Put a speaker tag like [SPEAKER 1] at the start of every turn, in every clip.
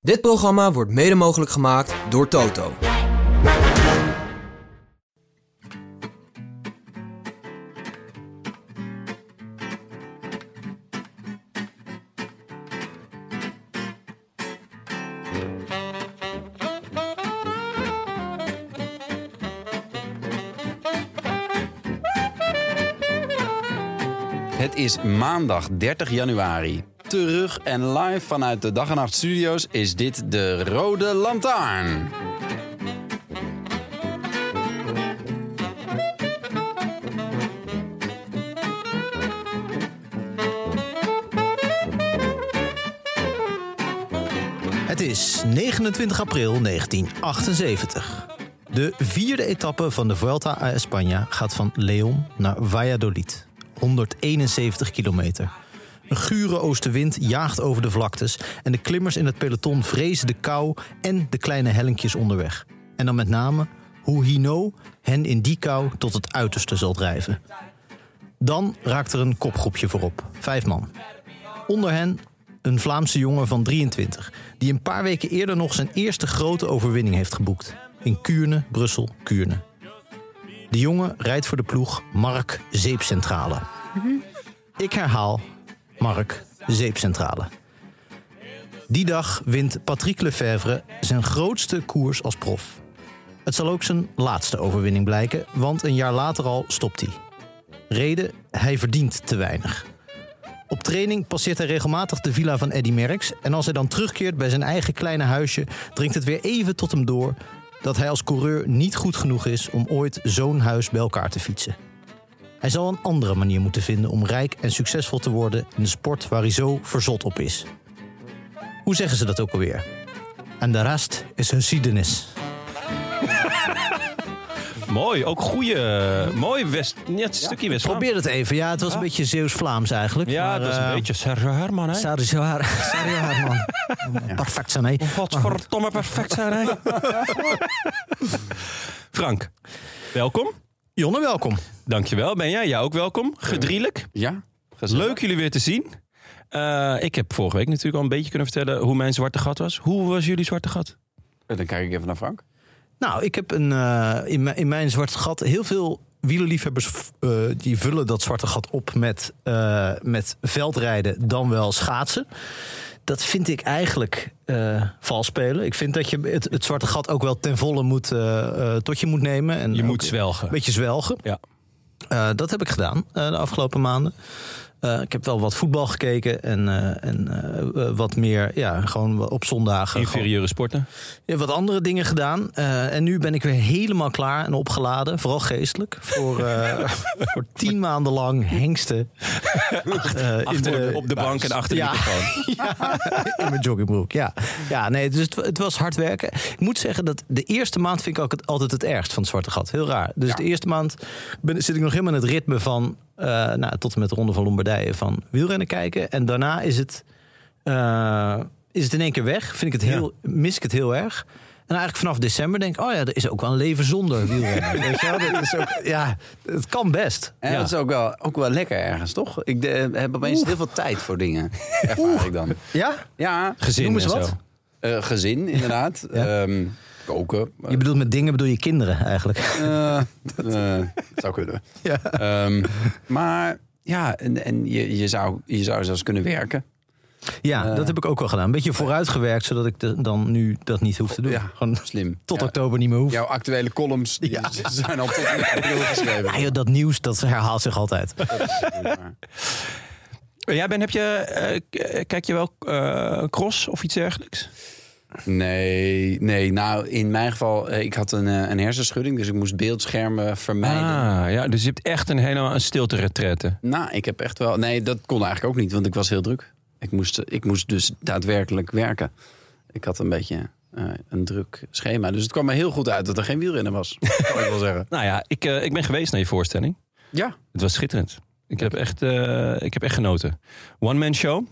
[SPEAKER 1] Dit programma wordt mede mogelijk gemaakt door Toto.
[SPEAKER 2] Het is maandag 30 januari. Terug en live vanuit de Dag en Nacht Studio's is dit de Rode Lantaarn.
[SPEAKER 3] Het is 29 april 1978. De vierde etappe van de Vuelta a España gaat van León naar Valladolid. 171 kilometer. Een gure oostenwind jaagt over de vlaktes en de klimmers in het peloton vrezen de kou en de kleine hellinkjes onderweg. En dan met name hoe Hino hen in die kou tot het uiterste zal drijven. Dan raakt er een kopgroepje voorop, vijf man. Onder hen een Vlaamse jongen van 23, die een paar weken eerder nog zijn eerste grote overwinning heeft geboekt. In Kuurne, Brussel, Kuurne. De jongen rijdt voor de ploeg Mark Zeepcentrale. Ik herhaal Mark Zeepcentrale. Die dag wint Patrick Lefevre zijn grootste koers als prof. Het zal ook zijn laatste overwinning blijken, want een jaar later al stopt hij. Reden, hij verdient te weinig. Op training passeert hij regelmatig de villa van Eddy Merckx. En als hij dan terugkeert bij zijn eigen kleine huisje, dringt het weer even tot hem door dat hij als coureur niet goed genoeg is om ooit zo'n huis bij elkaar te fietsen. Hij zal een andere manier moeten vinden om rijk en succesvol te worden in de sport waar hij zo verzot op is. Hoe zeggen ze dat ook alweer? En de rest is geschiedenis.
[SPEAKER 4] Mooi, ook goede. Mooi West. Ja, het stukje West.
[SPEAKER 3] Probeer het even. Ja, het was een beetje Zeeuws-Vlaams eigenlijk.
[SPEAKER 4] Ja,
[SPEAKER 3] maar,
[SPEAKER 4] dat is een
[SPEAKER 3] eh,
[SPEAKER 4] beetje Sergio Herman, hè?
[SPEAKER 3] Sorry, zo haar. Sorry, haar, man. Perfect zijn, hè?
[SPEAKER 4] Godverdomme perfect zijn, hè? Frank, welkom.
[SPEAKER 3] Jonne, welkom.
[SPEAKER 4] Dankjewel. Ben jij? Jij ook welkom. Gedrielijk.
[SPEAKER 2] Ja? gezellig.
[SPEAKER 4] Leuk jullie weer te zien. Eh, ik heb vorige week natuurlijk al een beetje kunnen vertellen hoe mijn zwarte gat was. Hoe was jullie zwarte gat?
[SPEAKER 2] Eh, Dan kijk ik even naar Frank.
[SPEAKER 3] Nou, ik heb een, eh, in, mijn- in mijn zwarte gat heel veel wielerliefhebbers v- eh, die vullen dat zwarte gat op met, eh, met veldrijden dan wel schaatsen. Dat vind ik eigenlijk eh vals spelen. Ik vind dat je het, het zwarte gat ook wel ten volle moet, eh, eh, tot je moet nemen. En
[SPEAKER 4] Je
[SPEAKER 3] ook
[SPEAKER 4] moet
[SPEAKER 3] Een
[SPEAKER 4] zwelgen.
[SPEAKER 3] Nou, beetje zwelgen.
[SPEAKER 4] Ja.
[SPEAKER 3] Eh, dat heb ik gedaan eh, de afgelopen maanden. Eh, ik heb wel wat voetbal gekeken en, eh, en eh, eh, wat meer, ja, gewoon op zondagen. gewoon-
[SPEAKER 4] Inferieure sporten.
[SPEAKER 3] ja, wat andere dingen gedaan. Eh, en nu ben ik weer helemaal klaar en opgeladen. Vooral geestelijk. Voor, eh, voor tien maanden lang hengsten. Eh, in
[SPEAKER 4] Achter, op de bank en achter de
[SPEAKER 3] Ja.
[SPEAKER 4] microfoon.
[SPEAKER 3] in mijn joggingbroek. Ja, ja nee, dus het, het was hard werken. Ik moet zeggen dat de eerste maand vind ik ook het, altijd het ergst van het zwarte gat. Heel raar. Dus de eerste maand ben, zit ik nog helemaal in het ritme van, eh, nou, tot en met de Ronde van Lombardije, van wielrennen kijken. En daarna is het, eh, is het in één keer weg. Vind ik het heel, mis ik het heel erg. En eigenlijk vanaf december denk ik, oh ja, er is ook wel een leven zonder wielrennen. Weet je wel? Dat is ook, ja, het kan best.
[SPEAKER 2] En
[SPEAKER 4] Ja.
[SPEAKER 2] dat is ook wel, ook wel lekker ergens, toch? Ik de- heb opeens heel veel tijd voor dingen. Ervaar ik dan.
[SPEAKER 3] Ja?
[SPEAKER 2] Ja,
[SPEAKER 4] Gezin
[SPEAKER 3] Noem eens
[SPEAKER 4] en
[SPEAKER 3] wat.
[SPEAKER 4] zo.
[SPEAKER 2] eh, gezin inderdaad. Ehm, koken.
[SPEAKER 3] Je bedoelt met dingen bedoel je kinderen eigenlijk.
[SPEAKER 2] Eh, eh, zou kunnen.
[SPEAKER 3] Ja.
[SPEAKER 2] Ehm, maar ja, en, en je, je, zou, je zou zelfs kunnen werken.
[SPEAKER 3] Ja, dat heb ik ook wel gedaan. Een beetje vooruitgewerkt, zodat ik de- dan nu dat niet hoef te doen.
[SPEAKER 2] Ja,
[SPEAKER 3] Gewoon
[SPEAKER 2] slim.
[SPEAKER 3] tot
[SPEAKER 2] Ja.
[SPEAKER 3] oktober niet meer hoef.
[SPEAKER 2] Jouw actuele columns die zijn al tot in april geschreven.
[SPEAKER 3] Ah, joh, dat nieuws, dat herhaalt zich altijd.
[SPEAKER 4] Jij ben, heb je, eh, k- kijk je wel eh, cross of iets dergelijks?
[SPEAKER 2] Nee, nee, nou in mijn geval, eh, ik had een, eh, een hersenschudding, dus ik moest beeldschermen vermijden.
[SPEAKER 4] Ah, ja, dus je hebt echt een helemaal een stilte retrette.
[SPEAKER 2] Nou, ik heb echt wel. Nee, dat kon eigenlijk ook niet, want ik was heel druk. Ik moest, ik moest dus daadwerkelijk werken. Ik had een beetje eh, een druk schema. Dus het kwam me heel goed uit dat er geen wielrenner was. kan ik wel zeggen.
[SPEAKER 4] Nou ja, ik, eh, ik ben geweest naar je voorstelling.
[SPEAKER 2] Ja.
[SPEAKER 4] Het was schitterend. Ik heb echt, eh, ik heb echt genoten. One Man Show.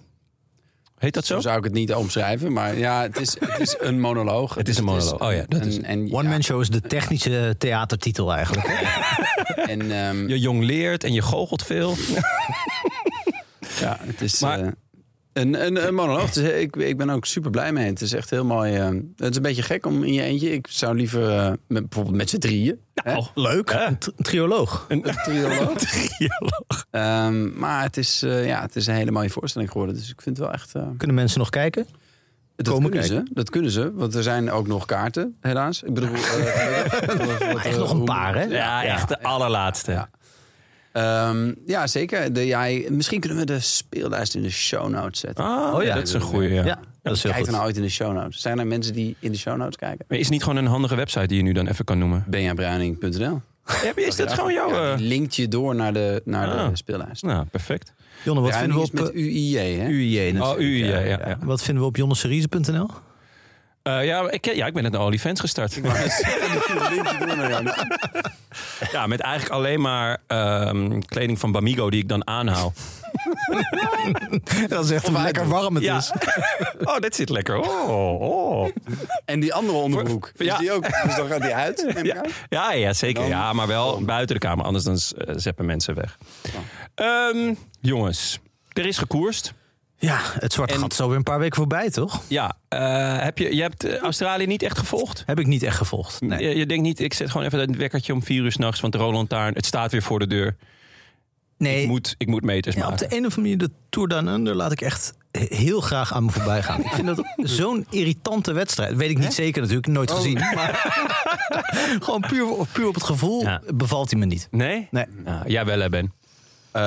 [SPEAKER 4] Heet dat zo?
[SPEAKER 2] Zo zou ik het niet omschrijven, maar ja, het is, het is een monoloog.
[SPEAKER 4] Het is een monoloog. Oh ja, dat is het.
[SPEAKER 2] en,
[SPEAKER 3] One Man Show is de technische theatertitel eigenlijk.
[SPEAKER 2] show. En, ehm,
[SPEAKER 4] Je jong leert en je goochelt veel.
[SPEAKER 2] ja, het is
[SPEAKER 4] Maar-
[SPEAKER 2] eh, een, een, een monoloog. Dus, eh, ik, ik ben ook super blij mee. Het is echt heel mooi. eh, het is een beetje gek om in je eentje. Ik zou liever eh, met, bijvoorbeeld met z'n drieën. hè,
[SPEAKER 4] Oh, leuk.
[SPEAKER 3] Een tri- trioloog.
[SPEAKER 2] Een trioloog.
[SPEAKER 4] trioloog.
[SPEAKER 2] Ehm, maar het is, eh, ja, het is een hele mooie voorstelling geworden. Dus ik vind het wel echt. eh,
[SPEAKER 3] Kunnen mensen nog kijken?
[SPEAKER 2] dat
[SPEAKER 3] Komen
[SPEAKER 2] kunnen ze. Dat kunnen ze. Want er zijn ook nog kaarten, helaas. Ik bedoel. eh,
[SPEAKER 3] Echt nog een paar, hè?
[SPEAKER 4] Ja, echt de allerlaatste.
[SPEAKER 2] Ja. Ehm, ja, zeker. De, ja, misschien kunnen we de speellijst in de show notes zetten.
[SPEAKER 4] Ah,
[SPEAKER 3] Oh ja.
[SPEAKER 4] dat is een goeie. Ja.
[SPEAKER 3] Ja, dat is heel
[SPEAKER 2] Kijk
[SPEAKER 3] goed.
[SPEAKER 2] er nou ooit in de show notes. Zijn er mensen die in de show notes kijken?
[SPEAKER 4] Maar is het niet gewoon een handige website die je nu dan even kan noemen?
[SPEAKER 2] benjabruining.nl
[SPEAKER 4] Is dat gewoon jouw...
[SPEAKER 2] Ja,
[SPEAKER 4] eh,
[SPEAKER 2] die linkt je door naar de, naar
[SPEAKER 4] Ah.
[SPEAKER 2] de speellijst.
[SPEAKER 4] Nou, perfect.
[SPEAKER 3] Jonne, wat vinden
[SPEAKER 2] Bruining
[SPEAKER 3] we
[SPEAKER 2] is
[SPEAKER 3] op
[SPEAKER 2] met
[SPEAKER 3] eh,
[SPEAKER 2] UIJ, hè?
[SPEAKER 3] UIJ?
[SPEAKER 4] Oh,
[SPEAKER 3] natuurlijk.
[SPEAKER 4] u, ja, ja. ja.
[SPEAKER 3] Wat vinden we op jonneseries.nl?
[SPEAKER 4] Eh, ja, ik, ja, ik ben net naar OnlyFans gestart. Ja, met eigenlijk alleen maar ehm, kleding van Bamigo die ik dan aanhaal.
[SPEAKER 3] Dat is echt hoe lekker warm het
[SPEAKER 4] Ja. Oh, dit zit lekker. Oh, oh.
[SPEAKER 2] En die andere onderbroek.
[SPEAKER 4] Voor- ja.
[SPEAKER 2] Is die ook? Dus dan gaat die uit. neem ik
[SPEAKER 4] Ja,
[SPEAKER 2] aan.
[SPEAKER 4] ja, ja, zeker.
[SPEAKER 2] Dan-
[SPEAKER 4] ja, maar wel buiten de kamer. Anders dan z- eh, zeppen mensen weg. Ehm, jongens, er is gekoerst.
[SPEAKER 3] Ja, het zwarte gat is alweer een paar weken voorbij, toch?
[SPEAKER 4] Ja, eh, heb je, je hebt eh, Australië niet echt gevolgd?
[SPEAKER 3] Heb ik niet echt gevolgd. Nee.
[SPEAKER 4] Je, je denkt niet, ik zet gewoon even het wekkertje om vier uur s'nachts, want de Roland Taarn, het staat weer voor de deur.
[SPEAKER 3] nee.
[SPEAKER 4] Ik moet, ik moet meters
[SPEAKER 3] Ja, op
[SPEAKER 4] maken.
[SPEAKER 3] de een of andere manier, de Tour Down Under laat ik echt he- heel graag aan me voorbij gaan. Ik vind dat zo'n irritante wedstrijd. Weet ik niet zeker natuurlijk, nooit gezien. Maar gewoon puur, puur op het gevoel
[SPEAKER 4] Ja.
[SPEAKER 3] bevalt hij me niet.
[SPEAKER 4] Nee?
[SPEAKER 3] Nee.
[SPEAKER 4] Nou, jij wel, hè, Ben.
[SPEAKER 2] Eh,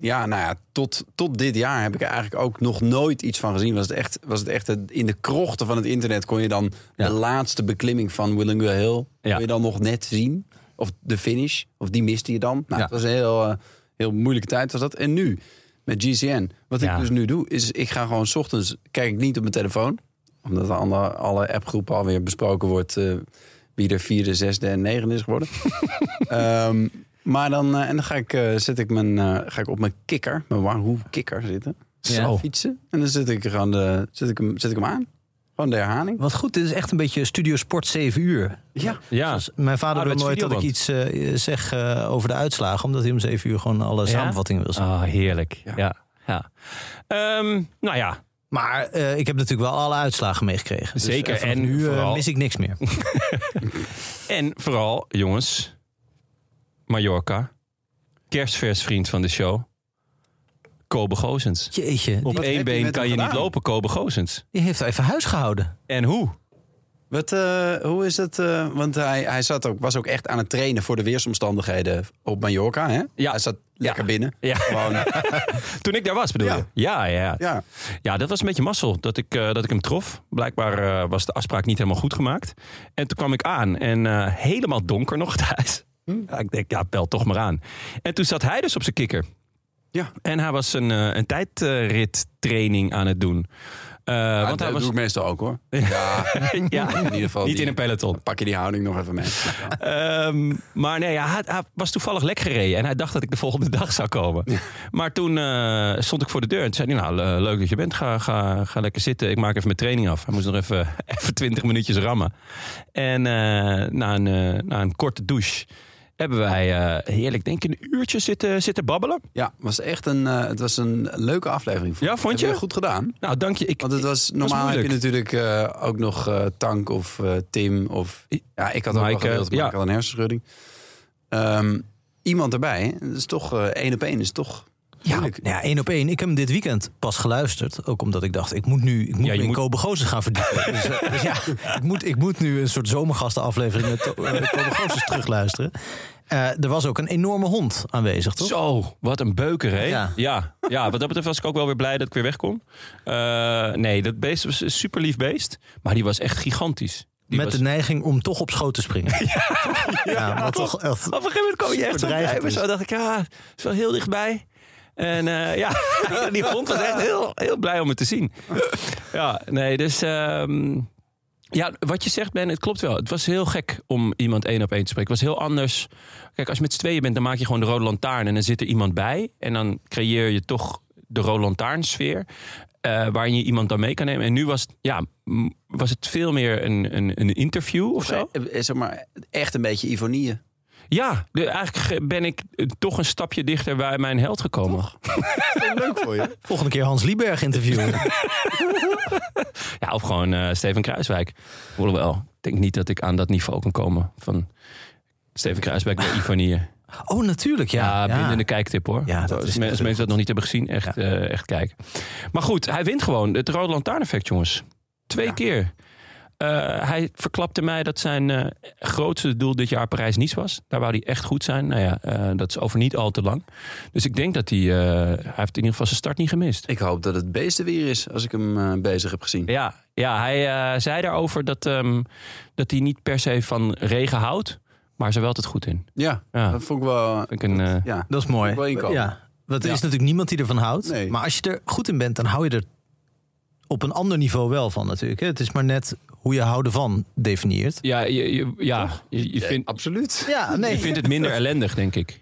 [SPEAKER 2] ja, nou ja, tot, tot dit jaar heb ik er eigenlijk ook nog nooit iets van gezien. Was het echt, was het echt het- in de krochten van het internet kon je dan
[SPEAKER 4] Ja.
[SPEAKER 2] de laatste beklimming van Willinguer Hill
[SPEAKER 4] Ja.
[SPEAKER 2] kon je dan nog net zien. Of de finish, of die miste je dan. Nou,
[SPEAKER 4] Ja.
[SPEAKER 2] Het was een heel, eh, heel moeilijke tijd was dat. En nu, met GCN, wat
[SPEAKER 4] Ja.
[SPEAKER 2] ik dus nu doe, is ik ga gewoon 's ochtends, kijk ik niet op mijn telefoon. Omdat de andere, alle appgroepen alweer besproken wordt eh, wie er vierde, zesde en negende is geworden. Ehm, maar dan, eh, en dan ga ik, eh, zet ik mijn, eh, ga ik op mijn kikker, mijn Wahoo kikker zitten.
[SPEAKER 3] Zo.
[SPEAKER 2] Fietsen. En dan zet ik, gewoon de, zet, ik hem, zet ik hem aan. Gewoon de herhaling.
[SPEAKER 3] Wat goed, dit is echt een beetje Studio Sport 7 uur.
[SPEAKER 2] Ja.
[SPEAKER 4] Ja.
[SPEAKER 3] Dus mijn vader
[SPEAKER 4] Ah,
[SPEAKER 3] wil
[SPEAKER 4] met
[SPEAKER 3] nooit dat ik
[SPEAKER 4] videoband.
[SPEAKER 3] iets eh, zeg eh, over de uitslagen, omdat hij om 7 uur gewoon alle samenvattingen wil zien.
[SPEAKER 4] Ah, heerlijk. Ja.
[SPEAKER 2] Ja.
[SPEAKER 4] ja. Ehm, nou ja,
[SPEAKER 3] Maar eh, ik heb natuurlijk wel alle uitslagen meegekregen. Dus,
[SPEAKER 4] Zeker,
[SPEAKER 3] eh, vanaf
[SPEAKER 4] en
[SPEAKER 3] nu eh,
[SPEAKER 4] vooral-
[SPEAKER 3] mis ik niks meer.
[SPEAKER 4] en vooral, jongens, Mallorca, kerstvers vriend van de show, Kobe Gozens.
[SPEAKER 3] Jeetje,
[SPEAKER 4] Op
[SPEAKER 3] die,
[SPEAKER 4] één
[SPEAKER 2] heb je
[SPEAKER 4] been
[SPEAKER 2] met
[SPEAKER 4] kan
[SPEAKER 2] hem
[SPEAKER 4] je niet
[SPEAKER 2] gedaan?
[SPEAKER 4] lopen, Kobe Gozens.
[SPEAKER 3] die heeft even huis gehouden.
[SPEAKER 4] En hoe?
[SPEAKER 2] Wat, eh, hoe is het? eh, want hij, hij zat ook, was ook echt aan het trainen voor de weersomstandigheden op Mallorca. Hè?
[SPEAKER 4] Ja.
[SPEAKER 2] Hij zat lekker binnen.
[SPEAKER 4] Ja.
[SPEAKER 2] Gewoon,
[SPEAKER 4] Toen ik daar was, bedoel
[SPEAKER 2] Ja.
[SPEAKER 4] je? Ja, ja, ja.
[SPEAKER 2] ja.
[SPEAKER 4] Ja, dat was een beetje mazzel dat ik, eh, dat ik hem trof. Blijkbaar eh, was de afspraak niet helemaal goed gemaakt. En toen kwam ik aan en eh, helemaal donker nog thuis. Ja, ik denk, ja, bel toch maar aan. En toen zat hij dus op zijn kikker.
[SPEAKER 2] ja.
[SPEAKER 4] En hij was een, eh, een tijdrittraining aan het doen. Eh, want
[SPEAKER 2] dat
[SPEAKER 4] hij was
[SPEAKER 2] doe ik meestal ook hoor. Ja,
[SPEAKER 4] ja,
[SPEAKER 2] in ieder geval.
[SPEAKER 4] niet
[SPEAKER 2] die-
[SPEAKER 4] in een peloton.
[SPEAKER 2] Pak je die houding nog even mee.
[SPEAKER 4] Ehm, maar nee, ja, hij, hij was toevallig lek gereden. En hij dacht dat ik de volgende dag zou komen. Maar toen eh, stond ik voor de deur. En toen zei hij, nou, le- leuk dat je bent. Ga, ga, ga lekker zitten. Ik maak even mijn training af. Hij moest nog even, even 20 minuutjes rammen. En eh, na, een, eh, na een korte douche hebben wij eh, heerlijk, denk ik, een uurtje zitten, zitten babbelen.
[SPEAKER 2] Ja, was echt een, eh, het was een leuke aflevering.
[SPEAKER 4] Ja, vond
[SPEAKER 2] Heb
[SPEAKER 4] je?
[SPEAKER 2] Goed gedaan.
[SPEAKER 4] Nou, dank je. Ik,
[SPEAKER 2] Want het was normaal heb je
[SPEAKER 4] moeilijk.
[SPEAKER 2] natuurlijk eh, ook nog eh, Tank of eh, Tim of
[SPEAKER 4] I-
[SPEAKER 2] ja, ik had ook
[SPEAKER 4] Maaike,
[SPEAKER 2] wel gewild, maar
[SPEAKER 4] ja.
[SPEAKER 2] ik had een hersenschudding. Ehm, iemand erbij, hè? dat is toch eh, één op één is toch
[SPEAKER 3] Ja, nou
[SPEAKER 2] moeilijk.
[SPEAKER 3] ja, één op één. Ik heb hem dit weekend pas geluisterd. Ook omdat ik dacht, ik moet nu ik moet
[SPEAKER 4] Ja, je
[SPEAKER 3] me in
[SPEAKER 4] moet-
[SPEAKER 3] Kobe Goossens gaan verdiepen. dus, eh, dus ja, ik moet, ik moet nu een soort zomergastenaflevering met eh, Kobe Goossens terugluisteren. Eh, er was ook een enorme hond aanwezig, toch?
[SPEAKER 4] Zo, wat een beuker, hè? Ja.
[SPEAKER 3] Ja.
[SPEAKER 4] Ja, wat dat betreft was ik ook wel weer blij dat ik weer weg kon. Eh, nee, dat beest was een super lief beest. Maar die was echt gigantisch. Die
[SPEAKER 3] met
[SPEAKER 4] was...
[SPEAKER 3] de neiging om toch op schoot te springen. Ja, wat toch eh, echt...
[SPEAKER 4] Op een gegeven moment kwam je echt zo
[SPEAKER 3] Superdreigend
[SPEAKER 4] bij me.
[SPEAKER 3] is.
[SPEAKER 4] Zo dacht ik, ja, is wel heel dichtbij. En eh, ja, die hond was echt heel, heel blij om het te zien. Ja, nee, dus... ehm, Ja, wat je zegt, Ben, het klopt wel. Het was heel gek om iemand één op één te spreken. Het was heel anders. Kijk, als je met z'n tweeën bent, dan maak je gewoon de rode lantaarn. En dan zit er iemand bij. En dan creëer je toch de rode lantaarnsfeer. eh, waarin je iemand dan mee kan nemen. En nu was het, ja, m- was het veel meer een, een, een interview of zo.
[SPEAKER 2] Eh, eh, Zeg maar, echt een beetje ironieën.
[SPEAKER 4] Ja, de- eigenlijk ge- ben ik eh, toch een stapje dichter bij mijn held gekomen.
[SPEAKER 2] Leuk voor je.
[SPEAKER 3] Volgende keer Hans Lieberg interviewen.
[SPEAKER 4] Ja, of gewoon eh, Steven Kruiswijk. Hoewel, ik denk niet dat ik aan dat niveau kan komen van Steven Kruiswijk bij Ivanier.
[SPEAKER 3] oh, natuurlijk, ja.
[SPEAKER 4] Ja, binnen de kijktip hoor.
[SPEAKER 3] Ja, dat
[SPEAKER 4] Als
[SPEAKER 3] is
[SPEAKER 4] men- als
[SPEAKER 3] terug.
[SPEAKER 4] mensen dat nog niet hebben gezien, echt,
[SPEAKER 3] Ja.
[SPEAKER 4] eh, echt kijken. Maar goed, hij wint gewoon. Het Rode Lantaarn effect, jongens. Twee keer. Eh, hij verklapte mij dat zijn eh, grootste doel dit jaar Parijs-Nice was. Daar wou hij echt goed zijn. Nou ja, eh, dat is over niet al te lang. Dus ik denk dat hij... eh, hij heeft in ieder geval zijn start niet gemist.
[SPEAKER 2] Ik hoop dat het beest er weer is als ik hem eh, bezig heb gezien.
[SPEAKER 4] Ja, ja hij eh, zei daarover dat, ehm, dat hij niet per se van regen houdt. Maar ze wel altijd goed in.
[SPEAKER 2] Ja,
[SPEAKER 4] Ja.
[SPEAKER 2] dat vond ik wel.
[SPEAKER 4] Ik een, eh,
[SPEAKER 2] Ja,
[SPEAKER 3] Dat is mooi.
[SPEAKER 2] Ook wel inkomen.
[SPEAKER 3] Ja. Want er
[SPEAKER 2] Ja.
[SPEAKER 3] is natuurlijk niemand die ervan houdt.
[SPEAKER 2] Nee.
[SPEAKER 3] Maar als je er goed in bent, dan hou je er op een ander niveau wel van natuurlijk. hè. Het is maar net hoe je houden van definieert.
[SPEAKER 4] ja, je, je- ja, je, je vindt,
[SPEAKER 2] absoluut.
[SPEAKER 3] Ja,
[SPEAKER 4] je vindt het minder ellendig, denk ik.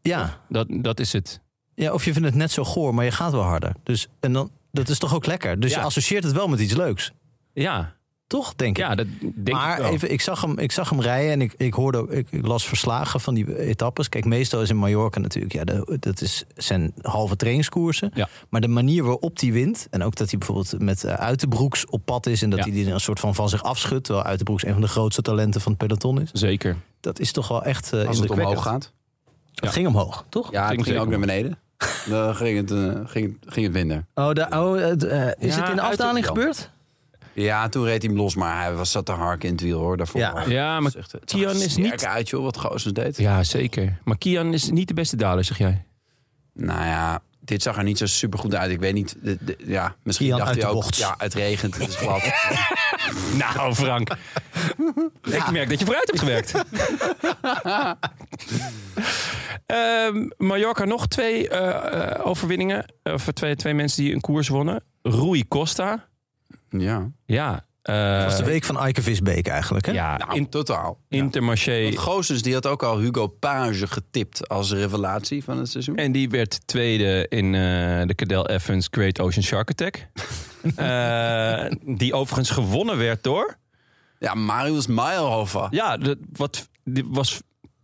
[SPEAKER 3] Ja.
[SPEAKER 4] Dat, dat is het.
[SPEAKER 3] ja, of je vindt het net zo goor, maar je gaat wel harder. Dus, en dan, dat is toch ook lekker. Dus
[SPEAKER 4] Ja.
[SPEAKER 3] je associeert het wel met iets leuks.
[SPEAKER 4] Ja,
[SPEAKER 3] Toch, denk ik.
[SPEAKER 4] ja dat denk ik
[SPEAKER 3] maar
[SPEAKER 4] wel.
[SPEAKER 3] even, ik zag hem, ik zag hem rijden en ik, ik hoorde, ook- ik, ik las verslagen van die etappes. Kijk, meestal is in Mallorca natuurlijk, ja, de- dat is zijn halve trainingskoersen.
[SPEAKER 4] Ja.
[SPEAKER 3] Maar de manier waarop hij wint, en ook dat hij bijvoorbeeld met eh, Uitenbroeks op pad is en dat
[SPEAKER 4] Ja.
[SPEAKER 3] hij die een soort van van zich afschudt, terwijl Uitenbroeks een van de grootste talenten van het peloton is.
[SPEAKER 4] Zeker.
[SPEAKER 3] Dat is toch wel echt eh
[SPEAKER 2] Als het
[SPEAKER 3] indrukwekkend.
[SPEAKER 2] omhoog gaat.
[SPEAKER 3] Het ging omhoog, toch?
[SPEAKER 2] Ja,
[SPEAKER 4] Ging
[SPEAKER 2] het ging
[SPEAKER 4] zeker
[SPEAKER 2] ook naar beneden. Dan ging het, eh, ging, ging het minder.
[SPEAKER 3] Oh, de, oh eh, d- eh, is
[SPEAKER 4] Ja,
[SPEAKER 3] het in de
[SPEAKER 4] uit-
[SPEAKER 3] afdaling gebeurd?
[SPEAKER 2] Ja, toen reed hij hem los, maar hij was, zat te harken in het wiel hoor. Daarvoor.
[SPEAKER 3] Ja.
[SPEAKER 2] Maar
[SPEAKER 4] Ja, maar
[SPEAKER 2] eh, het
[SPEAKER 3] eh,
[SPEAKER 2] zag er
[SPEAKER 4] Kian is
[SPEAKER 2] sterk
[SPEAKER 4] niet...
[SPEAKER 2] uit joh, wat Goossens deed.
[SPEAKER 4] Ja, zeker. Maar Kian is niet de beste daler, zeg jij.
[SPEAKER 2] Nou ja, dit zag er niet zo super goed uit. Ik weet niet, de- de- ja, misschien
[SPEAKER 3] Kian
[SPEAKER 2] dacht
[SPEAKER 3] uit
[SPEAKER 2] hij
[SPEAKER 3] de
[SPEAKER 2] ook...
[SPEAKER 3] bocht.
[SPEAKER 2] Ja, het regent, het is glad.
[SPEAKER 4] Nou, Frank. Ik merk dat je vooruit hebt gewerkt. Ehm, Mallorca nog twee eh, eh, overwinningen. Of twee, twee mensen die een koers wonnen. Rui Costa.
[SPEAKER 2] ja,
[SPEAKER 4] Ja. eh,
[SPEAKER 3] Dat was de week van Eike Visbeek eigenlijk, hè?
[SPEAKER 4] ja,
[SPEAKER 2] nou,
[SPEAKER 4] in,
[SPEAKER 2] totaal.
[SPEAKER 4] Intermarché.
[SPEAKER 2] Want Goossens die had ook al Hugo Page getipt als revelatie van het seizoen.
[SPEAKER 4] En die werd tweede in eh, de Cadel Evans Great Ocean Shark Attack. Eh, die overigens gewonnen werd door.
[SPEAKER 2] Ja, Marius Meyerhofer.
[SPEAKER 4] Ja, dat, wat, dit was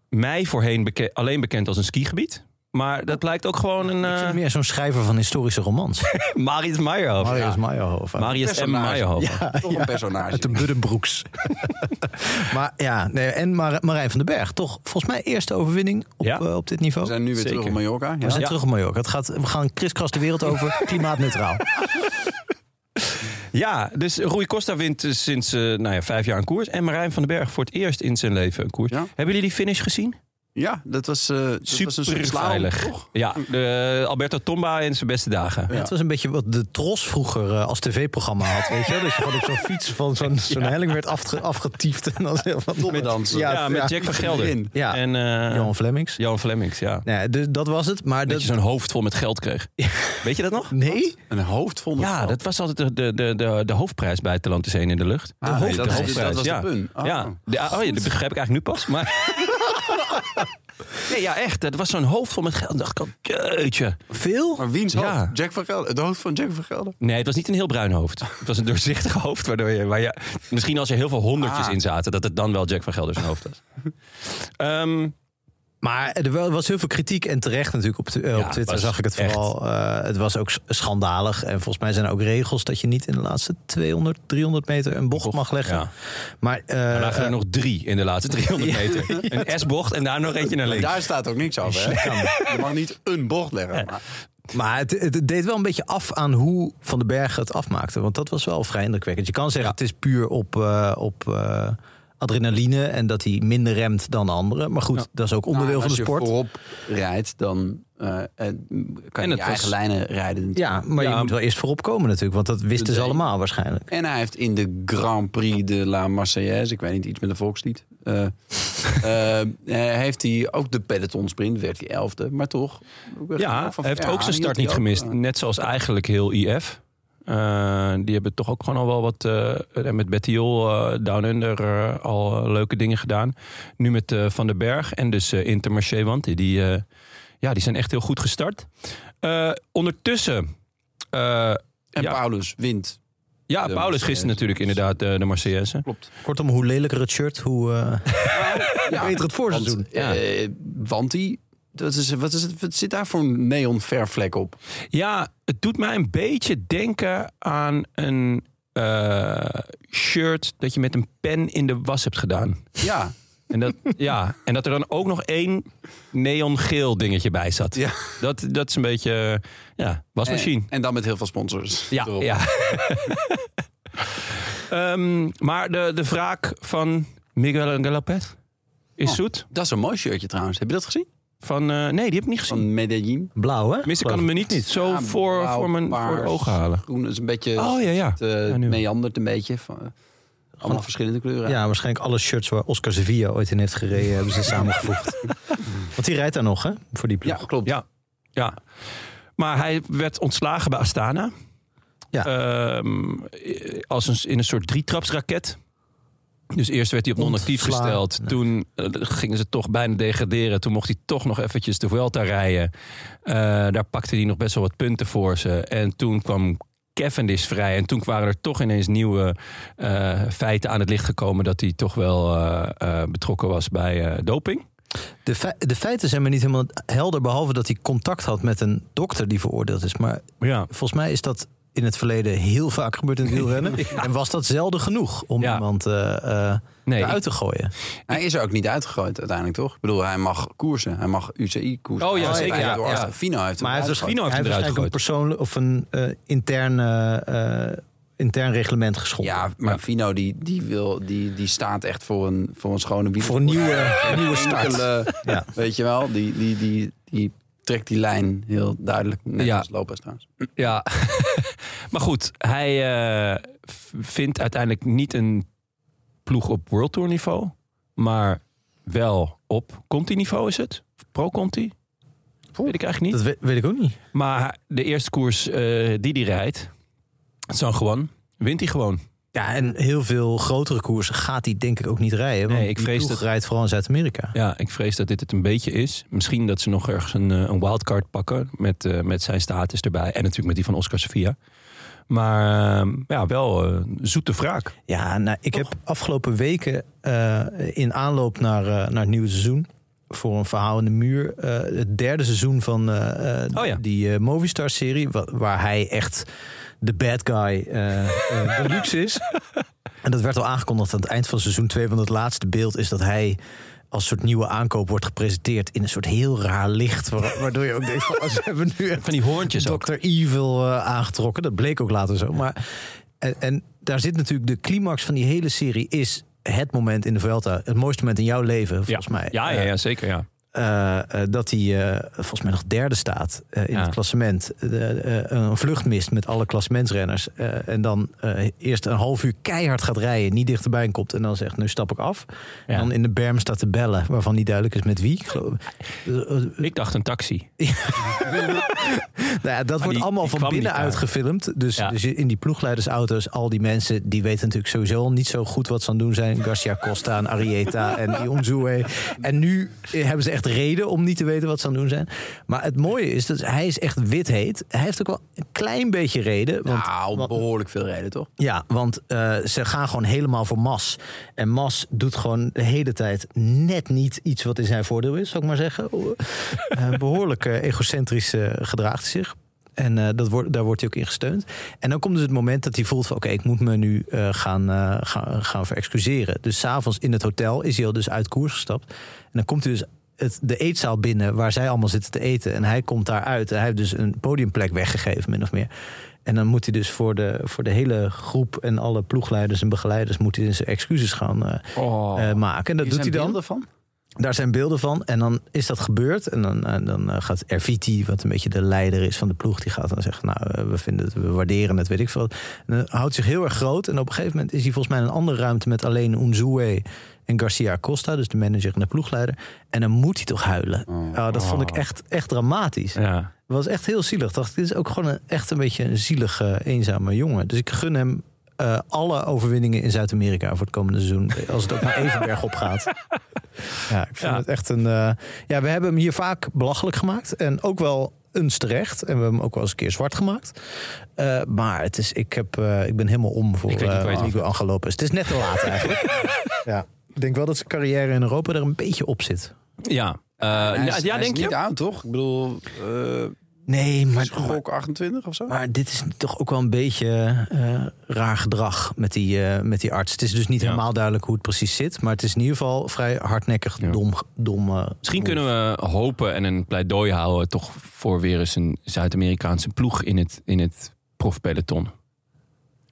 [SPEAKER 4] mij voorheen beke- alleen bekend als een skigebied. Maar dat blijkt ook gewoon een
[SPEAKER 3] Ik vind
[SPEAKER 4] eh
[SPEAKER 3] het meer zo'n schrijver van historische romans.
[SPEAKER 4] Marius Meyerhofer.
[SPEAKER 3] Marius Meyerhoven.
[SPEAKER 4] Marius M.
[SPEAKER 2] Personage.
[SPEAKER 4] Meyerhofer.
[SPEAKER 2] Toch een personage.
[SPEAKER 3] Uit de Buddenbroeks. maar ja, nee, en Mar- Marijn van den Berg. Toch volgens mij eerste overwinning op,
[SPEAKER 4] Ja.
[SPEAKER 3] eh, op dit niveau.
[SPEAKER 2] We zijn nu weer
[SPEAKER 4] Zeker.
[SPEAKER 2] terug op Mallorca.
[SPEAKER 3] We
[SPEAKER 2] Ja.
[SPEAKER 3] zijn
[SPEAKER 4] Ja.
[SPEAKER 3] terug op Mallorca. Het gaat, we gaan kriskras de wereld over. klimaatneutraal.
[SPEAKER 4] Ja, dus Rui Costa wint eh, sinds eh, nou ja, vijf jaar een koers. En Marijn van den Berg voor het eerst in zijn leven een koers.
[SPEAKER 2] Ja.
[SPEAKER 4] Hebben jullie die finish gezien?
[SPEAKER 2] Ja, dat was, eh dat was een soort slalom,
[SPEAKER 4] veilig.
[SPEAKER 2] toch?
[SPEAKER 4] Ja, de Alberto Tomba in zijn beste dagen.
[SPEAKER 3] Ja, het was een beetje wat de Tros vroeger eh, als tv-programma had. Weet je? wel? Dat je gewoon op zo'n fiets van zo'n zo'n helling werd afge- afgetiefd. En dan van
[SPEAKER 2] Tommedansen.
[SPEAKER 3] Ja,
[SPEAKER 4] Ja, met Jack van Gelder.
[SPEAKER 2] erin.
[SPEAKER 3] Ja.
[SPEAKER 4] En eh,
[SPEAKER 3] Johan Flemings.
[SPEAKER 4] Johan Flemings, ja.
[SPEAKER 3] Nee, dus dat was het. Maar
[SPEAKER 4] Dat je
[SPEAKER 3] dat,
[SPEAKER 4] zo'n hoofd vol met geld kreeg. Weet je dat nog?
[SPEAKER 3] nee?
[SPEAKER 2] Een hoofd vol met
[SPEAKER 4] Ja,
[SPEAKER 2] geld.
[SPEAKER 4] dat was altijd de, de, de, de, de hoofdprijs bij Talent is 1 in de lucht.
[SPEAKER 2] Ah, nee, dat is-
[SPEAKER 4] hoofdprijs,
[SPEAKER 2] dat was de
[SPEAKER 4] ja.
[SPEAKER 2] pun. Ah.
[SPEAKER 4] ja. De- oh ja, dat begrijp ik eigenlijk nu pas. Maar... nee, ja, echt. Dat was zo'n hoofd vol met geld. Dan dacht oh, ik al, keutje.
[SPEAKER 3] Veel?
[SPEAKER 2] Maar wiens
[SPEAKER 4] Ja.
[SPEAKER 2] hoofd? Jack van Gelder. Het hoofd van Jack van Gelder.
[SPEAKER 4] Nee, het was niet een heel bruin hoofd. Het was een doorzichtig hoofd. Waardoor je, waar je, misschien als er heel veel honderdjes
[SPEAKER 2] Ah.
[SPEAKER 4] in zaten, dat het dan wel Jack van Gelder zijn hoofd was. Ehm,
[SPEAKER 3] Maar er wel- was heel veel kritiek en terecht natuurlijk op, tu- eh,
[SPEAKER 4] Ja,
[SPEAKER 3] op Twitter
[SPEAKER 4] was
[SPEAKER 3] zag ik het
[SPEAKER 4] echt.
[SPEAKER 3] vooral. Eh, het was ook s- schandalig. En volgens mij zijn er ook regels dat je niet in de laatste 200, 300 meter een bocht mag leggen.
[SPEAKER 4] ja.
[SPEAKER 3] Maar eh,
[SPEAKER 4] Er lagen er nog drie in de laatste 300 meter. Een S-bocht en daar nog eentje naar links.
[SPEAKER 2] Daar staat ook niks over. Hè? Je mag niet een bocht leggen. Maar
[SPEAKER 3] Maar het, het deed wel een beetje af aan hoe Van den Bergen het afmaakte. Want dat was wel vrij indrukwekkend. Je kan zeggen, het is puur op, eh, op eh, adrenaline en dat hij minder remt dan anderen. Maar goed, dat is ook onderdeel
[SPEAKER 2] Nou, als
[SPEAKER 3] van de sport.
[SPEAKER 2] je voorop rijdt, dan eh, eh, kan je je
[SPEAKER 4] was-
[SPEAKER 2] eigen lijnen rijden. natuurlijk.
[SPEAKER 3] Ja, maar je
[SPEAKER 4] Ja.
[SPEAKER 3] moet wel eerst voorop komen natuurlijk. Want dat wisten ze
[SPEAKER 2] deed-
[SPEAKER 3] allemaal waarschijnlijk.
[SPEAKER 2] En hij heeft in de Grand Prix de la Marseillaise, ik weet niet, iets met een volkslied. eh, eh, heeft hij ook de pelotonsprint, werd hij elfde, maar toch. ook weer
[SPEAKER 4] Ja,
[SPEAKER 2] van-
[SPEAKER 4] hij heeft ook zijn
[SPEAKER 2] hield
[SPEAKER 4] start
[SPEAKER 2] hij
[SPEAKER 4] niet
[SPEAKER 2] ook,
[SPEAKER 4] gemist.
[SPEAKER 2] eh,
[SPEAKER 4] Net zoals eigenlijk heel IF. Eh, Eh, die hebben toch ook gewoon al wel wat... eh, en met Betty Jol, eh, Down Under, eh, al eh, leuke dingen gedaan. Nu met eh, Van den Berg en dus eh, Intermarché, want die, die, eh, ja, die zijn echt heel goed gestart. Eh, ondertussen... eh,
[SPEAKER 2] En
[SPEAKER 4] Ja.
[SPEAKER 2] Paulus wint.
[SPEAKER 4] ja,
[SPEAKER 2] De
[SPEAKER 4] Paulus
[SPEAKER 2] Marseillaise.
[SPEAKER 4] gisteren natuurlijk inderdaad eh, de Marseillaise.
[SPEAKER 2] Klopt.
[SPEAKER 3] Kortom, hoe lelijker het shirt, hoe eh,
[SPEAKER 2] Ja,
[SPEAKER 3] beter het voorseizoen.
[SPEAKER 2] want, eh, want die... Dat is, wat, is het, wat zit daar voor een neon verfvlek op?
[SPEAKER 4] Ja, het doet mij een beetje denken aan een eh, shirt dat je met een pen in de was hebt gedaan.
[SPEAKER 2] Ja,
[SPEAKER 4] En dat, ja, en dat er dan ook nog één neongeel dingetje bij zat.
[SPEAKER 2] Ja.
[SPEAKER 4] Dat, dat is een beetje, eh, ja, wasmachine.
[SPEAKER 2] En, en dan met heel veel sponsors.
[SPEAKER 4] Ja,
[SPEAKER 2] erop.
[SPEAKER 4] ja.
[SPEAKER 2] oh.
[SPEAKER 4] Ehm, maar de, de wraak van Miguel Galapet is
[SPEAKER 2] Oh.
[SPEAKER 4] zoet.
[SPEAKER 2] Dat is een mooi shirtje trouwens. Heb je dat gezien?
[SPEAKER 4] Van, eh, nee, die heb ik niet gezien.
[SPEAKER 2] Van Medellin.
[SPEAKER 3] blauw, hè?
[SPEAKER 4] Tenminste, ik kan hem
[SPEAKER 3] Geloof
[SPEAKER 4] me niet, zo
[SPEAKER 2] Ja,
[SPEAKER 4] voor,
[SPEAKER 2] blauw,
[SPEAKER 4] voor mijn voor de
[SPEAKER 2] paars,
[SPEAKER 4] ogen halen.
[SPEAKER 2] Groen is een beetje...
[SPEAKER 4] Oh ja, ja.
[SPEAKER 2] Het eh,
[SPEAKER 4] Ja, nu.
[SPEAKER 2] meandert een beetje. Van, eh, allemaal verschillende kleuren.
[SPEAKER 3] Ja, waarschijnlijk alle shirts waar Oscar Sevilla ooit in heeft gereden, hebben ze samengevoegd. Want die rijdt daar nog, hè? Voor die
[SPEAKER 2] Ja,
[SPEAKER 3] ploeg.
[SPEAKER 2] klopt.
[SPEAKER 4] Ja. Ja. Maar hij werd ontslagen bij Astana.
[SPEAKER 3] Ja.
[SPEAKER 4] Ehm, als een, in een soort drietrapsraket. Dus eerst werd hij op non-actief
[SPEAKER 3] Ontslaan.
[SPEAKER 4] gesteld.
[SPEAKER 3] Nee.
[SPEAKER 4] Toen eh, gingen ze toch bijna degraderen. Toen mocht hij toch nog eventjes de Vuelta rijden. Eh, daar pakte hij nog best wel wat punten voor ze. En toen kwam Cavendish vrij. En toen waren er toch ineens nieuwe eh, feiten aan het licht gekomen... dat hij toch wel eh, eh, betrokken was bij eh, doping.
[SPEAKER 3] De, fe- de feiten zijn me niet helemaal helder, behalve dat hij contact had met een dokter die veroordeeld is. Maar
[SPEAKER 4] Ja.
[SPEAKER 3] volgens mij is dat in het verleden heel vaak gebeurd in het wielrennen. En was dat zelden genoeg om
[SPEAKER 4] Ja.
[SPEAKER 3] iemand eh, eh,
[SPEAKER 4] Nee,
[SPEAKER 3] eruit te gooien.
[SPEAKER 2] Hij is er ook niet uitgegooid uiteindelijk, toch? Ik bedoel, hij mag koersen. Hij mag UCI-koersen.
[SPEAKER 4] Oh ja,
[SPEAKER 2] Hij is
[SPEAKER 4] zeker,
[SPEAKER 2] eruit
[SPEAKER 4] ja,
[SPEAKER 2] door- Fino
[SPEAKER 4] ja.
[SPEAKER 2] heeft hem
[SPEAKER 3] Maar hij heeft
[SPEAKER 2] uitgegooid.
[SPEAKER 4] Fino heeft
[SPEAKER 3] Hij heeft
[SPEAKER 4] dus hem eruit
[SPEAKER 3] waarschijnlijk een
[SPEAKER 4] gegooid.
[SPEAKER 3] persoonlijk of een eh, intern, eh, eh, intern reglement geschonden.
[SPEAKER 2] Ja, maar
[SPEAKER 4] Ja.
[SPEAKER 2] Fino die, die, wil, die, die staat echt voor een, voor een schone wiel.
[SPEAKER 3] Voor een nieuwe, een nieuwe start.
[SPEAKER 2] Enkele,
[SPEAKER 3] Ja.
[SPEAKER 2] Weet je wel, die, die, die, die trekt die lijn heel duidelijk. Net
[SPEAKER 4] Ja.
[SPEAKER 2] als Lopez trouwens.
[SPEAKER 4] Ja, maar goed, hij eh, v- vindt uiteindelijk niet een ploeg op World Tour niveau, maar wel op Conti niveau is het. Of Pro Conti? Weet ik eigenlijk niet.
[SPEAKER 3] Dat weet, weet ik ook niet.
[SPEAKER 4] Maar de eerste koers eh, die hij rijdt, San Juan, wint hij gewoon.
[SPEAKER 3] Ja, en heel veel grotere koersen gaat hij denk ik ook niet rijden. Want
[SPEAKER 4] Nee, ik
[SPEAKER 3] die
[SPEAKER 4] vrees
[SPEAKER 3] ploeg
[SPEAKER 4] dat-
[SPEAKER 3] rijdt vooral in Zuid-Amerika.
[SPEAKER 4] Ja, ik vrees dat dit het een beetje is. Misschien dat ze nog ergens een, eh, een wildcard pakken met, eh, met zijn status erbij. En natuurlijk met die van Oscar Sofia. Maar eh, ja, wel eh, zoete wraak.
[SPEAKER 3] Ja, nou, ik heb afgelopen weken eh, in aanloop naar, eh, naar het nieuwe seizoen... voor een verhaal in de muur... eh, het derde seizoen van eh, eh,
[SPEAKER 4] Oh ja.
[SPEAKER 3] die eh, Movistar-serie... wa- waar hij echt de bad guy eh, eh, deluxe is. En dat werd al aangekondigd aan het eind van seizoen 2... want het laatste beeld is dat hij als soort nieuwe aankoop wordt gepresenteerd... in een soort heel raar licht, wa- waardoor je ook denkt... Van, ze hebben nu echt
[SPEAKER 4] Van die hoorntjes ook.
[SPEAKER 3] Dr. Evil eh, aangetrokken. Dat bleek ook later zo. Maar, en, en daar zit natuurlijk de climax van die hele serie is het moment in de Vuelta. Het mooiste moment in jouw leven, volgens mij.
[SPEAKER 4] Ja, ja, ja, zeker ja.
[SPEAKER 3] Eh, eh, dat hij eh, volgens mij nog derde staat eh, in
[SPEAKER 4] Ja.
[SPEAKER 3] het klassement. Eh, eh, een vlucht mist met alle klassementsrenners. Eh, en dan eh, eerst een half uur keihard gaat rijden. Niet dichterbij komt. En dan zegt, nu stap ik af.
[SPEAKER 4] Ja.
[SPEAKER 3] En dan in de berm staat te bellen. Waarvan niet duidelijk is met wie. Ik geloof- Eh, eh,
[SPEAKER 4] Ik dacht een taxi.
[SPEAKER 3] Nou ja, dat wordt
[SPEAKER 4] die-
[SPEAKER 3] allemaal
[SPEAKER 4] die
[SPEAKER 3] van
[SPEAKER 4] kwam niet
[SPEAKER 3] binnenuit
[SPEAKER 4] daar.
[SPEAKER 3] gefilmd. Dus,
[SPEAKER 4] Ja.
[SPEAKER 3] dus in die ploegleidersauto's, al die mensen... die weten natuurlijk sowieso al niet zo goed wat ze aan het doen zijn. Garcia Costa en Arieta en Ionzue. En nu eh, hebben ze echt reden om niet te weten wat ze aan het doen zijn. Maar het mooie is, dat hij is echt witheet. Hij heeft ook wel een klein beetje reden. Want,
[SPEAKER 2] nou,
[SPEAKER 3] want-
[SPEAKER 2] behoorlijk veel reden, toch?
[SPEAKER 3] ja, want eh, ze gaan gewoon helemaal voor Mas. En Mas doet gewoon de hele tijd net niet iets wat in zijn voordeel is, zou ik maar zeggen. Eh, behoorlijk eh, egocentrisch eh, gedraagt hij zich. En eh, dat wordt, daar wordt hij ook in gesteund. En dan komt dus het moment dat hij voelt van... oké, ik moet me nu eh, gaan, eh, gaan, gaan verexcuseren. Dus s'avonds in het hotel is hij al dus uit koers gestapt. En dan komt hij dus het, de eetzaal binnen waar zij allemaal zitten te eten. En hij komt daaruit. En hij heeft dus een podiumplek weggegeven, min of meer. En dan moet hij dus voor de, voor de hele groep en alle ploegleiders en begeleiders... moet hij zijn excuses gaan eh, eh, maken. En dat
[SPEAKER 2] Oh. Hier zijn
[SPEAKER 3] doet hij dan.
[SPEAKER 2] beelden van?
[SPEAKER 3] Daar zijn beelden van. En dan is dat gebeurd. En dan, eh, dan eh, gaat Erviti, wat een beetje de leider is van de ploeg... die gaat dan zeggen, nou, eh, we vinden het, we waarderen het, weet ik veel. wat. En dan houdt zich heel erg groot. En op een gegeven moment is hij volgens mij in een andere ruimte... met alleen Unzue En Garcia Costa, dus de manager en de ploegleider. En dan moet hij toch huilen.
[SPEAKER 2] Oh.
[SPEAKER 3] Ah, dat vond ik echt, echt dramatisch.
[SPEAKER 4] Ja.
[SPEAKER 3] Het was echt heel zielig. Ik dacht, dit is ook gewoon een, echt een beetje een zielige, eenzame jongen. Dus ik gun hem eh, alle overwinningen in Zuid-Amerika voor het komende seizoen. Als het ook maar even bergop gaat. Ja, ik vind
[SPEAKER 4] Ja.
[SPEAKER 3] het echt een... eh, ja, we hebben hem hier vaak belachelijk gemaakt. En ook wel eens terecht. En we hebben hem ook wel eens een keer zwart gemaakt. Eh, maar het is, ik, heb, eh, ik ben helemaal om voor
[SPEAKER 4] Ik weet niet
[SPEAKER 3] eh,
[SPEAKER 4] waar je het
[SPEAKER 3] Miguel Angel Lopez. Het is net te laat eigenlijk. ja. Ik denk wel dat zijn carrière in Europa er een beetje op zit.
[SPEAKER 4] Ja. Eh,
[SPEAKER 2] Hij is-
[SPEAKER 4] ja, ja,
[SPEAKER 2] hij is
[SPEAKER 4] denk
[SPEAKER 2] niet
[SPEAKER 4] je?
[SPEAKER 2] oud, toch? Ik bedoel, eh
[SPEAKER 3] Nee, maar...
[SPEAKER 2] gok 28 of zo?
[SPEAKER 3] Maar dit is toch ook wel een beetje eh, raar gedrag met die, eh, met die arts. Het is dus niet
[SPEAKER 4] Ja.
[SPEAKER 3] helemaal duidelijk hoe het precies zit. Maar het is in ieder geval vrij hardnekkig
[SPEAKER 4] Ja.
[SPEAKER 3] dom. dom eh,
[SPEAKER 4] Misschien kunnen we hopen en een pleidooi houden... toch voor weer eens een Zuid-Amerikaanse ploeg in het, in het profpeloton.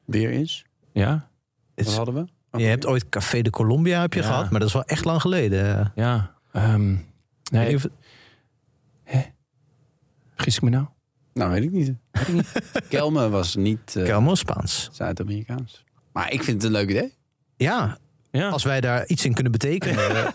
[SPEAKER 2] Weer eens.
[SPEAKER 4] Ja?
[SPEAKER 2] Wat hadden we? Oké.
[SPEAKER 3] Je hebt ooit Café de Colombia heb je
[SPEAKER 4] Ja.
[SPEAKER 3] gehad. Maar dat is wel echt lang geleden. Eh,
[SPEAKER 4] Ja. Ehm nee,
[SPEAKER 3] Even-
[SPEAKER 4] vergis ik me nou?
[SPEAKER 2] Nou, weet ik niet. Kelme was niet eh,
[SPEAKER 3] Calmo Spaans.
[SPEAKER 2] Zuid-Amerikaans. Maar ik vind het een leuk idee.
[SPEAKER 3] Ja,
[SPEAKER 4] Ja.
[SPEAKER 3] als wij daar iets in kunnen betekenen. eh,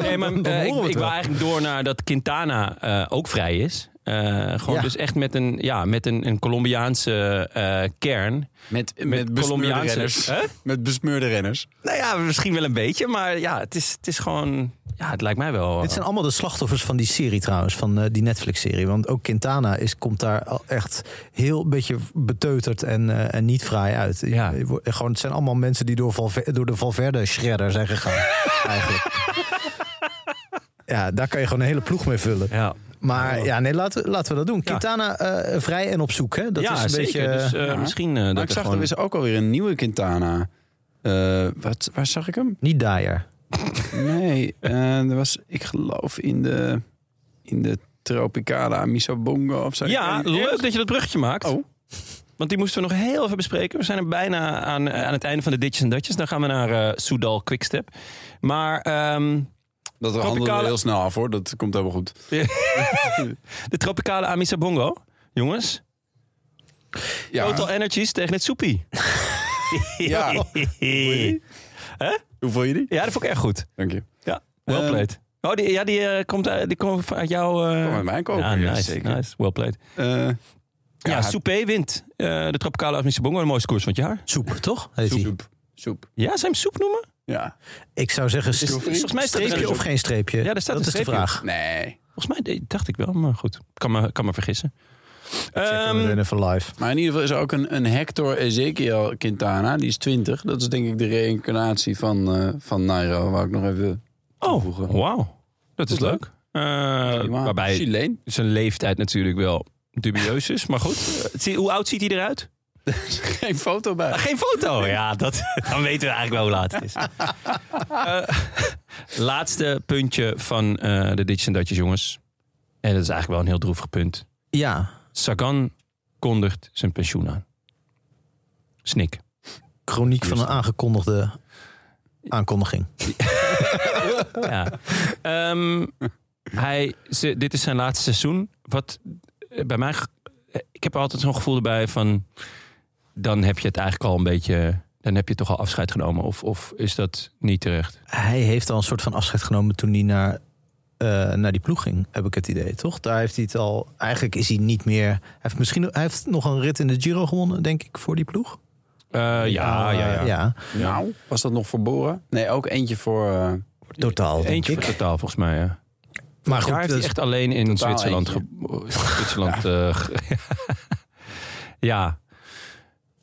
[SPEAKER 4] Nee, maar
[SPEAKER 3] Dan
[SPEAKER 4] eh,
[SPEAKER 3] horen we het
[SPEAKER 4] ik, ik wil
[SPEAKER 3] wel.
[SPEAKER 4] eigenlijk door naar dat Quintana eh, ook vrij is. Eh, gewoon
[SPEAKER 3] Ja.
[SPEAKER 4] dus echt met een, ja, met een, een Colombiaanse eh, kern.
[SPEAKER 2] Met, met,
[SPEAKER 4] Colombiaanse- dus, Hè?
[SPEAKER 2] Met besmeurde renners.
[SPEAKER 4] Nou ja, misschien wel een beetje, maar ja, het is, het is gewoon... Ja, het lijkt mij wel... eh,
[SPEAKER 3] Dit zijn allemaal de slachtoffers van die serie trouwens, van eh, die Netflix-serie. Want ook Quintana is, komt daar al echt heel een beetje beteuterd en, eh, en niet fraai uit.
[SPEAKER 4] Ja.
[SPEAKER 3] Je wordt- Gewoon, het zijn allemaal mensen die door, Valver- door de Valverde-shredder zijn gegaan. eigenlijk. Ja, daar kan je gewoon een hele ploeg mee vullen.
[SPEAKER 4] ja.
[SPEAKER 3] Maar ja, nee, laten, we- laten we dat doen. Quintana eh, vrij en op zoek, hè? Dat
[SPEAKER 4] ja,
[SPEAKER 3] is een
[SPEAKER 4] zeker.
[SPEAKER 3] beetje...
[SPEAKER 4] dus, eh,
[SPEAKER 2] ja.
[SPEAKER 4] Misschien eh,
[SPEAKER 2] Maar
[SPEAKER 4] dat
[SPEAKER 2] ik
[SPEAKER 4] er
[SPEAKER 2] zag,
[SPEAKER 4] gewoon...
[SPEAKER 2] er is ook alweer een nieuwe Quintana. Eh, wat, waar zag ik hem?
[SPEAKER 3] Niet Dyer.
[SPEAKER 2] Nee, eh, er was, ik geloof, in de, in de Tropicana Misobongo of zo.
[SPEAKER 4] Ja,
[SPEAKER 2] Ik weet niet.
[SPEAKER 4] leuk dat je dat bruggetje maakt.
[SPEAKER 2] Oh.
[SPEAKER 4] Want die moesten we nog heel even bespreken. We zijn er bijna aan, eh, aan het einde van de ditjes en datjes. Dan gaan we naar eh Soudal Quickstep. Maar ehm,
[SPEAKER 2] Dat
[SPEAKER 4] Tropicana-
[SPEAKER 2] handelen we heel snel af hoor, dat komt helemaal goed.
[SPEAKER 4] de tropicale Amisabongo, jongens.
[SPEAKER 2] Ja,
[SPEAKER 4] Total Energies tegen het Soepie.
[SPEAKER 2] Ja. hoe voel je die?
[SPEAKER 4] ja, dat vond ik echt goed.
[SPEAKER 2] Dank je.
[SPEAKER 4] Ja, well
[SPEAKER 2] Ehm.
[SPEAKER 4] played. Oh, die, ja, die, eh, komt, uit- die komt uit jou... eh,
[SPEAKER 2] Kom maar mij kopen.
[SPEAKER 4] ja,
[SPEAKER 2] ja,
[SPEAKER 4] nice,
[SPEAKER 2] zeker.
[SPEAKER 4] nice. Well played.
[SPEAKER 2] Eh,
[SPEAKER 4] Ja,
[SPEAKER 2] Ja,
[SPEAKER 4] Soupé wint eh, de Tropicale Amisabongo. De mooiste koers van het jaar.
[SPEAKER 3] Soep, toch? Heet hij.
[SPEAKER 2] soep. Soep.
[SPEAKER 4] Ja, zou je hem Soep noemen?
[SPEAKER 2] Ja.
[SPEAKER 3] Ik zou zeggen,
[SPEAKER 4] is-
[SPEAKER 3] stre-
[SPEAKER 4] volgens mij staat er
[SPEAKER 3] streepje
[SPEAKER 4] een-
[SPEAKER 3] of geen streepje?
[SPEAKER 4] Ja, daar staat
[SPEAKER 3] dat is
[SPEAKER 4] een
[SPEAKER 3] de
[SPEAKER 4] streepje.
[SPEAKER 3] vraag.
[SPEAKER 2] Nee.
[SPEAKER 4] Volgens mij deed- dacht ik wel, maar goed. Kan me, kan me vergissen.
[SPEAKER 3] Checken we
[SPEAKER 4] Ehm,
[SPEAKER 3] meteen even live.
[SPEAKER 2] Maar in ieder geval is er ook een, een Hector Ezekiel Quintana. Die is 20. Dat is denk ik de reïncarnatie van, eh, van Nairo. Wou ik nog even
[SPEAKER 4] oh,
[SPEAKER 2] toevoegen.
[SPEAKER 4] wauw. Dat is
[SPEAKER 2] Goed, hè?
[SPEAKER 4] leuk. Eh, waarbij
[SPEAKER 2] Chileen.
[SPEAKER 4] zijn leeftijd natuurlijk wel dubieus is. Maar goed, Eh, zie- hoe oud ziet hij eruit?
[SPEAKER 2] Geen foto bij.
[SPEAKER 4] Ah, geen foto. Ja, dat, dan weten we eigenlijk wel hoe laat het is. Eh, laatste puntje van eh, de Ditjes en Datjes, jongens. En dat is eigenlijk wel een heel droevig punt.
[SPEAKER 3] Ja,
[SPEAKER 4] Sagan kondigt zijn pensioen aan. Snik.
[SPEAKER 3] chroniek van een aangekondigde aankondiging.
[SPEAKER 4] Ja. Ehm, hij, ze- dit is zijn laatste seizoen. Wat eh, bij mij. ge- eh, Ik heb altijd zo'n gevoel erbij van. Dan heb je het eigenlijk al een beetje. Dan heb je toch al afscheid genomen. Of, of is dat niet terecht?
[SPEAKER 3] Hij heeft al een soort van afscheid genomen toen hij naar, eh, naar die ploeg ging, heb ik het idee, toch? Daar heeft hij het al. Eigenlijk is hij niet meer. Hij heeft misschien hij heeft nog een rit in de Giro gewonnen, denk ik, voor die ploeg.
[SPEAKER 4] Eh, ja, ja, ja,
[SPEAKER 2] Nou, was dat nog voor Bora? Nee, ook eentje voor... eh,
[SPEAKER 3] totaal. Denk
[SPEAKER 4] Eentje
[SPEAKER 3] ik.
[SPEAKER 4] voor totaal volgens mij. Ja.
[SPEAKER 3] Maar goed, dus
[SPEAKER 4] Daar heeft
[SPEAKER 3] dat
[SPEAKER 4] hij
[SPEAKER 3] is-
[SPEAKER 4] echt alleen in
[SPEAKER 2] totaal
[SPEAKER 4] Zwitserland. ge- Zwitserland. eh, ge- ja.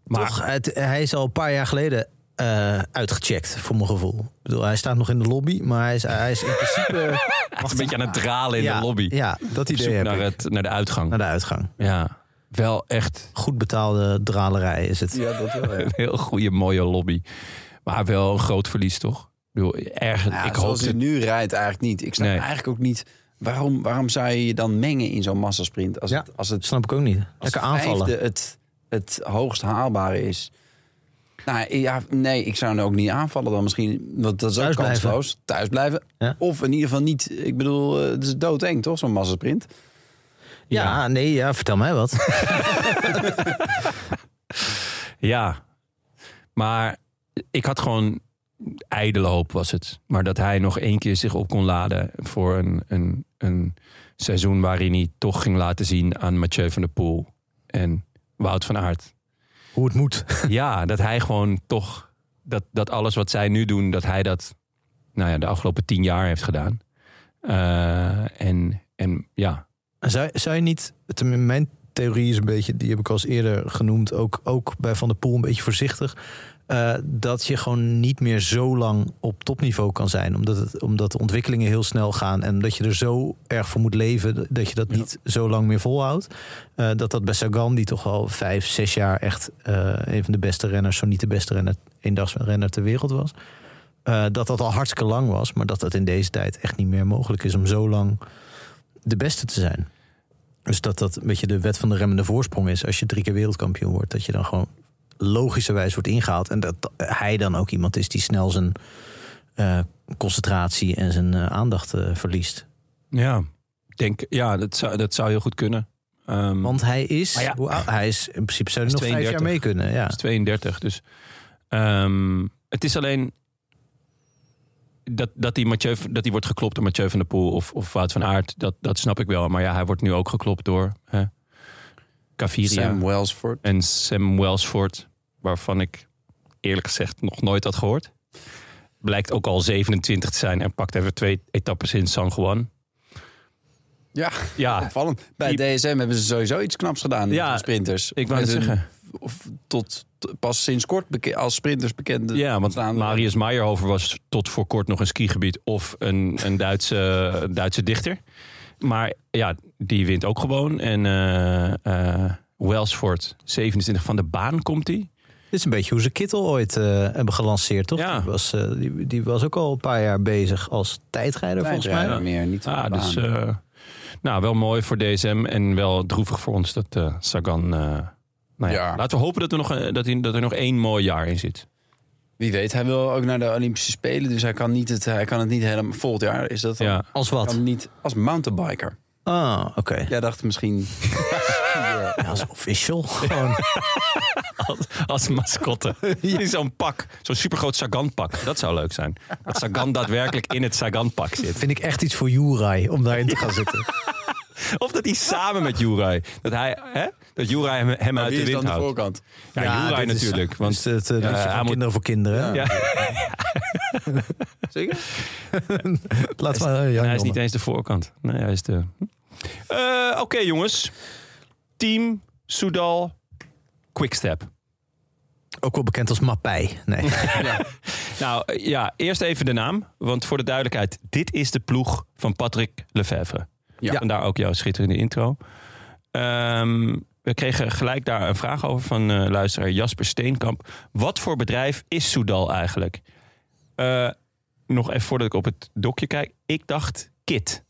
[SPEAKER 4] Maar
[SPEAKER 3] toch, het- hij is al een paar jaar geleden eh, uitgecheckt, voor mijn gevoel. Ik bedoel, hij staat nog in de lobby, maar hij is, hij is in principe.
[SPEAKER 4] een beetje aan het dralen in
[SPEAKER 3] ja,
[SPEAKER 4] de lobby.
[SPEAKER 3] Ja, dat
[SPEAKER 4] Op
[SPEAKER 3] idee
[SPEAKER 4] zoek
[SPEAKER 3] heb
[SPEAKER 4] naar,
[SPEAKER 3] ik.
[SPEAKER 4] het, naar de uitgang.
[SPEAKER 3] Naar de uitgang.
[SPEAKER 4] Ja. Wel echt
[SPEAKER 3] Goed betaalde dralerij is het.
[SPEAKER 2] ja, dat wel,
[SPEAKER 4] een heel goede, mooie lobby. Maar wel een groot verlies, toch? Ik bedoel, erg, ik hoop
[SPEAKER 2] Nou, zoals hij
[SPEAKER 4] het.
[SPEAKER 2] nu rijdt eigenlijk niet. Ik snap
[SPEAKER 4] Nee.
[SPEAKER 2] eigenlijk ook niet... Waarom, waarom zou je je dan mengen in zo'n massasprint? Als
[SPEAKER 3] Ja.
[SPEAKER 2] het, als het
[SPEAKER 3] Snap ik ook niet.
[SPEAKER 2] als
[SPEAKER 3] Lekker aanvallen.
[SPEAKER 2] vijfde het, het hoogst haalbare is. Nou ja, nee, ik zou hem ook niet aanvallen dan misschien. Want dat is
[SPEAKER 3] Thuis
[SPEAKER 2] ook
[SPEAKER 3] blijven.
[SPEAKER 2] kansloos. Thuis blijven.
[SPEAKER 3] Ja.
[SPEAKER 2] Of in ieder geval niet. Ik bedoel, eh, het is doodeng toch, zo'n massasprint?
[SPEAKER 3] Ja,
[SPEAKER 4] Ja.
[SPEAKER 3] nee, ja, vertel mij wat.
[SPEAKER 4] Ja. Maar ik had gewoon ijdele hoop was het. Maar dat hij nog één keer zich op kon laden voor een, een, een seizoen waarin hij toch ging laten zien aan Mathieu van der Poel en Wout van Aert.
[SPEAKER 3] Hoe het moet.
[SPEAKER 4] Ja, dat hij gewoon toch, dat, dat alles wat zij nu doen, dat hij dat nou ja, de afgelopen tien jaar heeft gedaan. Eh, en, en ja,
[SPEAKER 3] Zou, zou je niet, tenmin- mijn theorie is een beetje, die heb ik al eens eerder genoemd, ook, ook bij Van der Poel een beetje voorzichtig. eh, dat je gewoon niet meer zo lang op topniveau kan zijn. Omdat, het, omdat de ontwikkelingen heel snel gaan. En omdat je er zo erg voor moet leven. d- dat je dat niet zo lang meer volhoudt. Eh, dat dat bij Sagan, die toch al vijf, zes jaar echt eh, een van de beste renners. zo niet de beste renner, eendagsrenner ter wereld was. eh, dat dat al hartstikke lang was. Maar dat dat in deze tijd echt niet meer mogelijk is om zo lang de beste te zijn. Dus dat dat een beetje de wet van de remmende voorsprong is. Als je drie keer wereldkampioen wordt, dat je dan gewoon logischerwijs wordt ingehaald. En dat hij dan ook iemand is die snel zijn eh, concentratie en zijn eh, aandacht eh, verliest.
[SPEAKER 4] ja. Ik Denk, ja dat, zou, dat zou heel goed kunnen. Ehm,
[SPEAKER 3] Want hij is,
[SPEAKER 4] Maar ja.
[SPEAKER 3] hoe oud- hij is in principe zou hij nog
[SPEAKER 4] Hij is
[SPEAKER 3] vijf jaar
[SPEAKER 4] 32.
[SPEAKER 3] mee kunnen. Ja.
[SPEAKER 4] is 32. Dus ehm, het is alleen dat, dat, die Mathieu, dat die wordt geklopt door Mathieu van der Poel of, of Wout van Aert. Dat, dat snap ik wel. Maar ja, hij wordt nu ook geklopt door hè, Caviria
[SPEAKER 2] Sam Wellsford.
[SPEAKER 4] en Sam Wellsford. Waarvan ik eerlijk gezegd nog nooit had gehoord. Blijkt ook al 27 te zijn en pakt even twee etappes in San Juan.
[SPEAKER 2] Ja,
[SPEAKER 4] Ja,
[SPEAKER 2] opvallend. Bij
[SPEAKER 4] Die-
[SPEAKER 2] DSM hebben ze sowieso iets knaps gedaan
[SPEAKER 4] Ah. Ja,
[SPEAKER 2] ja, sprinters.
[SPEAKER 4] ik wou
[SPEAKER 2] Met
[SPEAKER 4] net
[SPEAKER 2] hun-
[SPEAKER 4] zeggen.
[SPEAKER 2] Of tot t- pas sinds kort beke- als sprinters bekend.
[SPEAKER 4] Ja, want
[SPEAKER 2] staan.
[SPEAKER 4] Marius Meijerhofer was tot voor kort nog een skigebied of een, een Duitse, een Duitse dichter. Maar ja, die wint ook gewoon. En eh, eh, Wellsford, 27 van de baan komt hij.
[SPEAKER 3] Dit is een beetje hoe ze Kittel ooit eh, hebben gelanceerd, toch?
[SPEAKER 4] Ja.
[SPEAKER 3] Die, was, eh, die, die was ook al een paar jaar bezig als tijdrijder, volgens mij.
[SPEAKER 2] Tijdrijder meer, niet
[SPEAKER 4] Ah,
[SPEAKER 2] van de
[SPEAKER 4] dus
[SPEAKER 2] baan.
[SPEAKER 4] eh, nou, wel mooi voor DSM en wel droevig voor ons dat eh, Sagan... eh, nou ja,
[SPEAKER 2] Ja.
[SPEAKER 4] Laten we hopen dat er, nog, een- dat, hij- dat er nog één mooi jaar in zit.
[SPEAKER 2] Wie weet, hij wil ook naar de Olympische Spelen, dus hij kan, niet het, hij kan het niet helemaal. Volgend jaar is dat dan.
[SPEAKER 4] Ja.
[SPEAKER 3] Als
[SPEAKER 2] Hij
[SPEAKER 3] wat?
[SPEAKER 2] Kan niet als mountainbiker.
[SPEAKER 3] Ah, oké.
[SPEAKER 2] Jij dacht misschien.
[SPEAKER 3] Ja, als official. Gewoon.
[SPEAKER 4] Als mascotte. In zo'n pak. Zo'n supergroot Sagan-pak. Dat zou leuk zijn. Dat Sagan daadwerkelijk in het Sagan-pak zit.
[SPEAKER 3] Vind ik echt iets voor Juraj om daarin te gaan zitten.
[SPEAKER 4] Of dat hij samen met Juraj. Dat, hij, hè? dat Juraj hem, hem uit
[SPEAKER 2] Wie
[SPEAKER 4] de
[SPEAKER 2] is dan
[SPEAKER 4] wind
[SPEAKER 2] de
[SPEAKER 4] houdt.
[SPEAKER 2] voorkant?
[SPEAKER 4] Ja, Juraj
[SPEAKER 3] dit is-
[SPEAKER 4] natuurlijk.
[SPEAKER 3] dit
[SPEAKER 4] want,
[SPEAKER 3] is het eh,
[SPEAKER 4] ja,
[SPEAKER 3] liedje van
[SPEAKER 4] hij moet-
[SPEAKER 3] kinderen voor kinderen.
[SPEAKER 4] ja.
[SPEAKER 2] Zeker?
[SPEAKER 3] Laten we. eh, Jan
[SPEAKER 4] hij is niet
[SPEAKER 3] Jonne.
[SPEAKER 4] eens de voorkant. Nee, hij is de... Eh, Oké, jongens. Team Soudal Quickstep.
[SPEAKER 3] Ook wel bekend als Mappij. Nee.
[SPEAKER 4] Nou eh, ja, eerst even de naam. Want voor de duidelijkheid, dit is de ploeg van Patrick Lefevre.
[SPEAKER 2] Ja.
[SPEAKER 4] Ja. Vandaar ook jouw schitterende intro. Ehm, we kregen gelijk daar een vraag over van eh, luisteraar Jasper Steenkamp. Wat voor bedrijf is Soudal eigenlijk? Eh, nog even voordat ik op het dokje kijk. Ik dacht kit.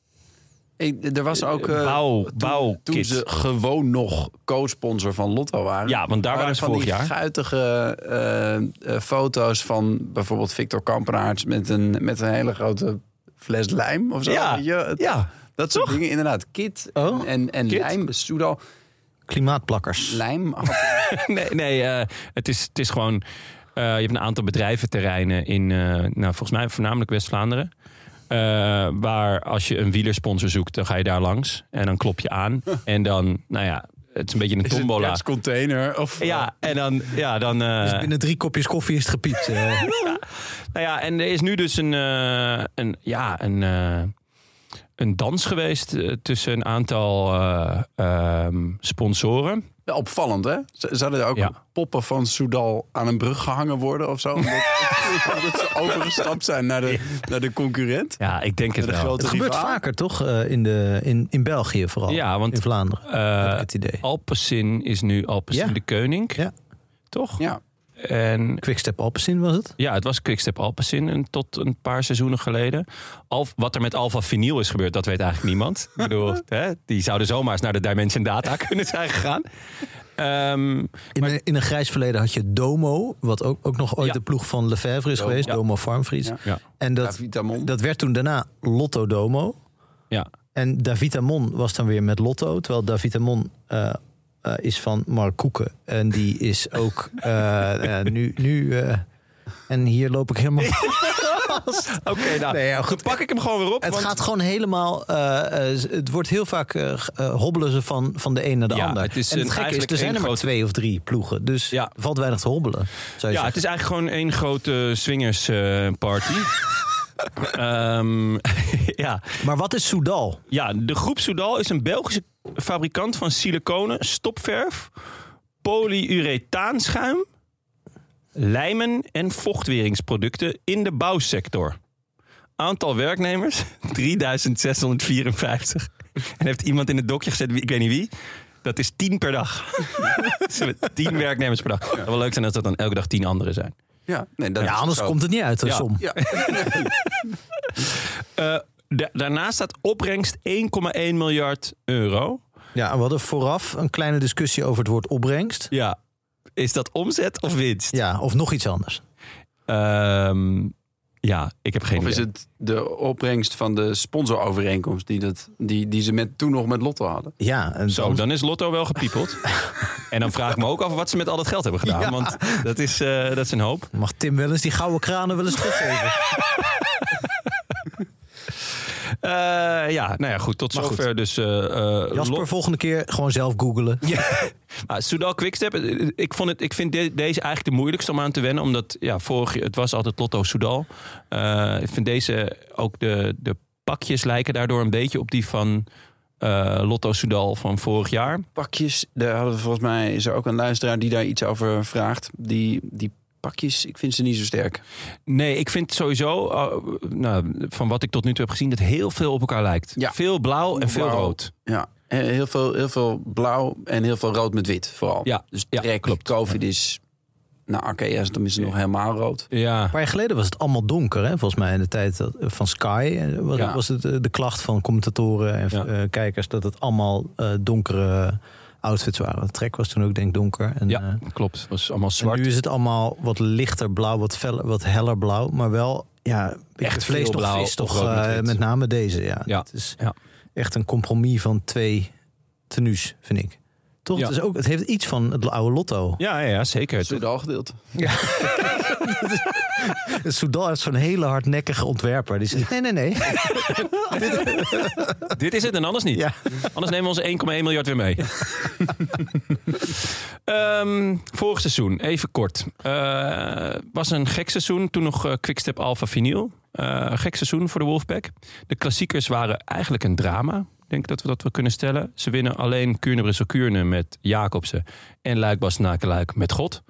[SPEAKER 2] Ik- er was ook. eh,
[SPEAKER 4] bouw,
[SPEAKER 2] toen, toen
[SPEAKER 4] bouwkit.
[SPEAKER 2] ze gewoon nog co-sponsor van Lotto waren.
[SPEAKER 4] Ja, want daar waren ze
[SPEAKER 2] van
[SPEAKER 4] vorig
[SPEAKER 2] die
[SPEAKER 4] jaar.
[SPEAKER 2] guitige eh, eh, foto's van bijvoorbeeld Victor Kampenaerts met een, met een hele grote fles lijm of zo.
[SPEAKER 4] Ja,
[SPEAKER 2] Weet je, het-
[SPEAKER 4] ja.
[SPEAKER 2] dat soort dingen. Inderdaad, kit
[SPEAKER 3] Oh,
[SPEAKER 2] en, en
[SPEAKER 4] kit.
[SPEAKER 2] lijm. Soedal,
[SPEAKER 3] Klimaatplakkers.
[SPEAKER 2] lijm.
[SPEAKER 4] Nee, nee eh, het, is, het is gewoon... eh, je hebt een aantal bedrijventerreinen in, eh, nou, volgens mij voornamelijk West-Vlaanderen. eh, waar als je een wielersponsor zoekt, dan ga je daar langs. En dan klop je aan. En dan, nou ja, het is een beetje een tombola.
[SPEAKER 2] container of eh,
[SPEAKER 4] Ja, en dan, ja, dan... eh,
[SPEAKER 3] Dus binnen drie kopjes koffie is het gepiept. eh.
[SPEAKER 4] Nou ja, en er is nu dus een, eh, een, ja, een, eh, een dans geweest eh, tussen een aantal eh, ehm, sponsoren.
[SPEAKER 2] Ja, opvallend, hè? Z- Zouden er ook
[SPEAKER 4] Ja.
[SPEAKER 2] poppen van Soudal aan een brug gehangen worden of zo? Omdat, omdat ze overgestapt zijn naar de, naar de concurrent.
[SPEAKER 4] Ja, ik denk het
[SPEAKER 2] De
[SPEAKER 4] wel.
[SPEAKER 2] grote
[SPEAKER 3] het gebeurt
[SPEAKER 2] rivaal.
[SPEAKER 3] vaker toch eh, in, de, in, in België vooral.
[SPEAKER 4] Ja, want
[SPEAKER 3] in Vlaanderen. heb ik
[SPEAKER 4] eh
[SPEAKER 3] het idee.
[SPEAKER 4] Alpecin is nu Alpecin
[SPEAKER 3] Ja.
[SPEAKER 4] de Koning.
[SPEAKER 3] Ja.
[SPEAKER 4] Toch?
[SPEAKER 2] Ja,
[SPEAKER 4] En
[SPEAKER 3] Quickstep Alpecin was het.
[SPEAKER 4] ja, het was Quickstep Alpecin en tot een paar seizoenen geleden. Alf, wat er met Alfa Vinyl is gebeurd, dat weet eigenlijk niemand. Ik bedoel, hè, die zouden zomaar eens naar de Dimension Data kunnen zijn gegaan. Ehm,
[SPEAKER 3] In, een- in een grijs verleden had je Domo, wat ook, ook nog ooit
[SPEAKER 4] Ja.
[SPEAKER 3] de ploeg van Lefebvre is
[SPEAKER 2] Domo,
[SPEAKER 3] geweest.
[SPEAKER 4] ja.
[SPEAKER 3] Domo Farmfries.
[SPEAKER 2] Ja.
[SPEAKER 4] ja,
[SPEAKER 3] En dat,
[SPEAKER 2] Davitamon.
[SPEAKER 3] dat werd toen daarna Lotto Domo.
[SPEAKER 4] ja.
[SPEAKER 3] En Davitamon was dan weer met Lotto. Terwijl Davitamon eh eh, is van Mark Koeken. En die is ook eh, eh, nu, nu eh, En hier loop ik helemaal...
[SPEAKER 4] Oké, nou,
[SPEAKER 3] Nee, ja,
[SPEAKER 4] dan pak ik hem gewoon weer op.
[SPEAKER 3] Het
[SPEAKER 4] want-
[SPEAKER 3] gaat gewoon helemaal. eh, eh, het wordt heel vaak eh, g- eh, hobbelen ze van, van de een naar de
[SPEAKER 4] Ja,
[SPEAKER 3] ander.
[SPEAKER 4] het is
[SPEAKER 3] en het
[SPEAKER 4] een-
[SPEAKER 3] gekke is,
[SPEAKER 4] eigenlijk
[SPEAKER 3] er zijn
[SPEAKER 4] één
[SPEAKER 3] er maar
[SPEAKER 4] grote-
[SPEAKER 3] twee of drie ploegen. Dus
[SPEAKER 4] Ja.
[SPEAKER 3] valt weinig te hobbelen. Zou je
[SPEAKER 4] Ja,
[SPEAKER 3] zeggen.
[SPEAKER 4] het is eigenlijk gewoon één grote eh, swingersparty. Ehm, ja.
[SPEAKER 3] Maar wat is Soudal?
[SPEAKER 4] ja, de groep Soudal is een Belgische fabrikant van siliconen, stopverf, polyuretaanschuim, lijmen en vochtweringsproducten in de bouwsector. Aantal werknemers 3654. En heeft iemand in het dokje gezet, wie- ik weet niet wie. Dat is 10 per dag. Ze hebben 10 werknemers per dag. Het zou wel leuk zijn als dat dan elke dag 10 anderen zijn.
[SPEAKER 2] Ja, nee, dat
[SPEAKER 3] Ja,
[SPEAKER 2] is
[SPEAKER 3] anders
[SPEAKER 2] zo.
[SPEAKER 3] komt het niet uit, de
[SPEAKER 4] Ja.
[SPEAKER 3] som.
[SPEAKER 2] Ja.
[SPEAKER 4] Eh, da- daarnaast staat opbrengst 1,1 miljard euro.
[SPEAKER 3] Ja, we hadden vooraf een kleine discussie over het woord opbrengst.
[SPEAKER 4] Ja. Is dat omzet of winst?
[SPEAKER 3] Ja, of nog iets anders.
[SPEAKER 4] Ehm, ja, ik heb geen
[SPEAKER 2] Of is
[SPEAKER 4] idee.
[SPEAKER 2] het de opbrengst van de sponsorovereenkomst die, dat, die, die ze met, toen nog met Lotto hadden?
[SPEAKER 3] Ja, en
[SPEAKER 4] Zo,
[SPEAKER 3] dan-
[SPEAKER 4] dan is Lotto wel gepiepeld. en dan vraag ik me ook af wat ze met al dat geld hebben gedaan.
[SPEAKER 3] Ja.
[SPEAKER 4] Want dat is, eh, dat is een hoop.
[SPEAKER 3] mag Tim wel eens die gouden kranen wel eens teruggeven.
[SPEAKER 4] Eh, ja, nou ja, goed. Tot
[SPEAKER 3] Maar goed.
[SPEAKER 4] zover dus eh eh,
[SPEAKER 3] Jasper,
[SPEAKER 4] Lot-
[SPEAKER 3] volgende keer gewoon zelf googelen.
[SPEAKER 4] Ja. Ah, Soudal Quickstep, eh, ik, vond het, ik vind de- deze eigenlijk de moeilijkste om aan te wennen. Omdat ja, vorig, jaar- het was altijd Lotto Soudal. Eh, ik vind deze ook de, de pakjes lijken daardoor een beetje op die van eh, Lotto Soudal van vorig jaar.
[SPEAKER 2] Pakjes, daar hadden we volgens mij is er ook een luisteraar die daar iets over vraagt. Die, die pakjes, ik vind ze niet zo sterk.
[SPEAKER 4] Nee, ik vind sowieso, eh, nou, van wat ik tot nu toe heb gezien, dat heel veel op elkaar lijkt.
[SPEAKER 2] Ja.
[SPEAKER 4] Veel blauw en veel
[SPEAKER 2] Blauw.
[SPEAKER 4] rood.
[SPEAKER 2] Ja, eh, heel veel, heel veel blauw en heel veel rood met wit vooral.
[SPEAKER 4] Ja,
[SPEAKER 2] Dus
[SPEAKER 4] ja,
[SPEAKER 2] trek,
[SPEAKER 4] klopt.
[SPEAKER 2] COVID is... Nou, oké, ja, dan is het nog helemaal rood.
[SPEAKER 4] Ja.
[SPEAKER 3] Een paar jaar geleden was het allemaal donker, hè? volgens mij in de tijd dat- van Sky. eh, Was,
[SPEAKER 2] Ja.
[SPEAKER 3] was het eh, de klacht van commentatoren en
[SPEAKER 4] Ja.
[SPEAKER 3] eh, kijkers dat het allemaal eh, donkere outfits waren. De trek was toen ook denk ik donker. En, eh,
[SPEAKER 4] Ja, klopt. Het was allemaal zwart.
[SPEAKER 3] en nu is het allemaal wat lichter blauw, wat, feller, wat heller blauw, maar wel ja, een beetje
[SPEAKER 4] Echt
[SPEAKER 3] vlees
[SPEAKER 4] veel
[SPEAKER 3] toch
[SPEAKER 4] blauw
[SPEAKER 3] vis,
[SPEAKER 4] of
[SPEAKER 3] toch
[SPEAKER 4] rood met
[SPEAKER 3] eh,
[SPEAKER 4] wit.
[SPEAKER 3] met name deze. Ja.
[SPEAKER 4] Ja.
[SPEAKER 3] Het is
[SPEAKER 4] Ja.
[SPEAKER 3] echt een compromis van twee tenues, vind ik. Toch?
[SPEAKER 4] Ja.
[SPEAKER 3] Het, is ook, het heeft iets van het oude lotto.
[SPEAKER 4] Ja, ja, ja, zeker.
[SPEAKER 2] Het al gedeeld.
[SPEAKER 3] Soudal heeft zo'n hele hardnekkige ontwerper. Dus- Die zegt, nee, nee, nee.
[SPEAKER 4] Dit is het en anders niet.
[SPEAKER 3] Ja.
[SPEAKER 4] Anders nemen we onze 1,1 miljard weer mee. Ehm, vorig seizoen, even kort. Eh, was een gek seizoen. Toen nog eh, Quickstep Alpha Vinyl. Eh, gek seizoen voor de Wolfpack. De klassiekers waren eigenlijk een drama. Ik denk dat we dat wel kunnen stellen. Ze winnen alleen Kuurne-Brussel-Kuurne met Jacobsen. En Luik-Bas-Nakeluik met God.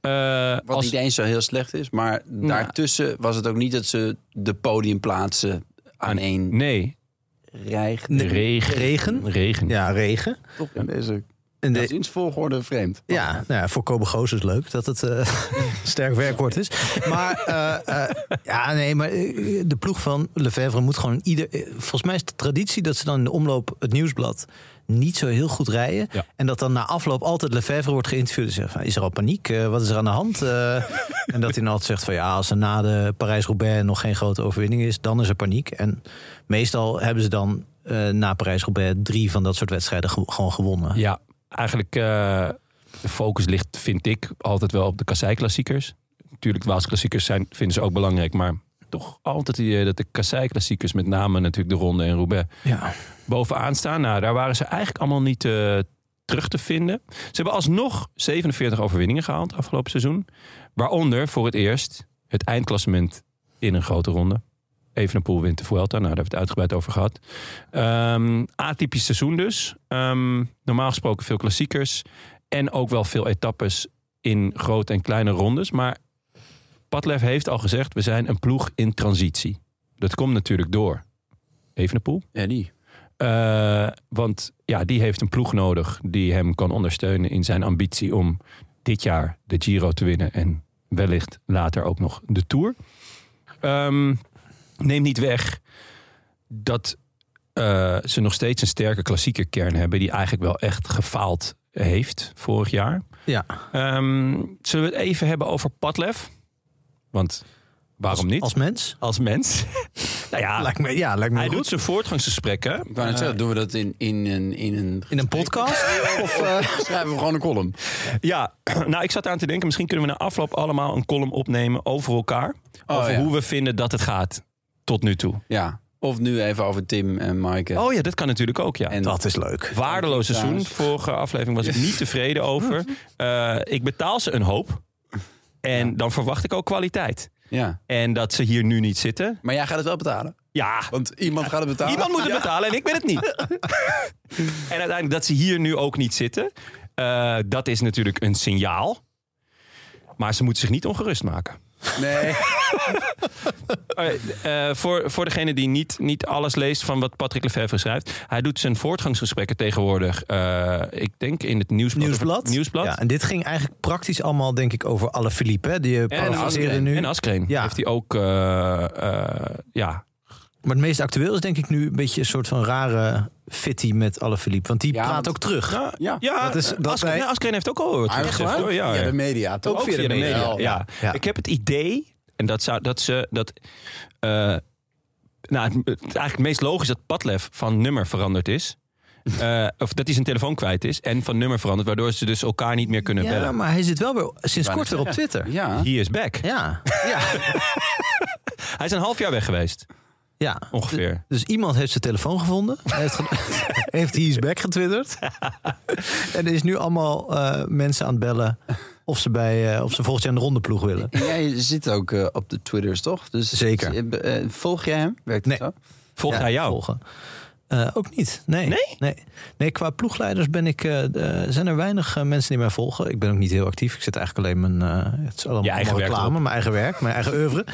[SPEAKER 4] Eh,
[SPEAKER 2] Wat
[SPEAKER 4] als-
[SPEAKER 2] niet eens zo heel slecht is. Maar daartussen was het ook niet dat ze de podiumplaatsen aan één
[SPEAKER 4] Ah, Nee,
[SPEAKER 2] rijgen.
[SPEAKER 3] Nee.
[SPEAKER 4] regen.
[SPEAKER 3] Regen?
[SPEAKER 4] Regen.
[SPEAKER 3] Ja, regen.
[SPEAKER 2] Toch in deze
[SPEAKER 3] En de,
[SPEAKER 2] zinsvolgorde vreemd.
[SPEAKER 3] ja, nou ja, voor Kobe Goos is leuk dat het eh, sterk werkwoord is. Maar eh, eh, ja, nee, maar eh, de ploeg van Lefebvre moet gewoon ieder. eh, Volgens mij is de traditie dat ze dan in de omloop het nieuwsblad niet zo heel goed rijden.
[SPEAKER 4] Ja.
[SPEAKER 3] En dat dan na afloop altijd Lefebvre wordt geïnterviewd. En zegt van, is er al paniek? Eh, wat is er aan de hand? Eh, en dat hij dan altijd zegt van ja, als er na de Parijs-Roubaix nog geen grote overwinning is, dan is er paniek. En meestal hebben ze dan eh, na Parijs-Roubaix drie van dat soort wedstrijden ge- gewoon gewonnen.
[SPEAKER 4] Ja, eigenlijk eh, de focus ligt, vind ik, altijd wel op de kassei-klassiekers. Natuurlijk, de Waals-klassiekers zijn, vinden ze ook belangrijk, maar toch altijd het idee dat de kassei-klassiekers, met name natuurlijk de Ronde en Roubaix,
[SPEAKER 3] ja.
[SPEAKER 4] bovenaan staan. Nou, daar waren ze eigenlijk allemaal niet eh, terug te vinden. Ze hebben alsnog 47 overwinningen gehaald afgelopen seizoen. Waaronder voor het eerst het eindklassement in een grote ronde. Evenepoel wint de Vuelta. Nou, daar hebben we het uitgebreid over gehad. Ehm, atypisch seizoen dus. Ehm, normaal gesproken veel klassiekers. En ook wel veel etappes in grote en kleine rondes. Maar Padlef heeft al gezegd, we zijn een ploeg in transitie. Dat komt natuurlijk door Evenepoel.
[SPEAKER 2] Ja, die.
[SPEAKER 4] Eh, want ja, die heeft een ploeg nodig die hem kan ondersteunen in zijn ambitie om dit jaar de Giro te winnen en wellicht later ook nog de Tour. Ehm, neem niet weg dat eh, ze nog steeds een sterke klassieke kern hebben die eigenlijk wel echt gefaald heeft vorig jaar.
[SPEAKER 3] Ja.
[SPEAKER 4] Ehm, zullen we het even hebben over Padlef? Want waarom
[SPEAKER 3] Als-
[SPEAKER 4] niet?
[SPEAKER 3] Als mens?
[SPEAKER 4] als mens. Nou ja,
[SPEAKER 3] Lijkt me, ja, lijkt me
[SPEAKER 4] hij
[SPEAKER 3] goed.
[SPEAKER 4] doet zijn voortgangsgesprekken.
[SPEAKER 2] Ik wou net zeggen, doen we dat in, in, een, in een...
[SPEAKER 3] In een podcast?
[SPEAKER 2] Of eh, schrijven we gewoon een column?
[SPEAKER 4] Ja, nou, ik zat aan te denken, misschien kunnen we na afloop allemaal een column opnemen over elkaar.
[SPEAKER 2] Oh,
[SPEAKER 4] over
[SPEAKER 2] ja.
[SPEAKER 4] hoe we vinden dat het gaat tot nu toe.
[SPEAKER 2] Ja. Of nu even over Tim en Maaike.
[SPEAKER 4] Oh ja, dat kan natuurlijk ook, ja.
[SPEAKER 2] En-
[SPEAKER 3] Dat is leuk.
[SPEAKER 4] Waardeloos seizoen. Vorige aflevering was ik niet tevreden over. Eh, ik betaal ze een hoop. En dan verwacht ik ook kwaliteit.
[SPEAKER 2] Ja.
[SPEAKER 4] En dat ze hier nu niet zitten.
[SPEAKER 2] Maar jij gaat het wel betalen.
[SPEAKER 4] Ja,
[SPEAKER 2] Want iemand gaat het betalen.
[SPEAKER 4] iemand moet het betalen en ik ben het niet. en uiteindelijk dat ze hier nu ook niet zitten. eh, dat is natuurlijk een signaal. Maar ze moeten zich niet ongerust maken.
[SPEAKER 2] Nee.
[SPEAKER 4] Eh, voor, voor degene die niet, niet alles leest van wat Patrick Lefevre schrijft. Hij doet zijn voortgangsgesprekken tegenwoordig. eh, ik denk in het nieuwsblad.
[SPEAKER 3] Nieuwsblad.
[SPEAKER 4] Nieuwsblad.
[SPEAKER 3] Ja, en dit ging eigenlijk praktisch allemaal, denk ik, over alle Philippe. hè, Die eh,
[SPEAKER 4] En
[SPEAKER 3] parafraseren
[SPEAKER 4] Askreen.
[SPEAKER 3] nu.
[SPEAKER 4] En Askreen.
[SPEAKER 3] Ja.
[SPEAKER 4] Heeft hij ook. eh, eh, ja.
[SPEAKER 3] Maar het meest actueel is, denk ik, nu een beetje een soort van rare fitty met alle Philippe. Want die
[SPEAKER 2] Ja,
[SPEAKER 3] praat
[SPEAKER 2] want-
[SPEAKER 3] ook terug.
[SPEAKER 2] Ja.
[SPEAKER 4] ja
[SPEAKER 3] dat is- dat
[SPEAKER 4] Askreen,
[SPEAKER 3] wij-
[SPEAKER 4] ja, Askreen heeft ook al. wat
[SPEAKER 2] Maar
[SPEAKER 4] gezegd, hoor. Ja,
[SPEAKER 2] via
[SPEAKER 4] ja.
[SPEAKER 2] de media. Toch?
[SPEAKER 4] Ook via de media. Ja.
[SPEAKER 3] Ja.
[SPEAKER 4] Ik heb het idee. En dat zou. Dat ze. Dat. eh, nou, het, het- eigenlijk het meest logisch dat Padlef van nummer veranderd is. Eh, of dat hij zijn telefoon kwijt is en van nummer veranderd, waardoor ze dus elkaar niet meer kunnen
[SPEAKER 3] Ja,
[SPEAKER 4] bellen.
[SPEAKER 3] maar hij zit wel weer sinds kort weer op Twitter.
[SPEAKER 2] Ja.
[SPEAKER 4] He is back.
[SPEAKER 3] Ja, ja.
[SPEAKER 4] Hij is een half jaar weg geweest,
[SPEAKER 3] ja.
[SPEAKER 4] ongeveer.
[SPEAKER 3] Dus iemand heeft zijn telefoon gevonden. Hij heeft, ge- heeft he is back getwitterd. en er is nu allemaal eh, mensen aan het bellen of ze, bij, eh, of ze volgens jou een ronde ploeg willen.
[SPEAKER 2] En Jij zit ook eh, op de Twitters, toch? Dus,
[SPEAKER 3] Zeker.
[SPEAKER 2] eh, eh, volg jij hem? Werkt
[SPEAKER 3] Nee.
[SPEAKER 2] dat zo?
[SPEAKER 4] Volgt
[SPEAKER 3] Ja,
[SPEAKER 4] hij jou?
[SPEAKER 3] Volgen. Eh, ook niet. Nee.
[SPEAKER 4] Nee?
[SPEAKER 3] nee. Nee, qua ploegleiders ben ik, eh, eh, zijn er weinig eh, mensen die mij volgen. Ik ben ook niet heel actief. Ik zit eigenlijk alleen mijn. eh, het is allemaal
[SPEAKER 4] Je eigen
[SPEAKER 3] allemaal
[SPEAKER 4] werk
[SPEAKER 3] reclame, mijn eigen werk, mijn eigen oeuvre.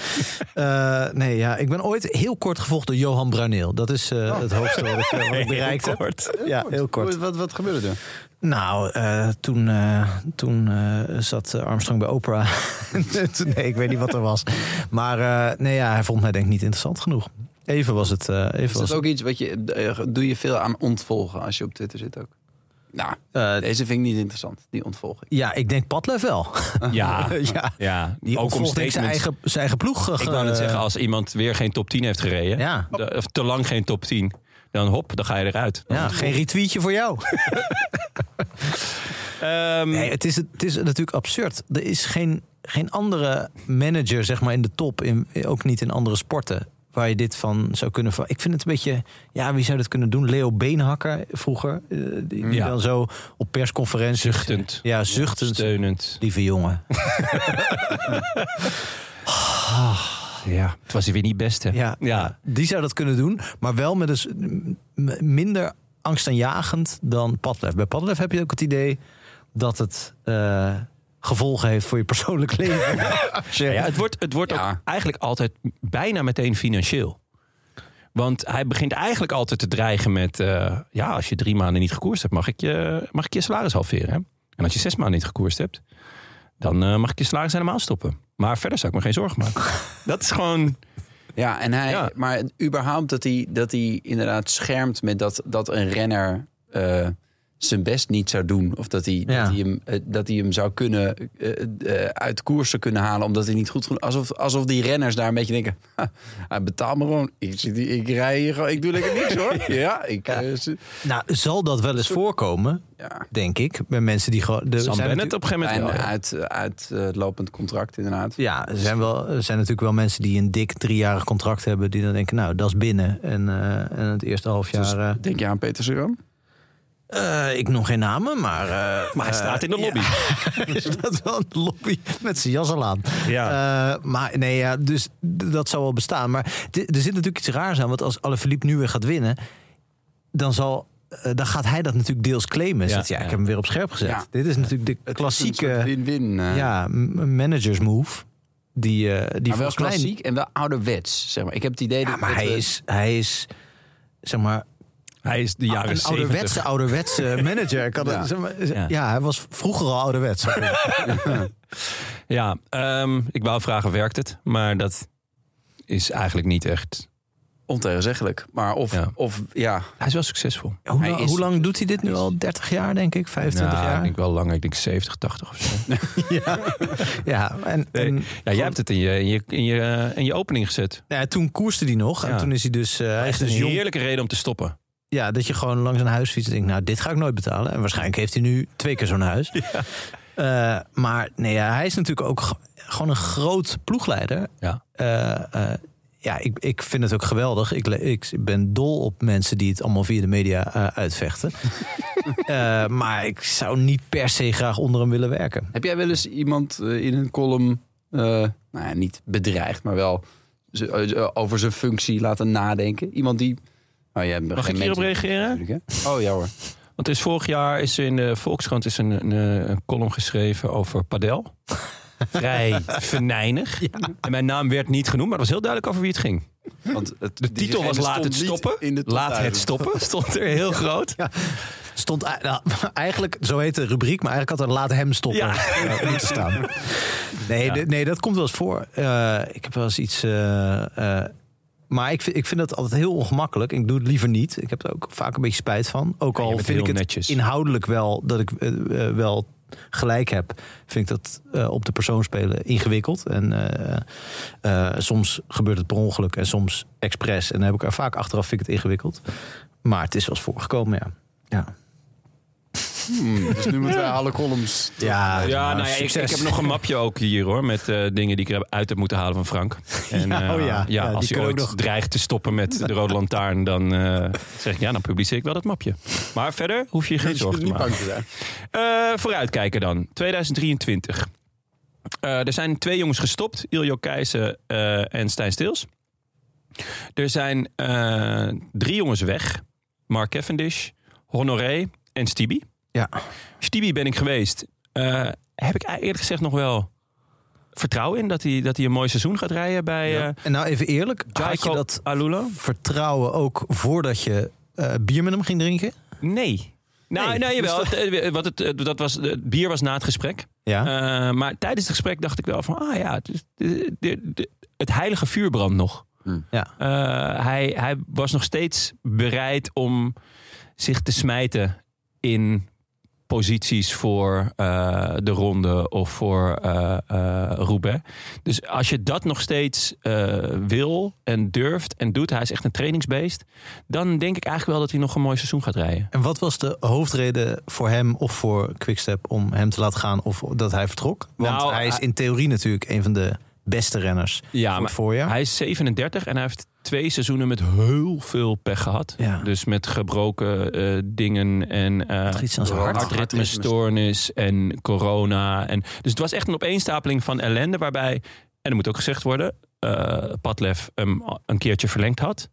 [SPEAKER 3] Eh, nee, ja, ik ben ooit heel kort gevolgd door Johan Bruineel. Dat is eh, het hoogste wat ik, eh, wat ik bereikt heb.
[SPEAKER 4] Oh. Kort.
[SPEAKER 3] Ja, heel kort.
[SPEAKER 2] Wat, wat, wat gebeurde er?
[SPEAKER 3] Nou, eh, toen, eh, toen eh, zat eh, Armstrong bij Oprah. Toen- nee, ik weet niet wat er was. Maar eh, nee, ja, hij vond mij denk ik niet interessant genoeg. Even was het. eh, even
[SPEAKER 2] Is
[SPEAKER 3] was
[SPEAKER 2] dat ook iets wat je... eh, Doe je veel aan ontvolgen als je op Twitter zit ook? Nou,
[SPEAKER 3] Eh,
[SPEAKER 2] deze vind ik niet interessant. Die ontvolg ik.
[SPEAKER 3] Ja, ik denk Padlef wel.
[SPEAKER 4] Ja.
[SPEAKER 3] ja.
[SPEAKER 4] ja.
[SPEAKER 3] Die
[SPEAKER 4] ook om
[SPEAKER 3] ontvolgt denk ik zijn
[SPEAKER 4] statements.
[SPEAKER 3] eigen, zijn eigen ploeg. eh,
[SPEAKER 4] Ik wou net zeggen, als iemand weer geen top 10 heeft gereden,
[SPEAKER 3] Ja.
[SPEAKER 4] de- of te lang geen top 10, dan hop, dan ga je eruit.
[SPEAKER 3] Ja, geen retweetje voor jou.
[SPEAKER 4] Ehm,
[SPEAKER 3] Nee, het, is, het is natuurlijk absurd. Er is geen, geen andere manager zeg maar, in de top, in, ook niet in andere sporten, waar je dit van zou kunnen... ver- Ik vind het een beetje... Ja, wie zou dat kunnen doen? Leo Beenhakker vroeger. eh, die die
[SPEAKER 4] Ja.
[SPEAKER 3] dan zo op persconferenties...
[SPEAKER 4] Zuchtend.
[SPEAKER 3] Ja, zuchtend.
[SPEAKER 4] Steunend.
[SPEAKER 3] Lieve jongen.
[SPEAKER 4] Ja. Het was hij weer niet best, hè?
[SPEAKER 3] Ja.
[SPEAKER 4] ja.
[SPEAKER 3] Die zou dat kunnen doen, maar wel met een s- m- minder angstaanjagend dan Padlef. Bij Padlef heb je ook het idee dat het eh, gevolgen heeft voor je persoonlijk leven. Als je-
[SPEAKER 4] Nou Ja, het wordt, het wordt
[SPEAKER 2] Ja.
[SPEAKER 4] ook eigenlijk altijd bijna meteen financieel. Want hij begint eigenlijk altijd te dreigen met... eh, ja, als je drie maanden niet gekoerst hebt, mag ik je, mag ik je salaris halveren. Hè? En als je zes maanden niet gekoerst hebt, dan eh, mag ik je salaris helemaal stoppen. Maar verder zou ik me geen zorgen maken. Dat is gewoon...
[SPEAKER 2] Ja, en hij,
[SPEAKER 4] Ja.
[SPEAKER 2] maar überhaupt dat hij, dat hij inderdaad schermt met dat, dat een renner eh, zijn best niet zou doen. Of dat hij,
[SPEAKER 3] Ja.
[SPEAKER 2] dat hij, hem, eh, dat hij hem zou kunnen eh, eh, uit koers zou kunnen halen omdat hij niet goed genoeg... Alsof, alsof die renners daar een beetje denken, "Ha, hij betaalt me gewoon. Ik, zit hier- ik rij hier gewoon, ik doe lekker niks hoor. Ja, ik... eh, ze-
[SPEAKER 3] Nou, zal dat wel eens voorkomen,
[SPEAKER 2] ja.
[SPEAKER 3] denk ik, bij mensen die gewoon... er
[SPEAKER 4] Sam
[SPEAKER 3] zijn
[SPEAKER 4] Bennett op een gegeven
[SPEAKER 2] En
[SPEAKER 4] moment wel.
[SPEAKER 2] uit, uit eh, lopend contract inderdaad.
[SPEAKER 3] Ja, er zijn, wel, er zijn natuurlijk wel mensen die een dik driejarig contract hebben... die dan denken, nou, dat is binnen. En, eh, en het eerste half
[SPEAKER 2] Dus
[SPEAKER 3] jaar... eh,
[SPEAKER 2] denk je aan Peter Sagan?
[SPEAKER 3] eh, ik noem geen namen, maar... eh,
[SPEAKER 4] Maar hij
[SPEAKER 3] eh,
[SPEAKER 4] staat in de
[SPEAKER 3] ja.
[SPEAKER 4] lobby.
[SPEAKER 3] is dat wel een lobby met zijn jas al aan.
[SPEAKER 4] Ja.
[SPEAKER 3] Eh, maar nee, ja, dus d- dat zou wel bestaan. Maar d- er zit natuurlijk iets raars aan. Want als Alaphilippe nu weer gaat winnen, dan, zal, eh, dan gaat hij dat natuurlijk deels claimen.
[SPEAKER 4] Ja,
[SPEAKER 3] Zegt hij, ja,
[SPEAKER 4] ja.
[SPEAKER 3] ik heb hem weer op scherp gezet.
[SPEAKER 2] Ja.
[SPEAKER 3] Dit is natuurlijk de
[SPEAKER 2] Het is een
[SPEAKER 3] klassieke
[SPEAKER 2] soort Win-win. eh.
[SPEAKER 3] ja, m- managers move. Die, eh, die
[SPEAKER 2] maar wel
[SPEAKER 3] volgens mij-
[SPEAKER 2] klassiek en wel ouderwets, zeg maar. Ik heb het eh, idee
[SPEAKER 3] Ja,
[SPEAKER 2] dat-
[SPEAKER 3] maar
[SPEAKER 2] dat
[SPEAKER 3] hij
[SPEAKER 2] we-
[SPEAKER 3] is, hij is, zeg maar,
[SPEAKER 4] Hij is de jaren
[SPEAKER 3] Ah, een
[SPEAKER 4] 70.
[SPEAKER 3] ouderwetse, ouderwetse manager. Ik had het-
[SPEAKER 2] Ja.
[SPEAKER 3] zeg maar,
[SPEAKER 4] Ja.
[SPEAKER 3] ja. hij was vroeger al ouderwets.
[SPEAKER 4] Ja, ehm, ik wou vragen, werkt het? Maar dat is eigenlijk niet echt
[SPEAKER 2] ontegenzeggelijk. Maar of
[SPEAKER 4] Ja.
[SPEAKER 2] ja, of, ja
[SPEAKER 4] Hij is wel succesvol.
[SPEAKER 3] Hoe,
[SPEAKER 2] Hij
[SPEAKER 3] lang-
[SPEAKER 2] is-
[SPEAKER 3] hoe lang doet hij dit nu al? 30 jaar, denk ik? 25
[SPEAKER 4] Nou, Ik
[SPEAKER 3] jaar?
[SPEAKER 4] denk wel lang. Ik denk 70, 80 of zo.
[SPEAKER 3] Ja, en,
[SPEAKER 4] Nee.
[SPEAKER 3] en-
[SPEAKER 4] Ja, jij hebt het in je, in je, in je, eh, in je opening gezet.
[SPEAKER 3] nou ja, toen koerste hij nog.
[SPEAKER 4] Ja.
[SPEAKER 3] En toen is hij dus... eh, hij is
[SPEAKER 4] Echt een
[SPEAKER 3] dus jong,
[SPEAKER 4] heerlijke reden om te stoppen.
[SPEAKER 3] ja, dat je gewoon langs een huis fietst en denkt... Nou, dit ga ik nooit betalen. En waarschijnlijk heeft hij nu twee keer zo'n huis. Eh, maar nee, ja, hij is natuurlijk ook g- gewoon een groot ploegleider.
[SPEAKER 4] Ja.
[SPEAKER 3] Eh, eh, ja, ik, ik vind het ook geweldig. Ik, le- ik ben dol op mensen die het allemaal via de media eh, uitvechten. Eh, maar ik zou niet per se graag onder hem willen werken.
[SPEAKER 2] Heb jij wel eens iemand eh, in een column, eh, nou ja, niet bedreigd, maar wel z- eh, over zijn functie laten nadenken? Iemand die. Oh, jij
[SPEAKER 4] Mag ik hierop reageren?
[SPEAKER 2] Oh ja hoor.
[SPEAKER 4] Want er is vorig jaar is er in de Volkskrant is een, een, eh, een column geschreven over padel. Vrij venijnig. En mijn naam werd niet genoemd, maar het was heel duidelijk over wie het ging.
[SPEAKER 2] Want het,
[SPEAKER 4] De titel was Laat het stoppen. Laat het stoppen stond er heel groot.
[SPEAKER 3] Stond ei- nou, eigenlijk, zo heet de rubriek, maar eigenlijk had er laat hem stoppen
[SPEAKER 4] Ja.
[SPEAKER 3] eh, moeten staan. Nee, de- nee, dat komt wel eens voor. Eh, ik heb wel eens iets. eh, eh, maar ik vind, ik vind dat altijd heel ongemakkelijk. Ik doe het liever niet. Ik heb er ook vaak een beetje spijt van. Ook
[SPEAKER 4] Ja, je
[SPEAKER 3] al
[SPEAKER 4] bent
[SPEAKER 3] vind ik
[SPEAKER 4] heel
[SPEAKER 3] het
[SPEAKER 4] netjes.
[SPEAKER 3] inhoudelijk wel dat ik eh, eh, wel gelijk heb, vind ik dat eh, op de persoon spelen ingewikkeld. En eh, eh, soms gebeurt het per ongeluk en soms expres. En dan heb ik er vaak achteraf vind ik het ingewikkeld. Maar het is wel eens voorgekomen, ja. Ja.
[SPEAKER 2] dus nu moeten wij alle columns.
[SPEAKER 3] Ja,
[SPEAKER 4] Ja, nou ja, ik, ik heb nog een mapje ook hier hoor. Met eh, dingen die ik er uit heb moeten halen van Frank. En,
[SPEAKER 3] Ja,
[SPEAKER 4] eh,
[SPEAKER 3] oh ja. Ja, die
[SPEAKER 4] als hij
[SPEAKER 3] kunnen we
[SPEAKER 4] ooit
[SPEAKER 3] ook nog-
[SPEAKER 4] dreigt te stoppen met de Rode Lantaarn, dan eh, zeg ik ja, dan publiceer ik wel dat mapje. Maar verder hoef je
[SPEAKER 2] dus
[SPEAKER 4] je geen zorgen te maken.
[SPEAKER 2] te zijn.
[SPEAKER 4] Eh, vooruitkijken dan. 2023. Eh, er zijn twee jongens gestopt. Iljo Keijsen eh, en Stijn Stils. Er zijn eh, drie jongens weg. Mark Cavendish, Honoré en Stibi.
[SPEAKER 3] Ja.
[SPEAKER 4] Stibi ben ik geweest. Eh, heb ik eerlijk gezegd nog wel vertrouwen in dat hij, dat hij een mooi seizoen gaat rijden bij eh
[SPEAKER 3] En nou even eerlijk, had je
[SPEAKER 4] Jaco
[SPEAKER 3] dat
[SPEAKER 4] Alula?
[SPEAKER 3] vertrouwen ook voordat je eh, bier met hem ging drinken?
[SPEAKER 4] Nee. Nou,
[SPEAKER 3] Nee, dus
[SPEAKER 4] nou jawel. Het, eh, wat het, eh, dat was, het bier was na het gesprek.
[SPEAKER 3] Ja.
[SPEAKER 4] Eh, maar tijdens het gesprek dacht ik wel van, ah ja, het, is- de- de- de- het heilige vuur brandt nog.
[SPEAKER 3] ja.
[SPEAKER 4] Eh, hij, hij was nog steeds bereid om zich te smijten in posities voor eh, de ronde of voor eh eh, Roubaix. Dus als je dat nog steeds eh, wil en durft en doet, hij is echt een trainingsbeest, dan denk ik eigenlijk wel dat hij nog een mooi seizoen gaat rijden.
[SPEAKER 3] En wat was de hoofdreden voor hem of voor Quickstep om hem te laten gaan of dat hij vertrok? Want
[SPEAKER 4] Nou,
[SPEAKER 3] hij is
[SPEAKER 4] hij-
[SPEAKER 3] in theorie natuurlijk een van de beste renners
[SPEAKER 4] Ja,
[SPEAKER 3] voor
[SPEAKER 4] maar-
[SPEAKER 3] het voorjaar.
[SPEAKER 4] Hij is 37 en hij heeft twee seizoenen met heel veel pech gehad.
[SPEAKER 3] Ja.
[SPEAKER 4] Dus met gebroken eh, dingen en eh,
[SPEAKER 3] Had er iets aan zijn hart?
[SPEAKER 4] hartritmestoornis en corona. En, dus het was echt een opeenstapeling van ellende waarbij, en dat moet ook gezegd worden, eh Padlef hem al een keertje verlengd had.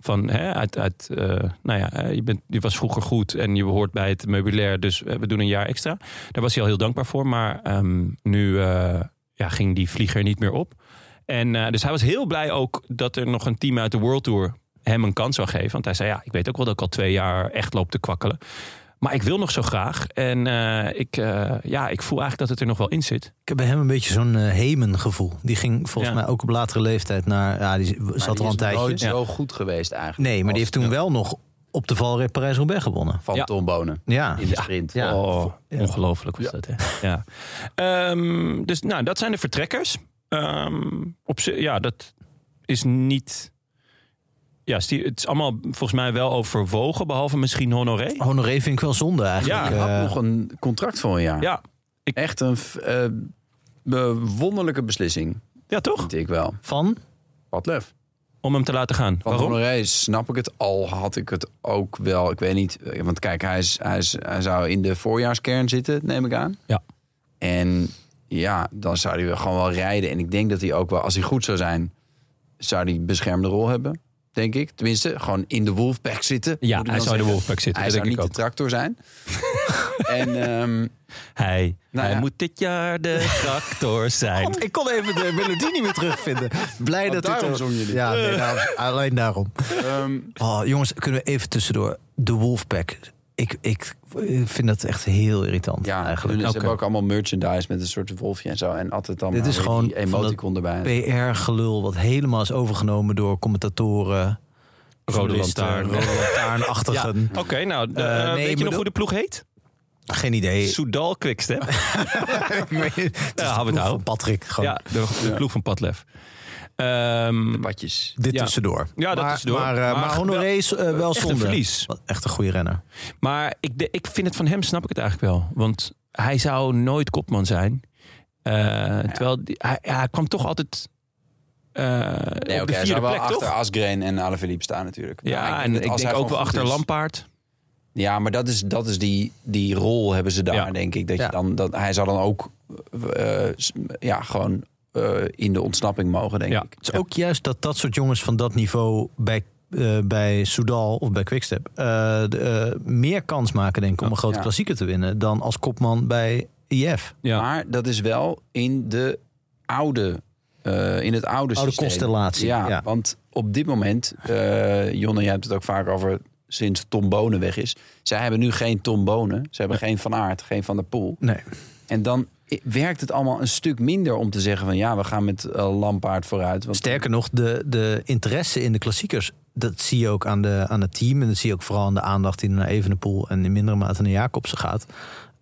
[SPEAKER 4] Van, hè, uit, uit, eh, nou ja, eh, je, bent, je was vroeger goed en je hoort bij het meubilair, dus eh, we doen een jaar extra. Daar was hij al heel dankbaar voor, maar ehm, nu eh, ja, ging die vlieger niet meer op. En eh, dus hij was heel blij ook dat er nog een team uit de World Tour hem een kans zou geven. Want hij zei, ja, ik weet ook wel dat ik al twee jaar echt loop te kwakkelen. Maar ik wil nog zo graag. En eh, ik, eh, ja, ik voel eigenlijk dat het er nog wel in zit.
[SPEAKER 3] Ik heb bij hem een beetje zo'n eh, Hemen gevoel. Die ging volgens
[SPEAKER 4] Ja.
[SPEAKER 3] mij ook op latere leeftijd naar... Ja, die zat er al een tijdje.
[SPEAKER 2] nooit zo goed geweest eigenlijk.
[SPEAKER 3] Nee, maar die
[SPEAKER 2] Als-
[SPEAKER 3] heeft toen wel nog op de valreep Parijs-Roubaix gewonnen.
[SPEAKER 2] van
[SPEAKER 4] Ja.
[SPEAKER 2] Tom Bonen
[SPEAKER 3] Ja.
[SPEAKER 2] in de sprint.
[SPEAKER 3] Ja.
[SPEAKER 4] Oh, ongelooflijk was dat, hè? Ja. Ehm, dus nou, dat zijn de vertrekkers. Ehm, op, zi- ja, dat is niet... Ja, Steve, het is allemaal volgens mij wel overwogen, behalve misschien Honoré.
[SPEAKER 3] Honoré vind ik wel zonde eigenlijk.
[SPEAKER 4] Ja,
[SPEAKER 2] Hij
[SPEAKER 3] Eh,
[SPEAKER 2] had nog een contract voor een jaar.
[SPEAKER 4] Ja,
[SPEAKER 2] Echt een f- eh, be- wonderlijke beslissing,
[SPEAKER 4] ja, toch?
[SPEAKER 2] vind ik wel.
[SPEAKER 3] Van?
[SPEAKER 2] Wat lef.
[SPEAKER 4] Om hem te laten gaan.
[SPEAKER 2] Van
[SPEAKER 4] Waarom?
[SPEAKER 2] Honoré snap ik het al, had ik het ook wel. Ik weet niet, eh, want kijk, hij, is, hij, is, hij zou in de voorjaarskern zitten, neem ik aan.
[SPEAKER 4] Ja.
[SPEAKER 2] En ja, dan zou hij wel gewoon wel rijden. En ik denk dat hij ook wel, als hij goed zou zijn, zou hij een beschermde rol hebben. Denk ik. Tenminste, gewoon in de Wolfpack zitten.
[SPEAKER 4] Ja,
[SPEAKER 2] moet ik
[SPEAKER 4] hij
[SPEAKER 2] dan
[SPEAKER 4] zou in de
[SPEAKER 2] zeggen.
[SPEAKER 4] Wolfpack zitten.
[SPEAKER 2] Hij
[SPEAKER 4] dat
[SPEAKER 2] zou
[SPEAKER 4] denk
[SPEAKER 2] niet
[SPEAKER 4] ik
[SPEAKER 2] de
[SPEAKER 4] ook.
[SPEAKER 2] tractor zijn. en ehm,
[SPEAKER 4] Hij,
[SPEAKER 2] Nou
[SPEAKER 4] hij
[SPEAKER 2] ja.
[SPEAKER 4] moet dit jaar de tractor zijn.
[SPEAKER 3] God, ik kon even de melodie niet meer terugvinden. Blij dat
[SPEAKER 2] Want
[SPEAKER 3] dit
[SPEAKER 2] daarom
[SPEAKER 3] er-
[SPEAKER 2] zongen jullie.
[SPEAKER 3] Ja, nee,
[SPEAKER 4] Eh.
[SPEAKER 3] daarom- alleen daarom.
[SPEAKER 2] ehm,
[SPEAKER 3] Oh, jongens, kunnen we even tussendoor. De Wolfpack. Ik, ik vind dat echt heel irritant
[SPEAKER 2] ja, dus
[SPEAKER 3] eigenlijk.
[SPEAKER 2] Ze
[SPEAKER 4] Oké.
[SPEAKER 2] hebben ook allemaal merchandise met een soort wolfje en zo. En altijd dan
[SPEAKER 3] Dit
[SPEAKER 2] maar
[SPEAKER 3] is
[SPEAKER 2] weer
[SPEAKER 3] gewoon
[SPEAKER 2] die emoticon erbij.
[SPEAKER 3] PR-gelul wat helemaal is overgenomen door commentatoren.
[SPEAKER 4] Rode lantaarn. Ja,
[SPEAKER 3] lantaarnachtigen.
[SPEAKER 4] oké. nou, de-
[SPEAKER 3] Eh,
[SPEAKER 4] eh,
[SPEAKER 3] nee,
[SPEAKER 4] weet je
[SPEAKER 3] bedoel-
[SPEAKER 4] nog hoe de ploeg heet?
[SPEAKER 3] Geen idee.
[SPEAKER 4] Soudal Quickstep.
[SPEAKER 3] Ik weet het. Het is
[SPEAKER 4] hou
[SPEAKER 3] de
[SPEAKER 4] het
[SPEAKER 3] ploeg
[SPEAKER 4] nou.
[SPEAKER 3] van Patrick. Gewoon
[SPEAKER 4] Ja, de, de ploeg van Padlef. Ehm,
[SPEAKER 2] Badjes.
[SPEAKER 3] dit
[SPEAKER 4] Ja.
[SPEAKER 3] tussendoor.
[SPEAKER 4] Ja, dat
[SPEAKER 3] maar,
[SPEAKER 4] tussendoor.
[SPEAKER 3] Maar, eh, maar,
[SPEAKER 4] Maar
[SPEAKER 3] Honoré is eh, wel
[SPEAKER 4] echt een
[SPEAKER 3] zonde.
[SPEAKER 4] verlies.
[SPEAKER 3] Wat Echt een goede renner.
[SPEAKER 4] maar ik, de- ik vind het van hem, snap ik het eigenlijk wel. Want hij zou nooit kopman zijn. Eh, Terwijl die- hij, ja, hij kwam toch altijd eh,
[SPEAKER 2] Nee,
[SPEAKER 4] op
[SPEAKER 2] oké,
[SPEAKER 4] de
[SPEAKER 2] hij
[SPEAKER 4] vierde
[SPEAKER 2] zou wel
[SPEAKER 4] plek, toch?
[SPEAKER 2] achter Asgreen en Alaphilippe staan natuurlijk. Maar
[SPEAKER 4] ja,
[SPEAKER 2] ik
[SPEAKER 4] en
[SPEAKER 2] dat
[SPEAKER 4] ik
[SPEAKER 2] als
[SPEAKER 4] denk
[SPEAKER 2] hij
[SPEAKER 4] ook wel
[SPEAKER 2] gewoon
[SPEAKER 4] achter
[SPEAKER 2] goed is-
[SPEAKER 4] Lampaard.
[SPEAKER 2] Ja, maar dat is, dat is die, die rol hebben ze daar,
[SPEAKER 4] Ja.
[SPEAKER 2] denk ik. Dat
[SPEAKER 3] Ja.
[SPEAKER 2] je dan, dat, hij zou dan ook eh, s- ja, gewoon eh, in de ontsnapping mogen, denk
[SPEAKER 4] Ja.
[SPEAKER 2] ik.
[SPEAKER 3] Het is ook juist dat dat soort jongens van dat niveau bij, eh, bij Soudal of bij Quickstep eh, de, eh, meer kans maken, denk ik, om een grote
[SPEAKER 2] Oh, Ja.
[SPEAKER 3] klassieker te winnen dan als kopman bij IF.
[SPEAKER 4] Ja.
[SPEAKER 2] Maar dat is wel in de oude, eh, in het oude,
[SPEAKER 3] Oude
[SPEAKER 2] systeem.
[SPEAKER 3] constellatie,
[SPEAKER 2] Ja, Oh.
[SPEAKER 3] ja. want
[SPEAKER 2] want op dit moment, eh Jonne, jij hebt het ook vaak over sinds Tom Bonen weg is. Zij hebben nu geen Tom Bonen. Ze hebben geen Van Aert, geen Van der Poel.
[SPEAKER 3] Nee.
[SPEAKER 2] En dan i- werkt het allemaal een stuk minder om te zeggen van... ja, we gaan met eh, Lampaard vooruit. Want
[SPEAKER 3] Sterker nog, de, de interesse in de klassiekers, dat zie je ook aan, de, aan het team. En dat zie je ook vooral aan de aandacht die naar Evenepoel en in mindere mate naar Jacobsen gaat.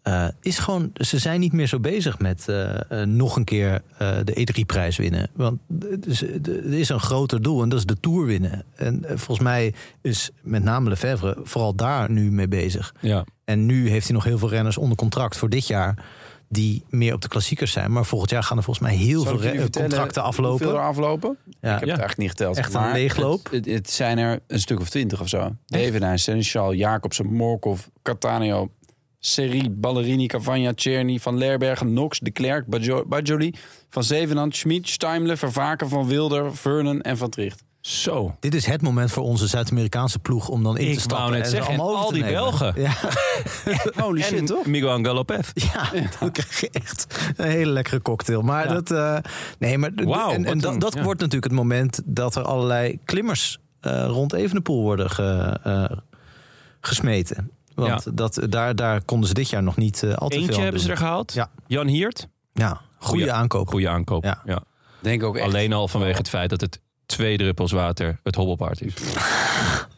[SPEAKER 3] Eh, is gewoon, ze zijn niet meer zo bezig met eh, eh, nog een keer eh, de E3-prijs winnen. Want het is- er is een groter doel en dat is de Tour winnen. En eh, volgens mij is met name Lefebvre vooral daar nu mee bezig.
[SPEAKER 4] Ja.
[SPEAKER 3] En nu heeft hij nog heel veel renners onder contract voor dit jaar... die meer op de klassiekers zijn. Maar volgend jaar gaan er volgens mij heel
[SPEAKER 2] Zal ik
[SPEAKER 3] veel
[SPEAKER 2] jullie
[SPEAKER 3] re-
[SPEAKER 2] vertellen
[SPEAKER 3] contracten aflopen.
[SPEAKER 2] Hoeveel er aflopen?
[SPEAKER 3] Ja.
[SPEAKER 2] Ik heb
[SPEAKER 4] Ja.
[SPEAKER 2] het eigenlijk niet geteld.
[SPEAKER 3] Echt een
[SPEAKER 2] maar
[SPEAKER 3] leegloop?
[SPEAKER 2] Het, het, het zijn er een stuk of twintig of zo. Devenijn, Seneschal, Jacobsen, Morkov, Catania, Seri, Ballerini, Cavagna, Czerny, Van Lerbergen, Knox, De Klerk, Bajo- Bajoli, Van Zevenand, Schmid, Steimle, Vervaken, Van Wilder, Vernon en Van Tricht.
[SPEAKER 4] Zo.
[SPEAKER 3] Dit is het moment voor onze Zuid-Amerikaanse ploeg om dan in
[SPEAKER 4] Ik
[SPEAKER 3] te stappen.
[SPEAKER 4] wou net
[SPEAKER 3] en ze
[SPEAKER 4] zeggen, en
[SPEAKER 3] allemaal over
[SPEAKER 4] al
[SPEAKER 3] te
[SPEAKER 4] die
[SPEAKER 3] nemen.
[SPEAKER 4] Belgen.
[SPEAKER 3] Ja,
[SPEAKER 2] Holy
[SPEAKER 4] En
[SPEAKER 2] shit, toch?
[SPEAKER 4] Miguel Angel Lopez.
[SPEAKER 3] ja, dan krijg je echt een hele lekkere cocktail. Maar dat, eh, nee, maar d- d-
[SPEAKER 4] Wauw,
[SPEAKER 3] en, en
[SPEAKER 4] wat
[SPEAKER 3] dat,
[SPEAKER 4] een-
[SPEAKER 3] dat
[SPEAKER 4] ja.
[SPEAKER 3] wordt natuurlijk het moment dat er allerlei klimmers eh, rond Evenepoel worden ge- eh, gesmeten. Want
[SPEAKER 4] Ja.
[SPEAKER 3] dat, daar, daar konden ze dit jaar nog niet eh, al te veel
[SPEAKER 4] Eentje
[SPEAKER 3] aan
[SPEAKER 4] hebben ze er
[SPEAKER 3] doen.
[SPEAKER 4] gehaald.
[SPEAKER 3] Ja.
[SPEAKER 4] Jan Hiert.
[SPEAKER 3] Ja, goede
[SPEAKER 4] Goeie-
[SPEAKER 3] aankoop.
[SPEAKER 4] Goede aankoop.
[SPEAKER 3] Ja.
[SPEAKER 4] ja.
[SPEAKER 2] Denk ook echt.
[SPEAKER 4] Alleen al vanwege het feit dat het twee druppels water het hobbelpaard is.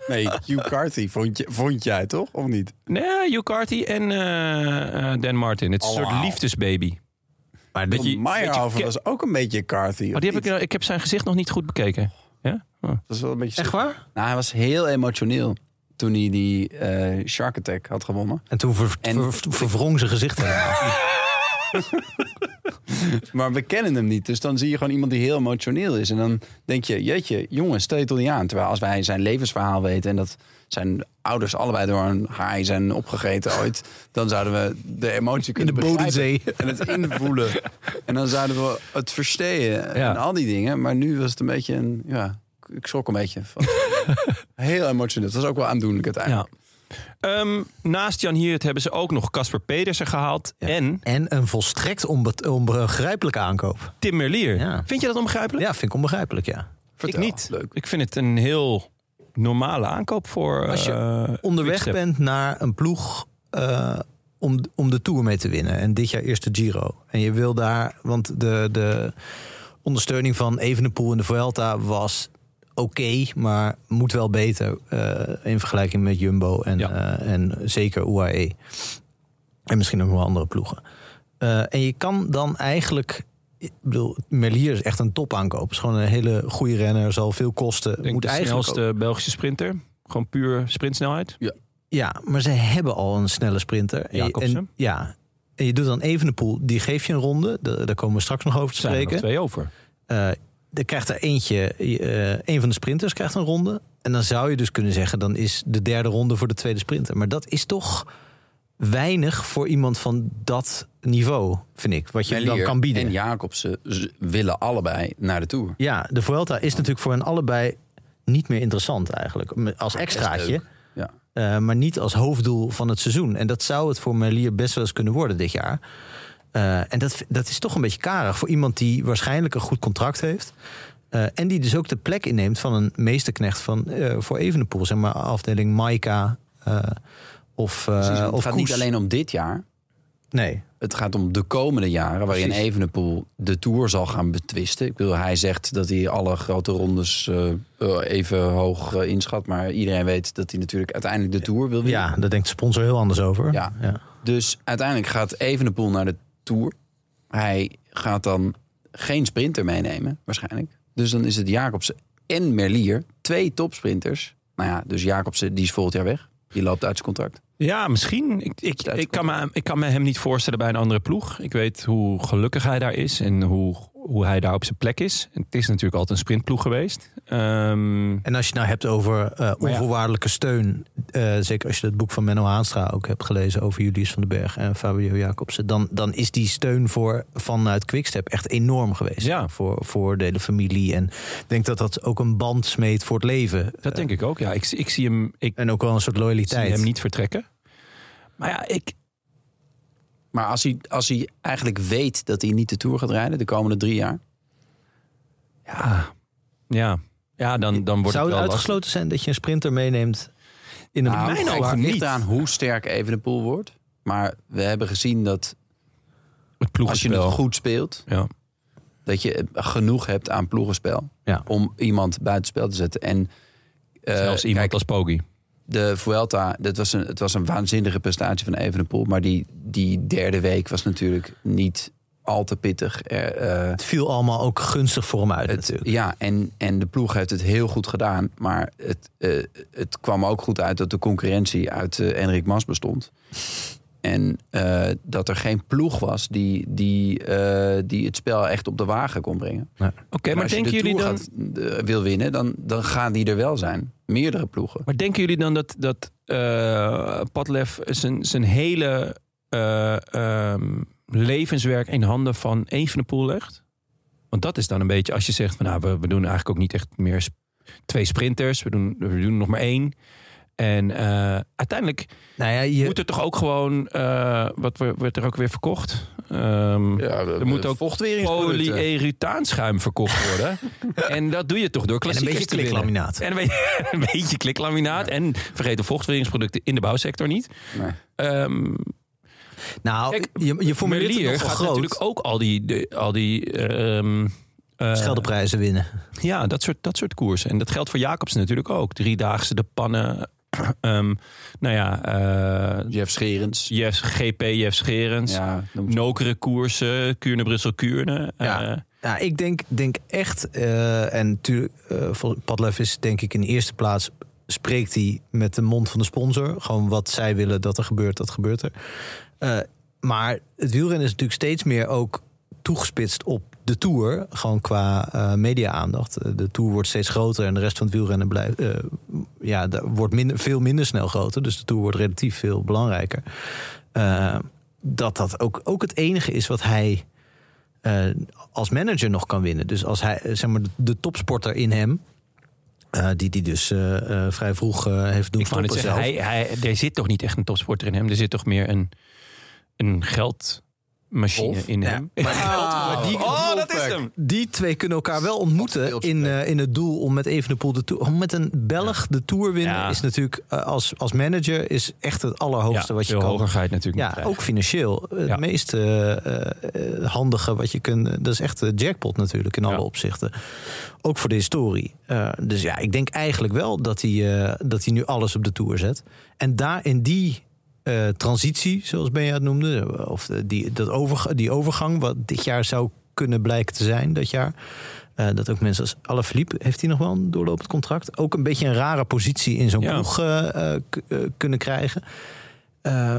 [SPEAKER 2] Nee, Hugh Carthy vond, je, vond jij toch? Of niet?
[SPEAKER 4] Nee, Hugh Carthy en eh, eh, Dan Martin. Het is een soort
[SPEAKER 2] Allemaal.
[SPEAKER 4] liefdesbaby.
[SPEAKER 3] Maar
[SPEAKER 4] Dat
[SPEAKER 3] Oh, dat
[SPEAKER 4] je-
[SPEAKER 3] je,
[SPEAKER 2] Meyerhofer
[SPEAKER 4] Ke-
[SPEAKER 2] was ook een beetje Carthy.
[SPEAKER 4] Maar
[SPEAKER 2] of
[SPEAKER 4] die heb ik,
[SPEAKER 2] niet?
[SPEAKER 4] nou- ik heb zijn gezicht nog niet goed bekeken. Ja? Oh.
[SPEAKER 2] Dat is wel een beetje
[SPEAKER 3] echt waar?
[SPEAKER 2] Nou, hij was heel emotioneel toen hij die eh, Shark Attack had gewonnen.
[SPEAKER 3] En toen ver,
[SPEAKER 2] En-
[SPEAKER 3] ver- ver- verwrong zijn gezicht helemaal.
[SPEAKER 2] Maar we kennen hem niet, dus dan zie je gewoon iemand die heel emotioneel is. En dan denk je, jeetje, jongen, stel je toch niet aan. Terwijl als wij zijn levensverhaal weten en dat zijn ouders allebei door een haai zijn opgegeten ooit... dan zouden we de emotie
[SPEAKER 3] in de
[SPEAKER 2] kunnen begrijpen
[SPEAKER 3] Bodensee.
[SPEAKER 2] en het invoelen. En dan zouden we het verstehen
[SPEAKER 4] Ja.
[SPEAKER 2] en al die dingen. Maar nu was het een beetje een, ja, ik schrok een beetje. Van. heel emotioneel, het was ook wel aandoenlijk uiteindelijk.
[SPEAKER 4] Ja. Ehm, naast Jan Hiert hebben ze ook nog Casper Pedersen gehaald. En
[SPEAKER 3] En een volstrekt onbe- onbegrijpelijke aankoop.
[SPEAKER 4] Tim Merlier.
[SPEAKER 3] Ja.
[SPEAKER 4] Vind je dat onbegrijpelijk?
[SPEAKER 3] Ja, vind ik onbegrijpelijk, ja.
[SPEAKER 2] Vertel.
[SPEAKER 4] Ik niet.
[SPEAKER 2] Leuk.
[SPEAKER 4] Ik vind het een heel normale aankoop voor...
[SPEAKER 3] Als je
[SPEAKER 4] eh,
[SPEAKER 3] onderweg
[SPEAKER 4] Quickstep.
[SPEAKER 3] bent naar een ploeg eh, om, om de Tour mee te winnen. En dit jaar eerst de Giro. En je wil daar, want de, de ondersteuning van Evenepoel en de Vuelta was oké, maar moet wel beter eh, in vergelijking met Jumbo en,
[SPEAKER 4] Ja.
[SPEAKER 3] eh, en zeker UAE. En misschien ook nog wel andere ploegen. Eh, en je kan dan eigenlijk... Ik bedoel, Merlier is echt een topaankoop. Is gewoon een hele goede renner, zal veel kosten.
[SPEAKER 4] Ik denk
[SPEAKER 3] moet
[SPEAKER 4] de
[SPEAKER 3] eigenlijk ook-
[SPEAKER 4] snelste Belgische sprinter. Gewoon puur sprintsnelheid.
[SPEAKER 3] Ja, maar ze hebben al een snelle sprinter. En je-
[SPEAKER 4] Jacobsen.
[SPEAKER 3] En, ja. En je doet dan Evenepoel, die geef je een ronde. Da- daar komen we straks nog over te
[SPEAKER 4] Er zijn er nog
[SPEAKER 3] spreken.
[SPEAKER 4] twee over.
[SPEAKER 3] Eh, er krijgt er eentje, eh, een van de sprinters krijgt een ronde. En dan zou je dus kunnen zeggen, dan is de derde ronde voor de tweede sprinter. Maar dat is toch weinig voor iemand van dat niveau, vind ik. Wat je hem dan
[SPEAKER 2] Merlier
[SPEAKER 3] kan bieden.
[SPEAKER 2] En
[SPEAKER 3] Ja.
[SPEAKER 2] Jacobsen z- willen allebei naar de Tour.
[SPEAKER 3] de Vuelta is natuurlijk voor hen allebei niet meer interessant eigenlijk. Als extraatje.
[SPEAKER 2] Ja.
[SPEAKER 3] Eh, maar niet als hoofddoel van het seizoen. En dat zou het voor Merlier best wel eens kunnen worden dit jaar. Eh, en dat, dat is toch een beetje karig voor iemand die waarschijnlijk een goed contract heeft. Eh, en die dus ook de plek inneemt van een meesterknecht van, eh, voor Evenepoel. Zeg maar afdeling Maika eh, of, eh
[SPEAKER 2] Precies, want Dus het
[SPEAKER 3] of
[SPEAKER 2] gaat
[SPEAKER 3] Koes.
[SPEAKER 2] niet alleen om dit jaar.
[SPEAKER 3] Nee.
[SPEAKER 2] Het gaat om de komende jaren, waarin Evenepoel de Tour zal gaan betwisten. Ik bedoel, hij zegt dat hij alle grote rondes eh, eh, even hoog eh, inschat. Maar iedereen weet dat hij natuurlijk uiteindelijk de Tour wil winnen.
[SPEAKER 3] Ja, daar denkt de sponsor heel anders over.
[SPEAKER 2] Ja.
[SPEAKER 3] ja.
[SPEAKER 2] Dus uiteindelijk gaat Evenepoel naar de Tour. Hij gaat dan geen sprinter meenemen, waarschijnlijk. Dus dan is het Jacobsen en Merlier, twee topsprinters. Nou ja, dus Jacobsen, die is volgend jaar weg. Die loopt uit zijn contract.
[SPEAKER 4] Ja, misschien. Ik, ik,
[SPEAKER 2] Duits
[SPEAKER 4] ik, kan me, ik kan me hem niet voorstellen bij een andere ploeg. Ik weet hoe gelukkig hij daar is en hoe, hoe hij daar op zijn plek is. En het is natuurlijk altijd een sprintploeg geweest. Ehm,
[SPEAKER 3] En als je het nou hebt over eh, onvoorwaardelijke steun, eh, zeker als je het boek van Menno Haanstra ook hebt gelezen over Julius van den Berg en Fabio Jacobsen, dan, dan is die steun voor vanuit Quickstep echt enorm geweest.
[SPEAKER 4] Ja.
[SPEAKER 3] Voor, voor de hele familie. En ik denk dat dat ook een band smeet voor het leven. Eh,
[SPEAKER 4] dat denk ik ook, ja. Ik, zie- ik zie hem, ik
[SPEAKER 3] En ook wel een soort
[SPEAKER 4] zie
[SPEAKER 3] loyaliteit.
[SPEAKER 4] hem niet vertrekken. Maar ja, ik,
[SPEAKER 2] Maar als hij, als hij eigenlijk weet dat hij niet de Tour gaat rijden de komende drie jaar.
[SPEAKER 4] ja, ja, ja dan, dan wordt
[SPEAKER 3] Zou
[SPEAKER 4] het
[SPEAKER 3] het
[SPEAKER 4] wel
[SPEAKER 3] uitgesloten zijn dat je een sprinter meeneemt in een
[SPEAKER 2] Nou,
[SPEAKER 4] mijn
[SPEAKER 2] het
[SPEAKER 4] ogen
[SPEAKER 2] ligt
[SPEAKER 4] niet.
[SPEAKER 2] aan hoe sterk Evenepoel wordt. Maar we hebben gezien dat
[SPEAKER 4] lastig. het
[SPEAKER 2] als je
[SPEAKER 4] ploegenspel.
[SPEAKER 2] het goed speelt,
[SPEAKER 4] Ja.
[SPEAKER 2] dat je genoeg hebt aan ploegenspel.
[SPEAKER 3] Ja.
[SPEAKER 2] Om iemand buitenspel te zetten. En eh,
[SPEAKER 4] Zelfs iemand
[SPEAKER 2] kijk,
[SPEAKER 4] als Poggi.
[SPEAKER 2] de Vuelta, dat was een, het was een waanzinnige prestatie van Evenepoel. Maar die, die derde week was natuurlijk niet al te pittig. Er, eh,
[SPEAKER 3] Het viel allemaal ook gunstig voor hem uit
[SPEAKER 2] het,
[SPEAKER 3] natuurlijk.
[SPEAKER 2] ja, en, en de ploeg heeft het heel goed gedaan. Maar het, eh, het kwam ook goed uit dat de concurrentie uit eh Enrik Mas bestond. En eh, dat er geen ploeg was die, die, eh, die het spel echt op de wagen kon brengen.
[SPEAKER 4] Oké, maar
[SPEAKER 2] als je
[SPEAKER 4] denken
[SPEAKER 2] de
[SPEAKER 4] jullie
[SPEAKER 2] Tour
[SPEAKER 4] dan...
[SPEAKER 2] gaat, eh, wil winnen, dan, dan gaan die er wel zijn. Meerdere ploegen.
[SPEAKER 4] Maar denken jullie dan dat, dat eh, Padlef zijn, zijn hele eh, ehm, levenswerk in handen van Evenepoel legt? Want dat is dan een beetje als je zegt, van, nou, we, we doen eigenlijk ook niet echt meer sp- twee sprinters. We doen, we doen nog maar één. En eh, uiteindelijk
[SPEAKER 3] Nou ja, je,
[SPEAKER 4] moet er toch ook gewoon, eh, wat we- werd er ook weer verkocht? Ehm,
[SPEAKER 2] er
[SPEAKER 4] moet ook
[SPEAKER 2] vochtweringsproducten.
[SPEAKER 4] Polyerutaanschuim verkocht worden. en dat doe je toch door
[SPEAKER 3] en een
[SPEAKER 4] klassiekers
[SPEAKER 3] beetje
[SPEAKER 4] te winnen. Eh,
[SPEAKER 3] kliklaminaat.
[SPEAKER 4] En een beetje, een beetje kliklaminaat. En vergeet de vochtweringsproducten in de bouwsector niet.
[SPEAKER 2] Nee.
[SPEAKER 4] Ehm
[SPEAKER 3] Nou,
[SPEAKER 4] Kijk,
[SPEAKER 3] je, je formuleert het
[SPEAKER 4] Merlier
[SPEAKER 3] nogal
[SPEAKER 4] gaat
[SPEAKER 3] groot.
[SPEAKER 4] natuurlijk ook al die... De, al die ehm, eh,
[SPEAKER 3] Scheldeprijzen winnen.
[SPEAKER 4] ja, dat soort, dat soort koersen. En dat geldt voor Jacobsen natuurlijk ook. Driedaagse, de pannen. ehm, nou ja, eh
[SPEAKER 2] Jeff Scherens.
[SPEAKER 4] Jeff, GP, Jeff Scherens.
[SPEAKER 2] Ja, noem ze-
[SPEAKER 4] Nokere koersen, Kuurne, Brussel, Kuurne.
[SPEAKER 3] Ja.
[SPEAKER 4] Eh,
[SPEAKER 3] Ja, ik denk, denk echt, eh, en natuurlijk, Padlef is denk ik in de eerste plaats, spreekt hij met de mond van de sponsor. Gewoon wat zij willen dat er gebeurt, dat gebeurt er. Eh, maar het wielrennen is natuurlijk steeds meer ook toegespitst op de Tour. Gewoon qua eh media-aandacht. Eh, De Tour wordt steeds groter en de rest van het wielrennen blijft, eh, ja, daar wordt minder, veel minder snel groter. Dus de Tour wordt relatief veel belangrijker. Eh, dat dat ook, ook het enige is wat hij eh, als manager nog kan winnen. Dus als hij, eh, zeg maar, de, de topsporter in hem... eh, die die dus eh, eh, vrij vroeg eh, heeft doen
[SPEAKER 4] ik wou net
[SPEAKER 3] stoppen
[SPEAKER 4] zeggen,
[SPEAKER 3] zelf.
[SPEAKER 4] hij, hij, er zit toch niet echt een topsporter in hem. Er zit toch meer een, een geldmachine
[SPEAKER 2] Of?
[SPEAKER 4] in hem. oh, dat is hem!
[SPEAKER 3] die twee kunnen elkaar wel ontmoeten
[SPEAKER 2] Wat
[SPEAKER 3] in, eh, in het doel om met Evenepoel de tour, om met een Belg de tour winnen
[SPEAKER 4] Ja.
[SPEAKER 3] is natuurlijk eh, als, als manager is echt het allerhoogste wat je
[SPEAKER 4] veel
[SPEAKER 3] kan.
[SPEAKER 4] hoger ga je het natuurlijk
[SPEAKER 3] Ja,
[SPEAKER 4] niet krijgen.
[SPEAKER 3] ook financieel. Het
[SPEAKER 4] Ja.
[SPEAKER 3] meest eh, eh, handige wat je kunt. Dat is echt de jackpot natuurlijk in alle
[SPEAKER 4] Ja.
[SPEAKER 3] opzichten. Ook voor de historie. Eh, dus ja, ik denk eigenlijk wel dat hij, eh, dat hij nu alles op de tour zet. En daar in die eh, transitie, zoals Benja het noemde, of eh, die, dat overga- die overgang, wat dit jaar zou kunnen blijken te zijn, dat jaar. eh, dat ook mensen als Alaphilippe, heeft hij nog wel een doorlopend contract? Ook een beetje een rare positie in zo'n
[SPEAKER 4] Ja.
[SPEAKER 3] ploeg eh, eh, k- eh, kunnen krijgen. Eh,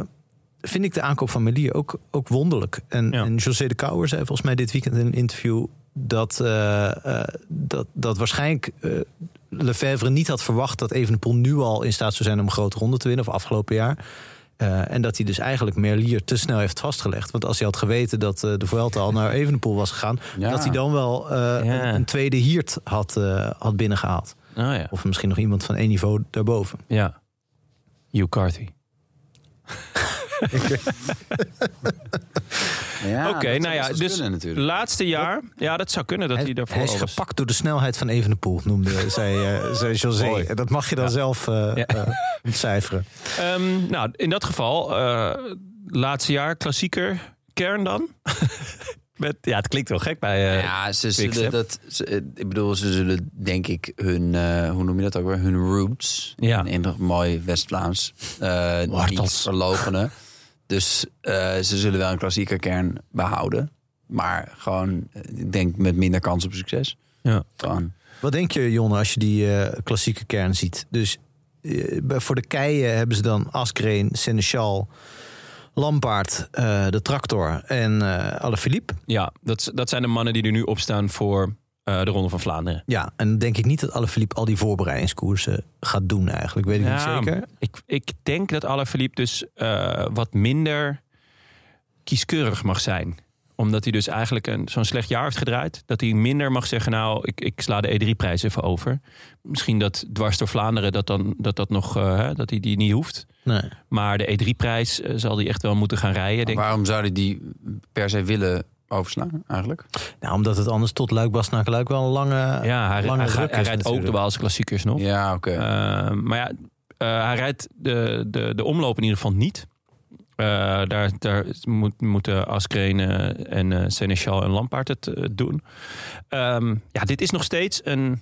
[SPEAKER 3] vind ik de aankoop van Melier ook, ook wonderlijk. En,
[SPEAKER 4] Ja.
[SPEAKER 3] en José de Kouwer zei volgens mij dit weekend in een interview... dat, eh, eh, dat, dat waarschijnlijk eh Lefebvre niet had verwacht... dat Evenepoel nu al in staat zou zijn om een grote ronde te winnen... of afgelopen jaar. Eh, en dat hij dus eigenlijk Merlier te snel heeft vastgelegd. Want als hij had geweten dat eh, de Vuelta al naar Evenepoel was gegaan...
[SPEAKER 2] Ja.
[SPEAKER 3] dat hij dan wel eh,
[SPEAKER 4] Ja.
[SPEAKER 3] een, een tweede hiert had, eh, had binnengehaald.
[SPEAKER 4] Oh, ja.
[SPEAKER 3] Of misschien nog iemand van één niveau daarboven.
[SPEAKER 4] ja. Hugh Carthy.
[SPEAKER 2] Ja,
[SPEAKER 4] Oké,
[SPEAKER 2] dat
[SPEAKER 4] nou ja,
[SPEAKER 2] zou best
[SPEAKER 4] dus
[SPEAKER 2] kunnen natuurlijk.
[SPEAKER 4] laatste jaar. Ja, dat zou kunnen dat hij,
[SPEAKER 3] hij,
[SPEAKER 4] daarvoor
[SPEAKER 3] hij is
[SPEAKER 4] al was.
[SPEAKER 3] gepakt door de snelheid van Evenepoel, noemde zij, eh zei José.
[SPEAKER 4] Mooi.
[SPEAKER 3] Dat mag je dan zelf eh
[SPEAKER 4] Ja.
[SPEAKER 3] eh, ontcijferen.
[SPEAKER 4] Ehm, nou, in dat geval eh, laatste jaar klassieker kern dan? Met, ja, het klinkt wel gek bij... eh,
[SPEAKER 2] ja, ze
[SPEAKER 4] Quickstep.
[SPEAKER 2] zullen dat. ze- eh, ik bedoel, ze zullen denk ik hun. eh, hoe noem je dat ook weer? Hun roots.
[SPEAKER 4] Ja.
[SPEAKER 2] In nog mooi West-Vlaams. eh niet
[SPEAKER 4] Wortels.
[SPEAKER 2] verlogenen. Dus eh, ze zullen wel een klassieke kern behouden. Maar gewoon, eh, ik denk met minder kans op succes.
[SPEAKER 4] Ja.
[SPEAKER 2] Gewoon.
[SPEAKER 3] Wat denk je, Jonne, als je die eh, klassieke kern ziet? Dus eh, bij- voor de keien hebben ze dan Askreen, Seneschal, Lampaard, eh, de tractor en eh Alaphilippe.
[SPEAKER 4] Ja, dat, z- dat zijn de mannen die er nu opstaan voor eh, de Ronde van Vlaanderen.
[SPEAKER 3] Ja, en dan denk ik niet dat Alaphilippe al die voorbereidingskoersen gaat doen eigenlijk. Weet ik
[SPEAKER 4] Ja,
[SPEAKER 3] niet zeker.
[SPEAKER 4] Ik, ik denk dat Alaphilippe dus eh, wat minder kieskeurig mag zijn. Omdat hij dus eigenlijk een, zo'n slecht jaar heeft gedraaid. Dat hij minder mag zeggen, nou, ik, ik sla de E3-prijs even over. Misschien dat dwars door Vlaanderen dat dan, dat, dat nog, eh, hè, dat hij die niet hoeft.
[SPEAKER 3] Nee.
[SPEAKER 4] Maar de E3-prijs eh, zal hij echt wel moeten gaan rijden, denk ik.
[SPEAKER 2] Waarom zouden die per se willen overslaan eigenlijk?
[SPEAKER 3] Nou, omdat het anders tot Luik naar Luik wel een lange...
[SPEAKER 4] Ja, hij,
[SPEAKER 3] lange
[SPEAKER 4] hij,
[SPEAKER 3] druk
[SPEAKER 4] hij
[SPEAKER 3] is
[SPEAKER 4] rijdt ook de
[SPEAKER 3] natuurlijk.
[SPEAKER 4] Waalse klassiekers nog.
[SPEAKER 2] Ja, oké.
[SPEAKER 4] Eh, maar ja, eh, hij rijdt de, de, de omloop in ieder geval niet. Eh, daar daar moet, moeten Askreen eh, en eh Seneschal en Lampaard het eh, doen. Ehm, ja, dit is nog steeds een,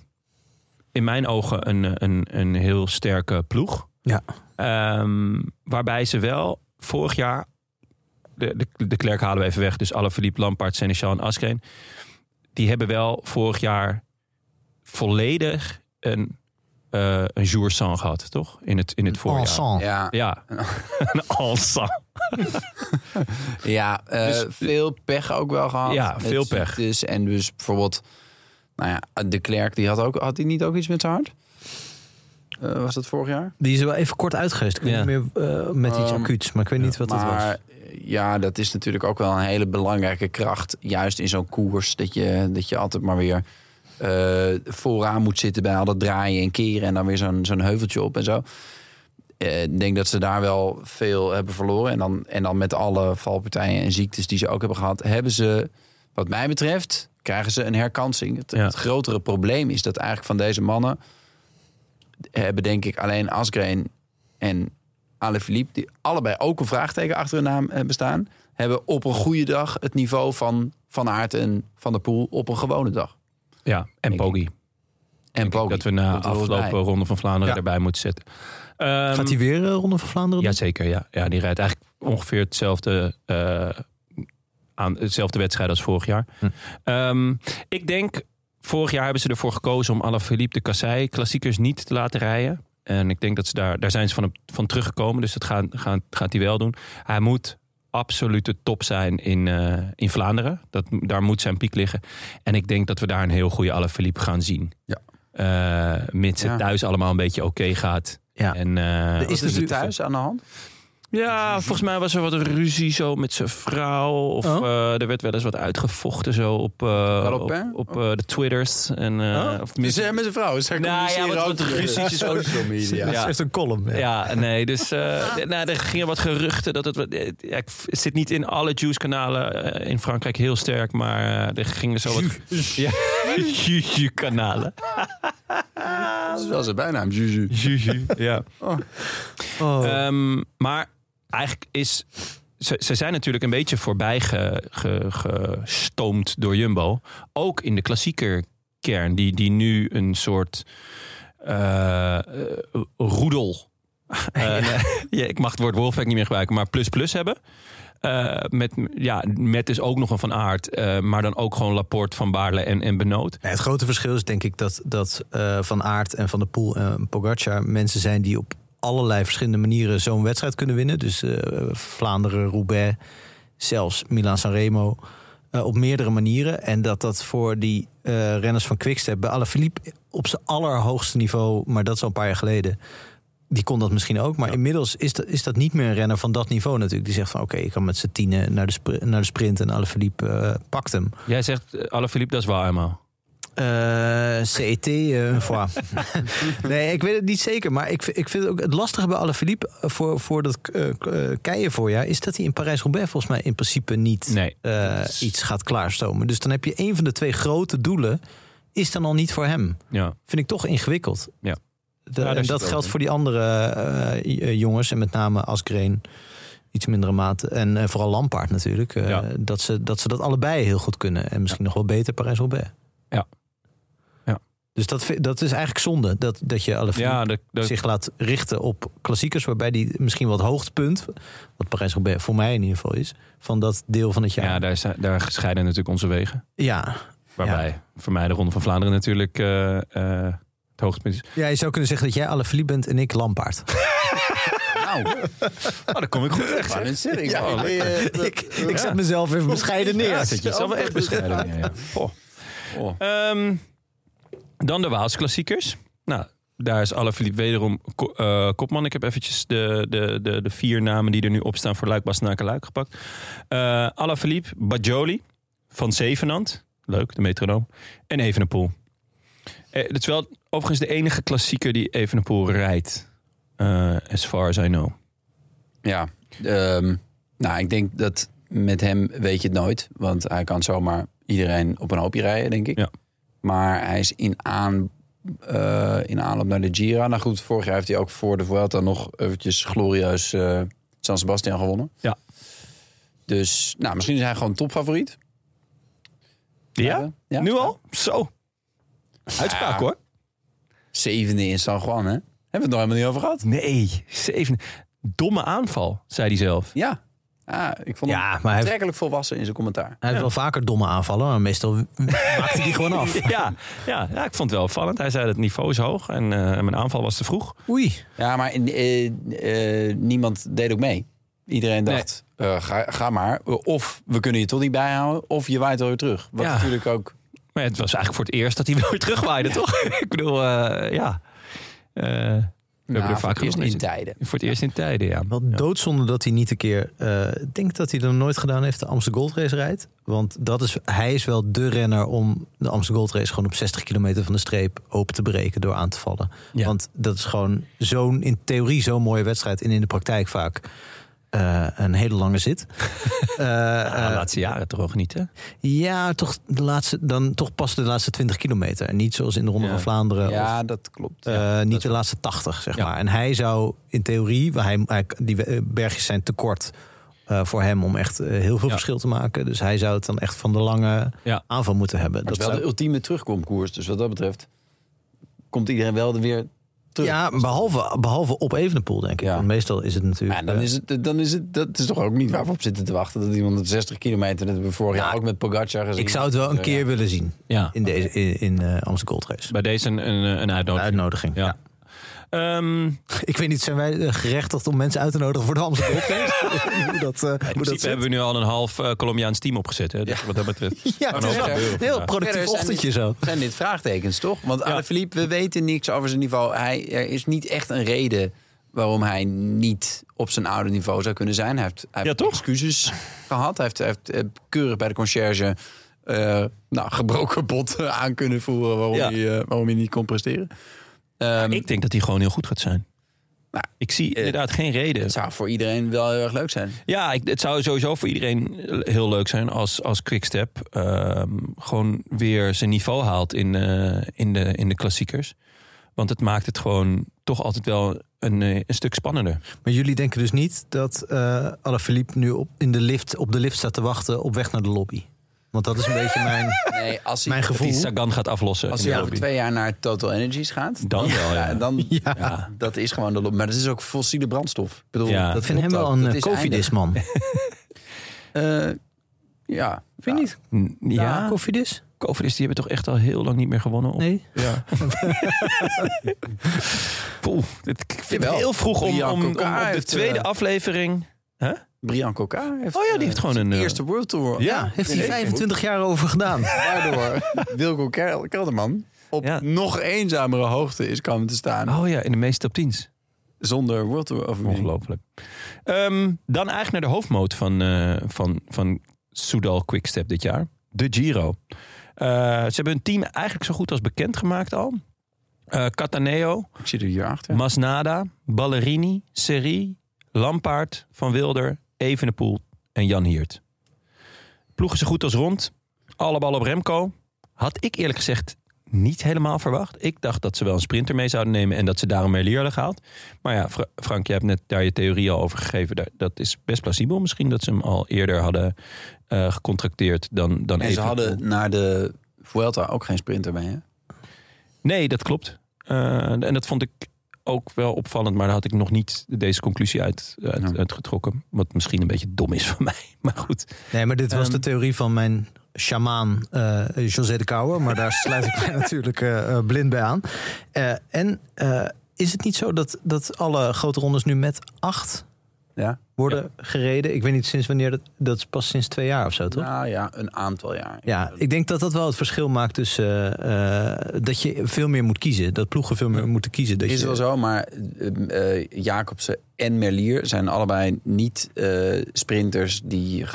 [SPEAKER 4] in mijn ogen een, eh, een, een heel sterke ploeg.
[SPEAKER 3] Ja.
[SPEAKER 4] Ehm, waarbij ze wel vorig jaar, de, de, de klerk halen we even weg, dus Alaphilippe, Lampaard, Seneschal en Askreen. Die hebben wel vorig jaar volledig een eh, een jour sans gehad, toch? In het, in het voorjaar.
[SPEAKER 3] Ensemble.
[SPEAKER 2] Ja,
[SPEAKER 4] Ja, een ensemble.
[SPEAKER 2] Ja, eh,
[SPEAKER 4] Dus-
[SPEAKER 2] veel pech ook wel gehad.
[SPEAKER 4] Ja,
[SPEAKER 2] Met
[SPEAKER 4] veel pech.
[SPEAKER 2] ziektes en dus bijvoorbeeld, nou ja, de Klerk die had ook, had hij niet ook iets met zijn hart? Eh, was dat vorig jaar?
[SPEAKER 3] Die is er wel even kort uit geweest. Ik weet
[SPEAKER 4] Ja.
[SPEAKER 3] niet meer eh, met iets
[SPEAKER 2] Ehm,
[SPEAKER 3] acuuts, maar ik weet niet wat dat was.
[SPEAKER 2] maar eh, ja, dat is natuurlijk ook wel een hele belangrijke kracht. Juist in zo'n koers dat je, dat je altijd maar weer eh, vooraan moet zitten bij al dat draaien en keren. En dan weer zo'n zo'n heuveltje op en zo. Eh, Ik denk dat ze daar wel veel hebben verloren. En dan, en dan met alle valpartijen en ziektes die ze ook hebben gehad, hebben ze, wat mij betreft, krijgen ze een herkansing. Het,
[SPEAKER 4] Ja.
[SPEAKER 2] het grotere probleem is dat eigenlijk van deze mannen hebben, denk ik, alleen Asgreen en Alaphilippe, die allebei ook een vraagteken achter hun naam eh, bestaan, hebben op een goede dag het niveau van Van Aert en Van der Poel op een gewone dag.
[SPEAKER 4] Ja, en
[SPEAKER 2] ik.
[SPEAKER 4] Poggi.
[SPEAKER 2] En Poggi.
[SPEAKER 4] Dat we na
[SPEAKER 2] Dat hoort
[SPEAKER 4] afgelopen
[SPEAKER 2] bij.
[SPEAKER 4] Ronde van Vlaanderen
[SPEAKER 3] Ja.
[SPEAKER 4] erbij moeten zetten. Ehm,
[SPEAKER 3] Gaat hij weer eh, Ronde van Vlaanderen doen?
[SPEAKER 4] Jazeker, ja. ja. Die rijdt eigenlijk ongeveer hetzelfde, eh, aan hetzelfde wedstrijd als vorig jaar.
[SPEAKER 3] Hm.
[SPEAKER 4] Ehm, ik denk, vorig jaar hebben ze ervoor gekozen om Alaphilippe de Kassei klassiekers niet te laten rijden. En ik denk dat ze daar, daar zijn ze van, op- van teruggekomen. Dus dat gaan, gaan, gaat hij wel doen. Hij moet absolute top zijn in, eh, in Vlaanderen. Dat, daar moet zijn piek liggen. En ik denk dat we daar een heel goede Alaphilippe gaan zien.
[SPEAKER 2] Ja.
[SPEAKER 4] Eh, mits het
[SPEAKER 2] Ja.
[SPEAKER 4] thuis allemaal een beetje oké gaat.
[SPEAKER 3] Ja.
[SPEAKER 4] En, eh,
[SPEAKER 3] Is
[SPEAKER 2] Is er
[SPEAKER 3] natuurlijk-
[SPEAKER 2] thuis aan de hand?
[SPEAKER 4] ja, volgens mij was er wat ruzie zo met zijn vrouw. Of
[SPEAKER 3] Oh.
[SPEAKER 4] eh, er werd wel eens wat uitgevochten zo op, eh, op,
[SPEAKER 2] Galopin?
[SPEAKER 4] op eh, de Twitters. En, eh, of tenminste-
[SPEAKER 2] met zijn vrouw. Zij
[SPEAKER 4] Nou ja,
[SPEAKER 2] communiceren
[SPEAKER 4] wat- wat
[SPEAKER 2] ook via
[SPEAKER 4] ruzies ook.
[SPEAKER 2] social media.
[SPEAKER 4] Ja.
[SPEAKER 3] Ze heeft een column. Ja.
[SPEAKER 4] ja, nee, dus eh, nou, er gingen wat geruchten. Dat het, wat- eh, ja, ik- het zit niet in alle Juice-kanalen eh, in Frankrijk heel sterk, maar eh, er gingen zo wat... Ja, Juice-kanalen.
[SPEAKER 2] Dat was zijn bijnaam, Juju.
[SPEAKER 4] Juice, ja.
[SPEAKER 3] Oh.
[SPEAKER 4] Ehm, maar eigenlijk is. Ze, ze zijn natuurlijk een beetje voorbij ge- ge- gestoomd door Jumbo. Ook in de klassieker kern, die, die nu een soort eh, eh, roedel. eh, nee, ja, ik mag het woord Wolfpack niet meer gebruiken, maar plus plus hebben. Eh, met, ja, met dus ook nog een Van Aert, eh, maar dan ook gewoon Laporte, Van Baarle en, en Benoot.
[SPEAKER 3] Nee, het grote verschil is denk ik dat, dat eh, Van Aert en Van der Poel en Pogacar mensen zijn die op allerlei verschillende manieren zo'n wedstrijd kunnen winnen. Dus eh, Vlaanderen, Roubaix, zelfs Milan Sanremo. eh, op meerdere manieren. En dat dat voor die eh, renners van Quickstep bij Alaphilippe op zijn allerhoogste niveau, maar dat is al een paar jaar geleden. Die kon dat misschien ook, maar inmiddels is dat, is dat niet meer een renner van dat niveau natuurlijk. Die zegt van oké, ik kan met z'n tienen naar de, spr- naar de sprint en Alaphilippe eh pakt hem.
[SPEAKER 4] Jij zegt, eh, Alaphilippe, dat is waar eenmaal.
[SPEAKER 3] Eh, CET, eh, een fois. nee, ik weet het niet zeker. Maar ik, vind- ik vind het ook het lastige bij Alaphilippe eh, voor, voor dat eh, k- eh, keien voorjaar... is dat hij in Parijs-Roubaix volgens mij in principe niet
[SPEAKER 4] Nee.
[SPEAKER 3] eh, iets gaat klaarstomen. Dus dan heb je één van de twee grote doelen... is dan al niet voor hem.
[SPEAKER 4] Ja.
[SPEAKER 3] Vind ik toch ingewikkeld.
[SPEAKER 4] Ja.
[SPEAKER 3] De-
[SPEAKER 4] Ja,
[SPEAKER 3] en
[SPEAKER 4] daar zit
[SPEAKER 3] dat
[SPEAKER 4] ook
[SPEAKER 3] geldt
[SPEAKER 4] in.
[SPEAKER 3] voor die andere eh, eh, jongens. En met name Asgreen iets mindere mate. En eh, vooral Lampaard natuurlijk. eh,
[SPEAKER 4] Ja.
[SPEAKER 3] dat, ze, dat ze dat allebei heel goed kunnen. En misschien nog wel beter Parijs-Roubaix.
[SPEAKER 4] Ja. Ja.
[SPEAKER 3] Dus dat, vi- dat is eigenlijk zonde. Dat, dat je alle
[SPEAKER 4] Ja, dat, dat-
[SPEAKER 3] zich laat richten op klassiekers. Waarbij die misschien wat hoogtepunt. Wat Parijs-Roubaix voor mij in ieder geval is. Van dat deel van het jaar.
[SPEAKER 4] ja, daar, zijn- daar scheiden natuurlijk onze wegen.
[SPEAKER 3] ja.
[SPEAKER 4] Waarbij voor mij de Ronde van Vlaanderen natuurlijk eh, eh, het hoogtepunt is.
[SPEAKER 3] Ja, je zou kunnen zeggen dat jij Alaphilippe bent en ik Lampaard.
[SPEAKER 2] Nou,
[SPEAKER 4] Oh, daar kom ik goed weg.
[SPEAKER 2] maar dat zeg ik wel.
[SPEAKER 4] eh,
[SPEAKER 3] ik, ik zet mezelf even bescheiden neer.
[SPEAKER 4] Ja, zit je zelf wel echt bescheiden. neer, ja. Goh.
[SPEAKER 2] Oh.
[SPEAKER 4] Ehm, dan de Waals klassiekers. Nou, daar is Alaphilippe wederom ko- eh, kopman. Ik heb eventjes de, de, de, de vier namen die er nu op staan voor Luik, Bastenaken, Luik gepakt. Eh Alaphilippe, Bajoli, Van Zevenand. Leuk, de metronoom. En Evenepoel. Eh, dat is wel overigens de enige klassieker die Evenepoel rijdt. eh, as far as I know.
[SPEAKER 2] Ja, ehm, nou, ik denk dat met hem weet je het nooit. Want hij kan zomaar iedereen op een hoopje rijden, denk ik.
[SPEAKER 4] Ja.
[SPEAKER 2] Maar hij is in, aan, eh, in aanloop naar de Gira. Nou goed, vorig jaar heeft hij ook voor de Vuelta nog eventjes glorieus eh, San Sebastian gewonnen.
[SPEAKER 4] Ja.
[SPEAKER 2] Dus, nou, misschien is hij gewoon topfavoriet.
[SPEAKER 4] Ja?
[SPEAKER 2] Ja.
[SPEAKER 4] Nu al? Zo. Uitspraak
[SPEAKER 2] Ja.
[SPEAKER 4] hoor.
[SPEAKER 2] Zevende in San Juan, hè? Hebben we het nog helemaal niet over gehad?
[SPEAKER 4] Nee, zeven. Domme aanval, zei hij zelf.
[SPEAKER 2] Ja. Ah, ik vond hem
[SPEAKER 3] Ja, maar hij heeft,
[SPEAKER 2] betrekkelijk volwassen in zijn commentaar.
[SPEAKER 3] hij heeft wel vaker domme aanvallen. Maar meestal maakt hij die gewoon af.
[SPEAKER 4] Ja, ja, ja, ik vond het wel opvallend. Hij zei dat het niveau is hoog en eh, mijn aanval was te vroeg.
[SPEAKER 3] Oei.
[SPEAKER 2] Ja, maar eh, eh, niemand deed ook mee. Iedereen dacht, eh, ga, ga maar. Of we kunnen je toch niet bijhouden, of je waait wel weer terug. Wat
[SPEAKER 4] Ja.
[SPEAKER 2] natuurlijk ook...
[SPEAKER 4] Maar het was eigenlijk voor het eerst dat hij wel weer terugwaaide, toch? ik bedoel, eh, ja. Eh, we
[SPEAKER 2] Nou,
[SPEAKER 4] hebben er
[SPEAKER 2] voor
[SPEAKER 4] vaak
[SPEAKER 2] het eerst
[SPEAKER 4] genoeg
[SPEAKER 2] in
[SPEAKER 4] mensen-
[SPEAKER 2] tijden.
[SPEAKER 4] Voor het eerst in tijden, ja.
[SPEAKER 3] Wel
[SPEAKER 4] Ja.
[SPEAKER 3] doodzonde dat hij niet een keer... eh, Ik denk dat hij dat nooit gedaan heeft, de Amsterdam Gold Race rijdt. Want dat is, hij is wel de renner om de Amsterdam Gold Race... gewoon op 60 kilometer van de streep open te breken door aan te vallen.
[SPEAKER 4] Ja.
[SPEAKER 3] Want dat is gewoon zo'n, in theorie zo'n mooie wedstrijd... en in de praktijk vaak eh, een hele lange zit. Eh,
[SPEAKER 4] Ah, de
[SPEAKER 3] eh,
[SPEAKER 4] laatste jaren toch ook niet, hè?
[SPEAKER 3] Ja, toch, de laatste, dan toch pas de laatste 20 kilometer. En niet zoals in de Ronde
[SPEAKER 4] Ja.
[SPEAKER 3] van Vlaanderen.
[SPEAKER 2] Ja,
[SPEAKER 3] of,
[SPEAKER 2] dat klopt.
[SPEAKER 3] eh, niet de laatste 80, zeg
[SPEAKER 4] Ja.
[SPEAKER 3] maar. En hij zou in theorie, waar hij, hij- die eh, bergjes zijn te kort eh, voor hem om echt eh, heel veel
[SPEAKER 4] Ja.
[SPEAKER 3] verschil te maken. Dus hij zou het dan echt van de lange
[SPEAKER 4] Ja.
[SPEAKER 3] aanval moeten hebben.
[SPEAKER 2] dat is wel
[SPEAKER 3] zou-
[SPEAKER 2] de ultieme terugkomkoers. Dus wat dat betreft komt iedereen wel weer terug.
[SPEAKER 3] ja, behalve, behalve op Evenepoel, denk ik.
[SPEAKER 2] Ja.
[SPEAKER 3] Want meestal is het natuurlijk...
[SPEAKER 2] Maar dan
[SPEAKER 3] eh,
[SPEAKER 2] is het, dan is het, dat is toch ook niet waar we op zitten te wachten. Dat iemand op 60 kilometer, dat hebben we vorig
[SPEAKER 3] Nou,
[SPEAKER 2] jaar ook met Pogacar gezien.
[SPEAKER 3] ik zou het wel een keer willen zien
[SPEAKER 4] Ja.
[SPEAKER 3] in, deze, in, in eh, Amsterdam Gold Race.
[SPEAKER 4] Bij deze een, een, een
[SPEAKER 3] Een
[SPEAKER 4] uitnodiging.
[SPEAKER 3] uitnodiging.
[SPEAKER 4] Ja.
[SPEAKER 3] Ja.
[SPEAKER 4] Ehm,
[SPEAKER 3] Ik weet niet, zijn wij eh, gerechtigd om mensen uit te nodigen voor de Amsterdam Gold Race? Hoe dat, eh, hoe
[SPEAKER 4] in
[SPEAKER 3] dat zit?
[SPEAKER 4] principe hebben we nu al een half eh, Colombiaans team opgezet, hè? Dus wat dat betreft.
[SPEAKER 3] Ja, het Oh, is
[SPEAKER 4] dat
[SPEAKER 3] wel
[SPEAKER 4] gebeurt
[SPEAKER 3] een heel
[SPEAKER 4] vandaag.
[SPEAKER 3] productief
[SPEAKER 2] Verder zijn
[SPEAKER 3] ochtendje
[SPEAKER 2] dit-
[SPEAKER 3] zo.
[SPEAKER 2] Zijn dit vraagtekens, toch? Want Alaphilippe, we weten niks over zijn niveau. Hij, er is niet echt een reden waarom hij niet op zijn oude niveau zou kunnen zijn. Hij heeft, hij
[SPEAKER 4] Ja,
[SPEAKER 2] heeft
[SPEAKER 4] toch?
[SPEAKER 2] excuses gehad. Hij heeft, hij heeft eh, keurig bij de conciërge eh, nou, gebroken bot aan kunnen voeren... waarom,
[SPEAKER 4] Ja.
[SPEAKER 2] hij, eh, waarom hij niet kon presteren. Ehm,
[SPEAKER 4] Ik denk dat hij gewoon heel goed gaat zijn.
[SPEAKER 2] Nou,
[SPEAKER 4] ik zie
[SPEAKER 3] eh,
[SPEAKER 4] inderdaad geen reden.
[SPEAKER 2] het zou voor iedereen wel heel erg leuk zijn.
[SPEAKER 4] Ja, ik, het zou sowieso voor iedereen heel leuk zijn als, als Quickstep ehm, gewoon weer zijn niveau haalt in, eh, in, de, in de klassiekers. Want het maakt het gewoon toch altijd wel een, eh, een stuk spannender.
[SPEAKER 3] Maar jullie denken dus niet dat eh Alaphilippe nu op, in de lift, op de lift staat te wachten op weg naar de lobby? Want dat is een beetje mijn,
[SPEAKER 2] Nee, als hij,
[SPEAKER 3] mijn
[SPEAKER 4] Dat
[SPEAKER 3] gevoel.
[SPEAKER 4] hij Sagan gaat aflossen.
[SPEAKER 2] als
[SPEAKER 4] in de
[SPEAKER 2] hij over
[SPEAKER 4] lobby.
[SPEAKER 2] twee jaar naar Total Energies gaat...
[SPEAKER 4] Dan wel, ja.
[SPEAKER 2] dan,
[SPEAKER 3] Ja.
[SPEAKER 2] ja, dat is gewoon de lo- Maar dat is ook fossiele brandstof. Ik bedoel,
[SPEAKER 4] Ja.
[SPEAKER 3] Dat
[SPEAKER 2] klopt
[SPEAKER 3] vindt hem wel
[SPEAKER 2] ook.
[SPEAKER 3] een
[SPEAKER 2] Dat
[SPEAKER 3] eh,
[SPEAKER 2] is
[SPEAKER 3] koffiedis, man.
[SPEAKER 2] Eh, ja.
[SPEAKER 3] Vind je niet?
[SPEAKER 4] N- Ja,
[SPEAKER 3] koffiedis?
[SPEAKER 4] Kovidis die hebben toch echt al heel lang niet meer gewonnen. Op.
[SPEAKER 3] Nee?
[SPEAKER 4] Ja. Poeh, dit- ik vind het
[SPEAKER 2] Jawel.
[SPEAKER 4] heel vroeg om,
[SPEAKER 2] Brian
[SPEAKER 4] om, om op
[SPEAKER 2] Kokaar
[SPEAKER 4] de
[SPEAKER 2] heeft,
[SPEAKER 4] tweede
[SPEAKER 2] eh,
[SPEAKER 4] aflevering...
[SPEAKER 2] Brian Coca heeft...
[SPEAKER 4] Oh ja, die heeft
[SPEAKER 2] eh,
[SPEAKER 4] gewoon een...
[SPEAKER 2] de
[SPEAKER 4] eh,
[SPEAKER 2] eerste World Tour.
[SPEAKER 3] Ja, heeft hij
[SPEAKER 2] Nee.
[SPEAKER 3] 25 jaar over gedaan.
[SPEAKER 2] Daardoor Wilco Kel- Kelderman op
[SPEAKER 4] Ja.
[SPEAKER 2] nog eenzamere hoogte is komen te staan.
[SPEAKER 4] Oh ja, in de meeste top 10's.
[SPEAKER 2] Zonder World Tour overwinning.
[SPEAKER 4] Ongelooflijk. Ehm, dan eigenlijk naar de hoofdmoot van, eh van, van Soudal Quickstep dit jaar. De Giro. Eh, ze hebben hun team eigenlijk zo goed als bekendgemaakt al. Eh, Cataneo,
[SPEAKER 2] Ik zit er hier achter.
[SPEAKER 4] Masnada, Ballerini, Serie, Lampaard, Van Wilder, Evenepoel en Jan Hiert. Ploegen ze goed als rond. Alle bal op Remco. Had ik eerlijk gezegd niet helemaal verwacht. Ik dacht dat ze wel een sprinter mee zouden nemen en dat ze daarom Merlier hadden gehaald. Maar ja, Fra- Frank, jij hebt net daar je theorie al over gegeven. Daar- Dat is best plausibel misschien dat ze hem al eerder hadden eh, gecontracteerd dan, dan
[SPEAKER 2] En ze
[SPEAKER 4] even.
[SPEAKER 2] hadden naar de Vuelta ook geen sprinter mee, hè?
[SPEAKER 4] Nee, dat klopt. Eh, en dat vond ik ook wel opvallend, maar daar had ik nog niet deze conclusie uit, uit,
[SPEAKER 2] Ja.
[SPEAKER 4] uit getrokken. Wat misschien een beetje dom is van mij. Maar goed,
[SPEAKER 3] Nee, maar dit was
[SPEAKER 4] Ehm,
[SPEAKER 3] de theorie van mijn shamaan eh, José de Kouwer. Maar daar sluit ik mij natuurlijk eh, eh, blind bij aan. Eh, en eh, is het niet zo dat, dat alle grote rondes nu met acht
[SPEAKER 2] Ja.
[SPEAKER 3] worden gereden? Ik weet niet sinds wanneer, dat, dat is pas sinds twee jaar of zo, toch?
[SPEAKER 2] Nou ja, een aantal jaar.
[SPEAKER 3] Ja, ik denk dat dat wel het verschil maakt tussen eh, eh, dat je veel meer moet kiezen. Dat ploegen veel meer moeten kiezen. Dat
[SPEAKER 2] Is
[SPEAKER 3] je,
[SPEAKER 2] wel zo, maar eh, eh, Jacobsen en Merlier zijn allebei niet eh, sprinters die eh,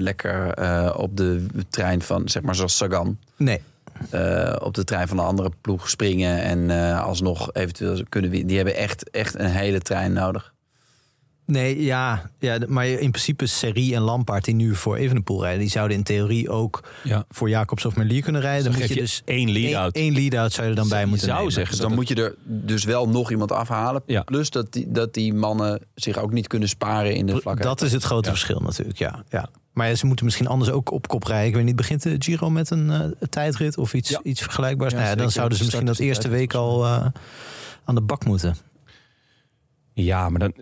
[SPEAKER 2] lekker eh, op de trein van, zeg maar zoals Sagan,
[SPEAKER 3] Nee,
[SPEAKER 2] eh, op de trein van de andere ploeg springen en eh, alsnog eventueel kunnen winnen. Die hebben echt, echt een hele trein nodig. Dus
[SPEAKER 3] Nee, ja, ja, d- maar in principe Serie en Lampaard die nu voor Evenepoel rijden... die zouden in theorie ook
[SPEAKER 4] Ja.
[SPEAKER 3] voor Jacobs of Merlier kunnen rijden. Dan
[SPEAKER 4] geef
[SPEAKER 3] moet je
[SPEAKER 4] je
[SPEAKER 3] dus
[SPEAKER 4] één lead-out.
[SPEAKER 3] Eén, één lead-out zou je er dan bij
[SPEAKER 4] Je
[SPEAKER 3] moeten
[SPEAKER 4] zou
[SPEAKER 3] nemen.
[SPEAKER 4] zeggen
[SPEAKER 2] Dus
[SPEAKER 4] dat
[SPEAKER 2] dan
[SPEAKER 4] het-
[SPEAKER 2] moet je er dus wel nog iemand afhalen.
[SPEAKER 4] Ja.
[SPEAKER 2] Plus dat die, dat die mannen zich ook niet kunnen sparen in de vlakke.
[SPEAKER 3] Dat is het grote
[SPEAKER 4] Ja.
[SPEAKER 3] verschil natuurlijk, ja. ja. Maar ja, ze moeten misschien anders ook op kop rijden. Ik weet niet, begint de Giro met een eh, tijdrit of iets,
[SPEAKER 2] Ja.
[SPEAKER 3] iets vergelijkbaars?
[SPEAKER 2] Ja,
[SPEAKER 3] nou ja, dan
[SPEAKER 2] zeker.
[SPEAKER 3] zouden ze misschien dat
[SPEAKER 2] Start is
[SPEAKER 3] eerste
[SPEAKER 2] de
[SPEAKER 3] week al eh, aan de bak moeten.
[SPEAKER 4] Ja, maar dan,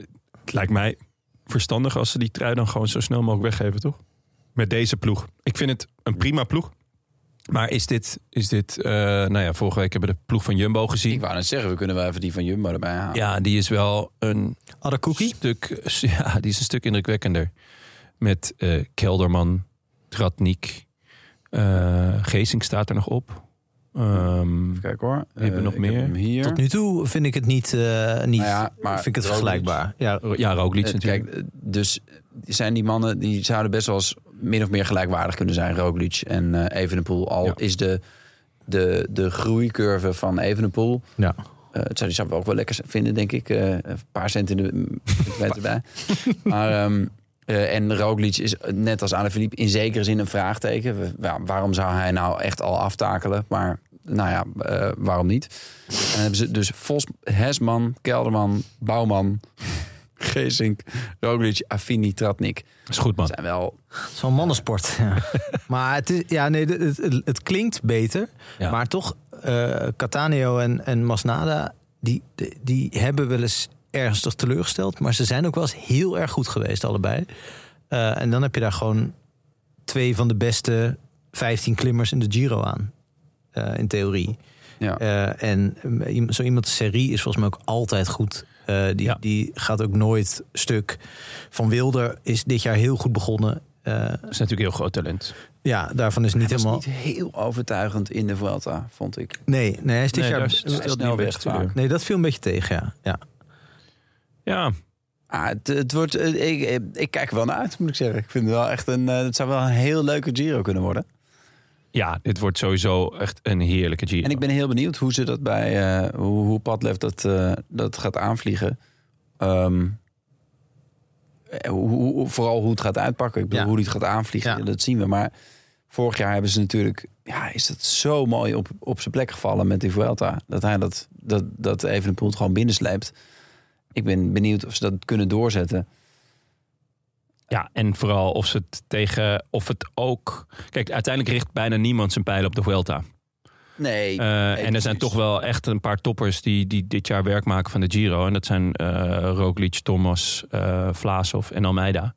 [SPEAKER 4] het lijkt mij verstandig als ze die trui dan gewoon zo snel mogelijk weggeven, toch? Met deze ploeg. Ik vind het een prima ploeg. Maar is dit, is dit eh, nou ja, vorige week hebben we de ploeg van Jumbo
[SPEAKER 2] Ik
[SPEAKER 4] gezien.
[SPEAKER 2] wou net zeggen, we kunnen wel even die van Jumbo erbij halen.
[SPEAKER 4] Ja, die is wel een
[SPEAKER 3] Addercookie?
[SPEAKER 4] stuk, ja, die is een stuk indrukwekkender. Met eh, Kelderman, Tratnik, eh Geesink staat er nog op. Ehm,
[SPEAKER 2] Even kijken hoor.
[SPEAKER 4] Wie hebben we
[SPEAKER 2] Eh,
[SPEAKER 4] nog
[SPEAKER 2] ik heb
[SPEAKER 4] meer?
[SPEAKER 2] hem hier.
[SPEAKER 3] Tot nu toe vind ik het niet, eh, niet
[SPEAKER 2] Nou ja, maar
[SPEAKER 3] vind ik
[SPEAKER 2] Roglic-
[SPEAKER 3] het vergelijkbaar. Ja,
[SPEAKER 4] ja, Roglic
[SPEAKER 2] Eh,
[SPEAKER 4] natuurlijk.
[SPEAKER 2] Kijk, eh, dus zijn die mannen die zouden best wel eens min of meer gelijkwaardig kunnen zijn, Roglic en eh Evenepoel. Al
[SPEAKER 4] Ja.
[SPEAKER 2] is de, de, de groeicurve van Evenepoel,
[SPEAKER 3] ja.
[SPEAKER 2] eh het zou die zou ook wel lekker vinden, denk ik. Eh, een paar cent in de meter bij. maar, ehm, eh, en Roglic is eh, net als Alaphilippe in zekere zin een vraagteken. We- wa- waarom zou hij nou echt al aftakelen? Maar nou ja, eh, waarom niet? En dan hebben ze dus Vos, Hesman, Kelderman, Bouwman, Geesink, Roglic, Affini, Tratnik.
[SPEAKER 4] is goed, man.
[SPEAKER 2] Dat zijn wel...
[SPEAKER 3] Zo'n mannensport. Ja. maar het, is, ja, nee, het, het, het klinkt beter.
[SPEAKER 4] Ja.
[SPEAKER 3] Maar toch, eh Cataneo en, en Masnada, die, die- die hebben wel eens ernstig teleurgesteld. Maar ze zijn ook wel eens heel erg goed geweest, allebei. Eh, en dan heb je daar gewoon twee van de beste 15 klimmers in de Giro aan. eh, in theorie.
[SPEAKER 2] Ja.
[SPEAKER 3] Eh, en eh, iem- zo iemand als Serie is volgens mij ook altijd goed. Eh, die,
[SPEAKER 4] Ja.
[SPEAKER 3] die gaat ook nooit stuk. Van Wilder is dit jaar heel goed begonnen. Eh,
[SPEAKER 4] Dat is natuurlijk heel groot talent.
[SPEAKER 3] ja, daarvan is niet
[SPEAKER 2] Hij was
[SPEAKER 3] helemaal.
[SPEAKER 2] niet heel overtuigend in de Vuelta, vond ik.
[SPEAKER 3] Nee, nee, hij is dit
[SPEAKER 4] Nee,
[SPEAKER 3] jaar.
[SPEAKER 4] daar is-
[SPEAKER 2] Hij is
[SPEAKER 4] stelt
[SPEAKER 2] snel
[SPEAKER 4] hij een
[SPEAKER 2] weg
[SPEAKER 4] beetje
[SPEAKER 2] vaak.
[SPEAKER 4] teleur.
[SPEAKER 3] Nee, dat viel een beetje tegen, ja. ja.
[SPEAKER 4] Ja,
[SPEAKER 2] Ah, het, het wordt, eh, ik, ik- ik kijk er wel naar uit, moet ik zeggen. Ik vind het wel echt een. eh, Het zou wel een heel leuke Giro kunnen worden.
[SPEAKER 4] Ja, dit wordt sowieso echt een heerlijke Giro.
[SPEAKER 2] En ik ben heel benieuwd hoe ze dat bij. eh, hoe, hoe Padlef dat, eh, dat gaat aanvliegen. Ehm, eh, hoe, hoe- vooral hoe het gaat uitpakken. Ik bedoel,
[SPEAKER 3] Ja.
[SPEAKER 2] hoe die het gaat aanvliegen,
[SPEAKER 3] Ja.
[SPEAKER 2] dat zien we. Maar vorig jaar hebben ze natuurlijk. Ja, is dat zo mooi op, op zijn plek gevallen met die Vuelta. Dat hij dat, dat, dat even de poel gewoon binnensleept. Ik ben benieuwd of ze dat kunnen doorzetten.
[SPEAKER 4] Ja, en vooral of ze het tegen... Of het ook... Kijk, uiteindelijk richt bijna niemand zijn pijlen op de Vuelta.
[SPEAKER 2] Nee.
[SPEAKER 4] Eh, en er zijn
[SPEAKER 2] precies.
[SPEAKER 4] toch wel echt een paar toppers die, die dit jaar werk maken van de Giro. En dat zijn eh Roglic, Thomas, eh Vlaashoff en Almeida.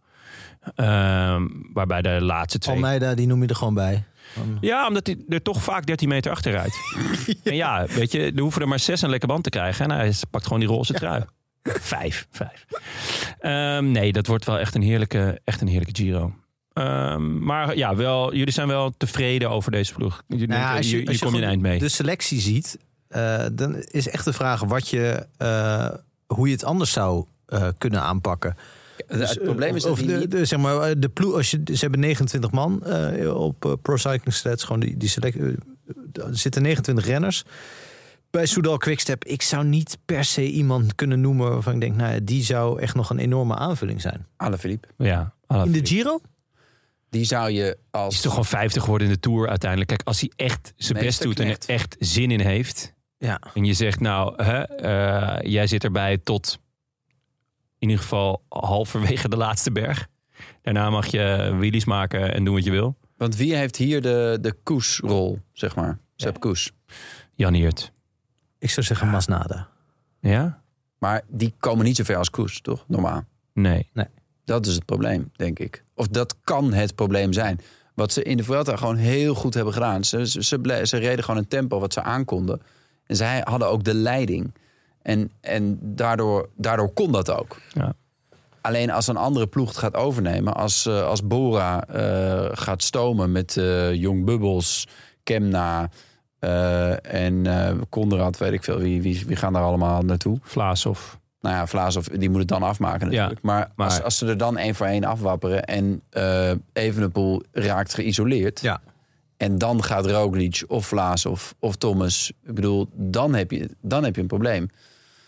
[SPEAKER 4] Ehm, waarbij de laatste twee...
[SPEAKER 3] Almeida, die noem je er gewoon bij.
[SPEAKER 4] Ja, omdat hij er toch vaak 13 meter achter rijdt. En ja, weet je, er hoeven er maar zes een lekker band te krijgen. En hij is- pakt gewoon die roze trui. Vijf, vijf. Ehm, nee, dat wordt wel echt een heerlijke, echt een heerlijke Giro. Ehm, maar ja, wel, jullie zijn wel tevreden over deze ploeg. Jullie
[SPEAKER 3] Nou ja,
[SPEAKER 4] denken,
[SPEAKER 3] als
[SPEAKER 4] hier, hier
[SPEAKER 3] als
[SPEAKER 4] kom je een eind
[SPEAKER 3] gewoon
[SPEAKER 4] mee.
[SPEAKER 3] De selectie ziet, eh, dan is echt de vraag wat je, eh, hoe je het anders zou eh, kunnen aanpakken.
[SPEAKER 2] Nou, het probleem is
[SPEAKER 3] dus, eh, of
[SPEAKER 2] dat hij
[SPEAKER 3] de,
[SPEAKER 2] niet-
[SPEAKER 3] de- zeg maar, eh, de ploeg, als je, ze hebben 29 man eh, op eh, Pro Cycling Stats. Gewoon die, die select, eh, er zitten 29 renners. Bij Soudal Quickstep, ik zou niet per se iemand kunnen noemen waarvan ik denk, nou ja, die zou echt nog een enorme aanvulling zijn.
[SPEAKER 2] Alaphilippe.
[SPEAKER 4] Ja,
[SPEAKER 3] In de Giro?
[SPEAKER 2] Die zou je
[SPEAKER 4] Is
[SPEAKER 2] als...
[SPEAKER 4] toch gewoon 50 geworden in de Tour uiteindelijk. Kijk, als hij echt zijn best doet en er
[SPEAKER 2] Meesterknecht.
[SPEAKER 4] echt zin in heeft.
[SPEAKER 3] Ja.
[SPEAKER 4] En je zegt nou, hè, eh, jij zit erbij tot in ieder geval halverwege de laatste berg. Daarna mag je wheelies maken en doen wat je wil.
[SPEAKER 2] Want wie heeft hier de, de koesrol, zeg maar? Sepp Koes.
[SPEAKER 4] Jan Hiert.
[SPEAKER 3] Ik zou zeggen
[SPEAKER 4] Ehm,
[SPEAKER 3] Masnada.
[SPEAKER 4] Ja?
[SPEAKER 2] Maar die komen niet zo ver als Koes, toch? Normaal.
[SPEAKER 4] Nee.
[SPEAKER 2] Dat is het probleem, denk ik. Of dat kan het probleem zijn. Wat ze in de Vuelta gewoon heel goed hebben gedaan. Ze, ze, ze, ble- ze reden gewoon een tempo wat ze aankonden. En zij hadden ook de leiding. En, en daardoor, daardoor kon dat ook.
[SPEAKER 4] Ja.
[SPEAKER 2] Alleen als een andere ploeg het gaat overnemen. Als, eh, als Bora eh, gaat stomen met eh, Jong Bubbles, Kemna eh, en eh Konrad, weet ik veel. Wie, wie, wie gaan daar allemaal naartoe?
[SPEAKER 4] Vlaas of...
[SPEAKER 2] Nou ja, Vlaas of die moet het dan afmaken natuurlijk. maar
[SPEAKER 4] maar-
[SPEAKER 2] Als, als ze er dan één voor één afwapperen en eh Evenepoel raakt geïsoleerd.
[SPEAKER 3] Ja.
[SPEAKER 2] En dan gaat Roglic of Vlaas of, of Thomas. Ik bedoel, dan heb, je, dan heb je een probleem.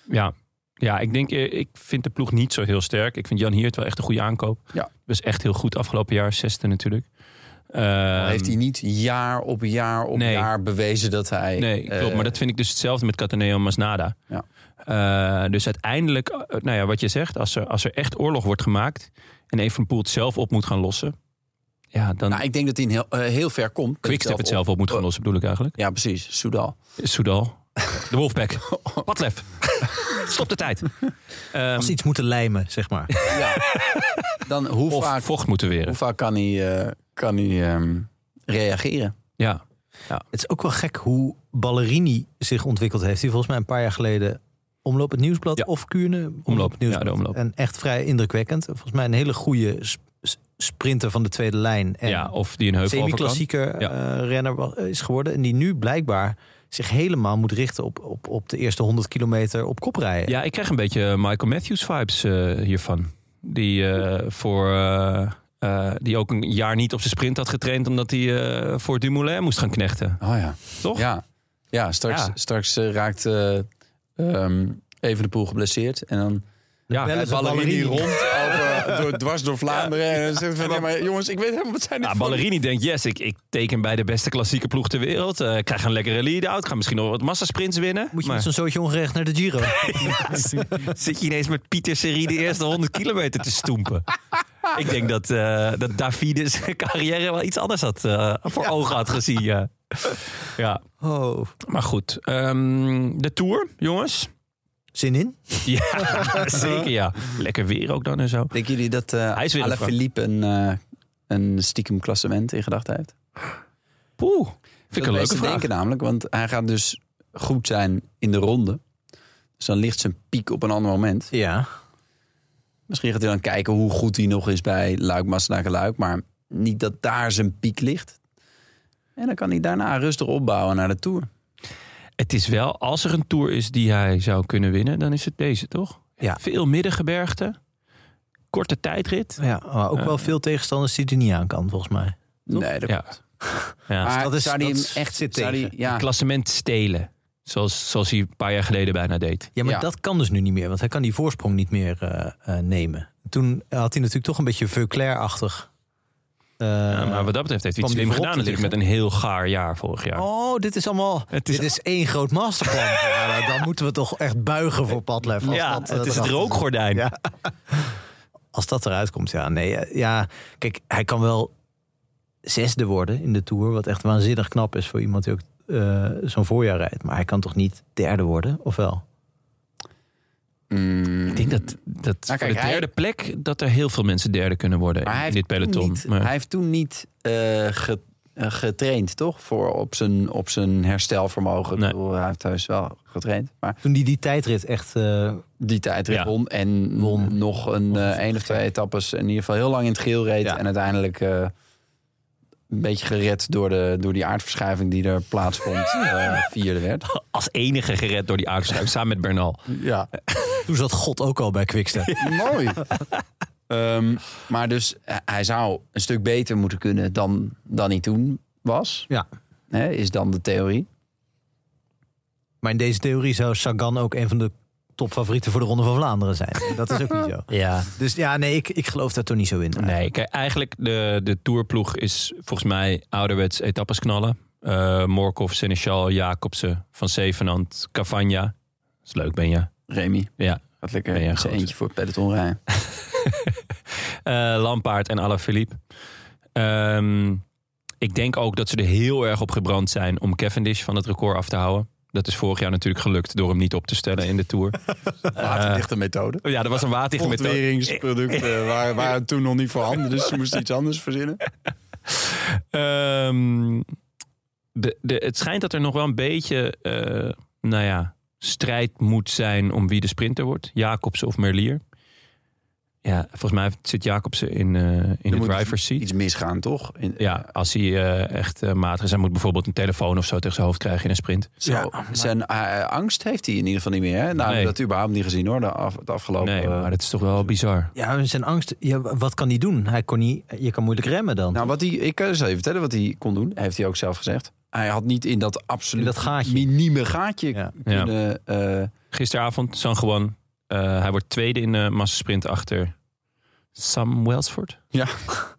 [SPEAKER 4] Ja. ja, ik denk, eh, ik vind de ploeg niet zo heel sterk. Ik vind Jan Hiert wel echt een goede aankoop.
[SPEAKER 2] Ja.
[SPEAKER 4] Was echt heel goed afgelopen jaar, zesde natuurlijk.
[SPEAKER 2] Al
[SPEAKER 4] Ehm,
[SPEAKER 2] heeft hij niet jaar op jaar op
[SPEAKER 4] Nee.
[SPEAKER 2] jaar bewezen dat hij...
[SPEAKER 4] Nee, klopt.
[SPEAKER 2] eh,
[SPEAKER 4] Maar dat vind ik dus hetzelfde met Cataneo en Masnada.
[SPEAKER 2] Ja.
[SPEAKER 4] Eh, dus uiteindelijk, eh, nou ja, wat je zegt, als er, als er echt oorlog wordt gemaakt en Evenepoel het zelf op moet gaan lossen, ja, dan
[SPEAKER 2] Nou, ik denk dat hij een heel, eh, heel ver komt.
[SPEAKER 4] Quickstep het zelf op moet gaan lossen, bedoel ik eigenlijk.
[SPEAKER 2] Ja, precies. Soudal.
[SPEAKER 4] Soudal, de Wolfpack, Patlef, stop de tijd. Ehm,
[SPEAKER 3] Als ze iets moeten lijmen, zeg maar.
[SPEAKER 2] Ja. dan hoe
[SPEAKER 4] of
[SPEAKER 2] vaak,
[SPEAKER 4] vocht moeten
[SPEAKER 2] hoe
[SPEAKER 4] weren.
[SPEAKER 2] vaak kan hij, eh, kan hij ehm, reageren?
[SPEAKER 4] Ja.
[SPEAKER 3] het is ook wel gek hoe Ballerini zich ontwikkeld heeft. Die volgens mij een paar jaar geleden Omloop het Nieuwsblad
[SPEAKER 4] Ja.
[SPEAKER 3] of Kuurne
[SPEAKER 4] Omloop,
[SPEAKER 3] het Nieuwsblad.
[SPEAKER 4] ja, de Omloop.
[SPEAKER 3] En echt vrij indrukwekkend. Volgens mij een hele goede sp- s- sprinter van de tweede lijn. En
[SPEAKER 4] ja, of die een heuvel over kan.
[SPEAKER 3] semi-klassieker
[SPEAKER 4] Ja.
[SPEAKER 3] eh, renner wa- is geworden. En die nu blijkbaar zich helemaal moet richten op, op, op de eerste 100 kilometer op kop rijden.
[SPEAKER 4] Ja, ik krijg een beetje eh, Michael Matthews vibes eh, hiervan. Die, eh, voor, eh, eh, die ook een jaar niet op zijn sprint had getraind... omdat hij eh, voor Dumoulin moest gaan knechten.
[SPEAKER 2] Oh ja.
[SPEAKER 4] Toch?
[SPEAKER 2] Ja, ja straks,
[SPEAKER 4] Ja.
[SPEAKER 2] straks eh, raakt eh, ehm, even de poel geblesseerd. En dan
[SPEAKER 4] Ja,
[SPEAKER 3] Wel
[SPEAKER 4] ja,
[SPEAKER 3] eens een Ballerini.
[SPEAKER 2] over, eh, door, dwars door Vlaanderen. En dan zegt van, nee, maar jongens, ik weet helemaal wat zijn dit voor-
[SPEAKER 4] Ballerini denkt, yes, ik, ik teken bij de beste klassieke ploeg ter wereld. Eh, ik krijg een lekkere lead-out. Ga misschien nog wat massasprints winnen.
[SPEAKER 3] Moet je
[SPEAKER 4] maar
[SPEAKER 3] met zo'n zootje ongerecht naar de Giro?
[SPEAKER 4] zit je ineens met Pieter Serie de eerste 100 kilometer te stoempen. Ik denk dat, eh dat Davide zijn carrière wel iets anders had, eh, voor ogen had gezien. Ja. ja.
[SPEAKER 3] Oh,
[SPEAKER 4] Maar goed, ehm, de Tour, jongens.
[SPEAKER 3] zin in?
[SPEAKER 4] Ja, zeker ja. Lekker weer ook dan en zo.
[SPEAKER 2] Denken jullie dat eh
[SPEAKER 4] Hij is weer een vak.
[SPEAKER 2] Philippe een, eh, een stiekem klassement in gedachten heeft?
[SPEAKER 4] Poeh, vind ik
[SPEAKER 2] Dat
[SPEAKER 4] een leuke
[SPEAKER 2] mensen
[SPEAKER 4] vraag.
[SPEAKER 2] denken namelijk, want hij gaat dus goed zijn in de ronde. Dus dan ligt zijn piek op een ander moment.
[SPEAKER 3] Ja.
[SPEAKER 2] Misschien gaat hij dan kijken hoe goed hij nog is bij Luik, Massenaar, Luik. Maar niet dat daar zijn piek ligt. En dan kan hij daarna rustig opbouwen naar de Tour.
[SPEAKER 4] Het is wel, als er een Tour is die hij zou kunnen winnen, dan is het deze, toch?
[SPEAKER 3] Ja.
[SPEAKER 4] Veel middengebergte, korte tijdrit.
[SPEAKER 3] ja, maar ook wel veel tegenstanders die er niet aan kan, volgens mij.
[SPEAKER 2] Nee, dat
[SPEAKER 4] Ja. Ja.
[SPEAKER 2] Maar
[SPEAKER 3] dat is-
[SPEAKER 2] zou die
[SPEAKER 3] dat
[SPEAKER 2] hem
[SPEAKER 3] is-
[SPEAKER 2] echt
[SPEAKER 3] zit
[SPEAKER 2] zou die-
[SPEAKER 3] tegen.
[SPEAKER 2] ja,
[SPEAKER 4] Klassement stelen, zoals, zoals hij een paar jaar geleden bijna deed.
[SPEAKER 3] Ja, maar
[SPEAKER 2] Ja.
[SPEAKER 3] dat kan dus nu niet meer, want hij kan die voorsprong niet meer eh, eh, nemen. Toen had hij natuurlijk toch een beetje Veuclair-achtig. eh,
[SPEAKER 4] Ja, maar wat dat betreft heeft hij
[SPEAKER 3] kwam
[SPEAKER 4] iets slim
[SPEAKER 3] die
[SPEAKER 4] gedaan
[SPEAKER 3] voorop te
[SPEAKER 4] natuurlijk met een heel gaar jaar vorig jaar.
[SPEAKER 3] Oh, dit is allemaal.
[SPEAKER 4] Het is-
[SPEAKER 3] dit is één groot masterplan. ja, nou, dan moeten we toch echt buigen voor Padlef. als
[SPEAKER 4] ja,
[SPEAKER 3] dat, eh,
[SPEAKER 4] het is het
[SPEAKER 3] erachter-
[SPEAKER 4] rookgordijn.
[SPEAKER 3] Ja. Als dat eruit komt, ja. Nee, eh, ja. Kijk, hij kan wel zesde worden in de Tour. Wat echt waanzinnig knap is voor iemand die ook eh, zo'n voorjaar rijdt. Maar hij kan toch niet derde worden, of wel?
[SPEAKER 2] Mm.
[SPEAKER 4] Ik denk dat, eh, dat
[SPEAKER 2] Nou,
[SPEAKER 4] voor
[SPEAKER 2] kijk,
[SPEAKER 4] de
[SPEAKER 2] hij-
[SPEAKER 4] derde plek... dat er heel veel mensen derde kunnen worden
[SPEAKER 2] Maar
[SPEAKER 4] in
[SPEAKER 2] hij heeft
[SPEAKER 4] dit
[SPEAKER 2] toen
[SPEAKER 4] peloton.
[SPEAKER 2] niet,
[SPEAKER 4] Maar-
[SPEAKER 2] Hij heeft toen niet eh, ge- eh, getraind, toch? Voor op zijn, op zijn herstelvermogen. Ik
[SPEAKER 4] Nee.
[SPEAKER 2] bedoel, hij heeft thuis wel getraind. Maar
[SPEAKER 3] Toen hij die tijdrit echt... eh,
[SPEAKER 2] die tijdrit
[SPEAKER 4] Ja.
[SPEAKER 2] won en
[SPEAKER 3] Won.
[SPEAKER 2] nog een eh, één of twee etappes. In ieder geval heel lang in het geel reed.
[SPEAKER 3] Ja.
[SPEAKER 2] En uiteindelijk eh, een beetje gered door, de, door die aardverschuiving die er plaatsvond. eh, vierde werd.
[SPEAKER 4] als enige gered door die aardverschuiving samen met Bernal.
[SPEAKER 2] Ja.
[SPEAKER 3] toen zat God ook al bij Quickstep.
[SPEAKER 2] Mooi. Ehm, maar dus eh, hij zou een stuk beter moeten kunnen dan, dan hij toen was.
[SPEAKER 3] Ja.
[SPEAKER 2] Hè, is dan de theorie.
[SPEAKER 3] Maar in deze theorie zou Sagan ook een van de topfavorieten voor de Ronde van Vlaanderen zijn. Dat is ook niet zo.
[SPEAKER 5] Ja.
[SPEAKER 3] Dus ja, nee, ik, ik geloof daar toch niet zo in.
[SPEAKER 4] Nee, kijk, eigenlijk de, de tourploeg is volgens mij ouderwets etappes knallen. Eh Morkov, Seneschal, Jacobsen, Van Zevenant, Cavagna. is leuk, ben je.
[SPEAKER 2] Remy.
[SPEAKER 4] Ja.
[SPEAKER 2] Gaat lekker
[SPEAKER 4] Ben jij
[SPEAKER 2] met z'n
[SPEAKER 4] groot.
[SPEAKER 2] eentje voor het peloton rijden.
[SPEAKER 4] Eh, Lampaard en Alaphilippe. Ehm ik denk ook dat ze er heel erg op gebrand zijn om Cavendish van het record af te houden. Dat is vorig jaar natuurlijk gelukt door hem niet op te stellen in de Tour.
[SPEAKER 2] Waterdichte methode.
[SPEAKER 4] Ja, dat was een waterdichte methode.
[SPEAKER 2] Ontweringsproducten waren, waren toen nog niet voorhanden. Dus ze moesten iets anders verzinnen.
[SPEAKER 4] Ehm, de, de, het schijnt dat er nog wel een beetje, eh, nou ja, strijd moet zijn om wie de sprinter wordt. Jacobsen of Merlier. Ja, volgens mij zit Jacobsen in, eh, in de
[SPEAKER 2] moet
[SPEAKER 4] driver's seat.
[SPEAKER 2] Iets misgaan, toch? In,
[SPEAKER 4] Ja, als hij eh, echt eh, matig is. Hij moet bijvoorbeeld een telefoon of zo tegen zijn hoofd krijgen in een sprint.
[SPEAKER 2] Zo, Zijn eh, angst heeft hij in ieder geval niet meer. Hè? Nou,
[SPEAKER 4] Nee.
[SPEAKER 2] dat überhaupt niet gezien hoor, de af, het afgelopen...
[SPEAKER 4] Nee,
[SPEAKER 2] eh,
[SPEAKER 4] maar dat is toch wel bizar.
[SPEAKER 3] Ja, zijn angst. Ja, wat kan hij doen? Hij kon niet, je kan moeilijk remmen dan.
[SPEAKER 2] Nou, wat hij, ik kan je even vertellen wat hij kon doen. Heeft hij ook zelf gezegd. Hij had niet in dat absoluut
[SPEAKER 3] In dat gaatje.
[SPEAKER 2] minieme gaatje
[SPEAKER 3] Ja.
[SPEAKER 2] kunnen... eh,
[SPEAKER 4] Gisteravond, San Juan. eh, hij wordt tweede in de massasprint achter Sam Welsford.
[SPEAKER 2] Ja.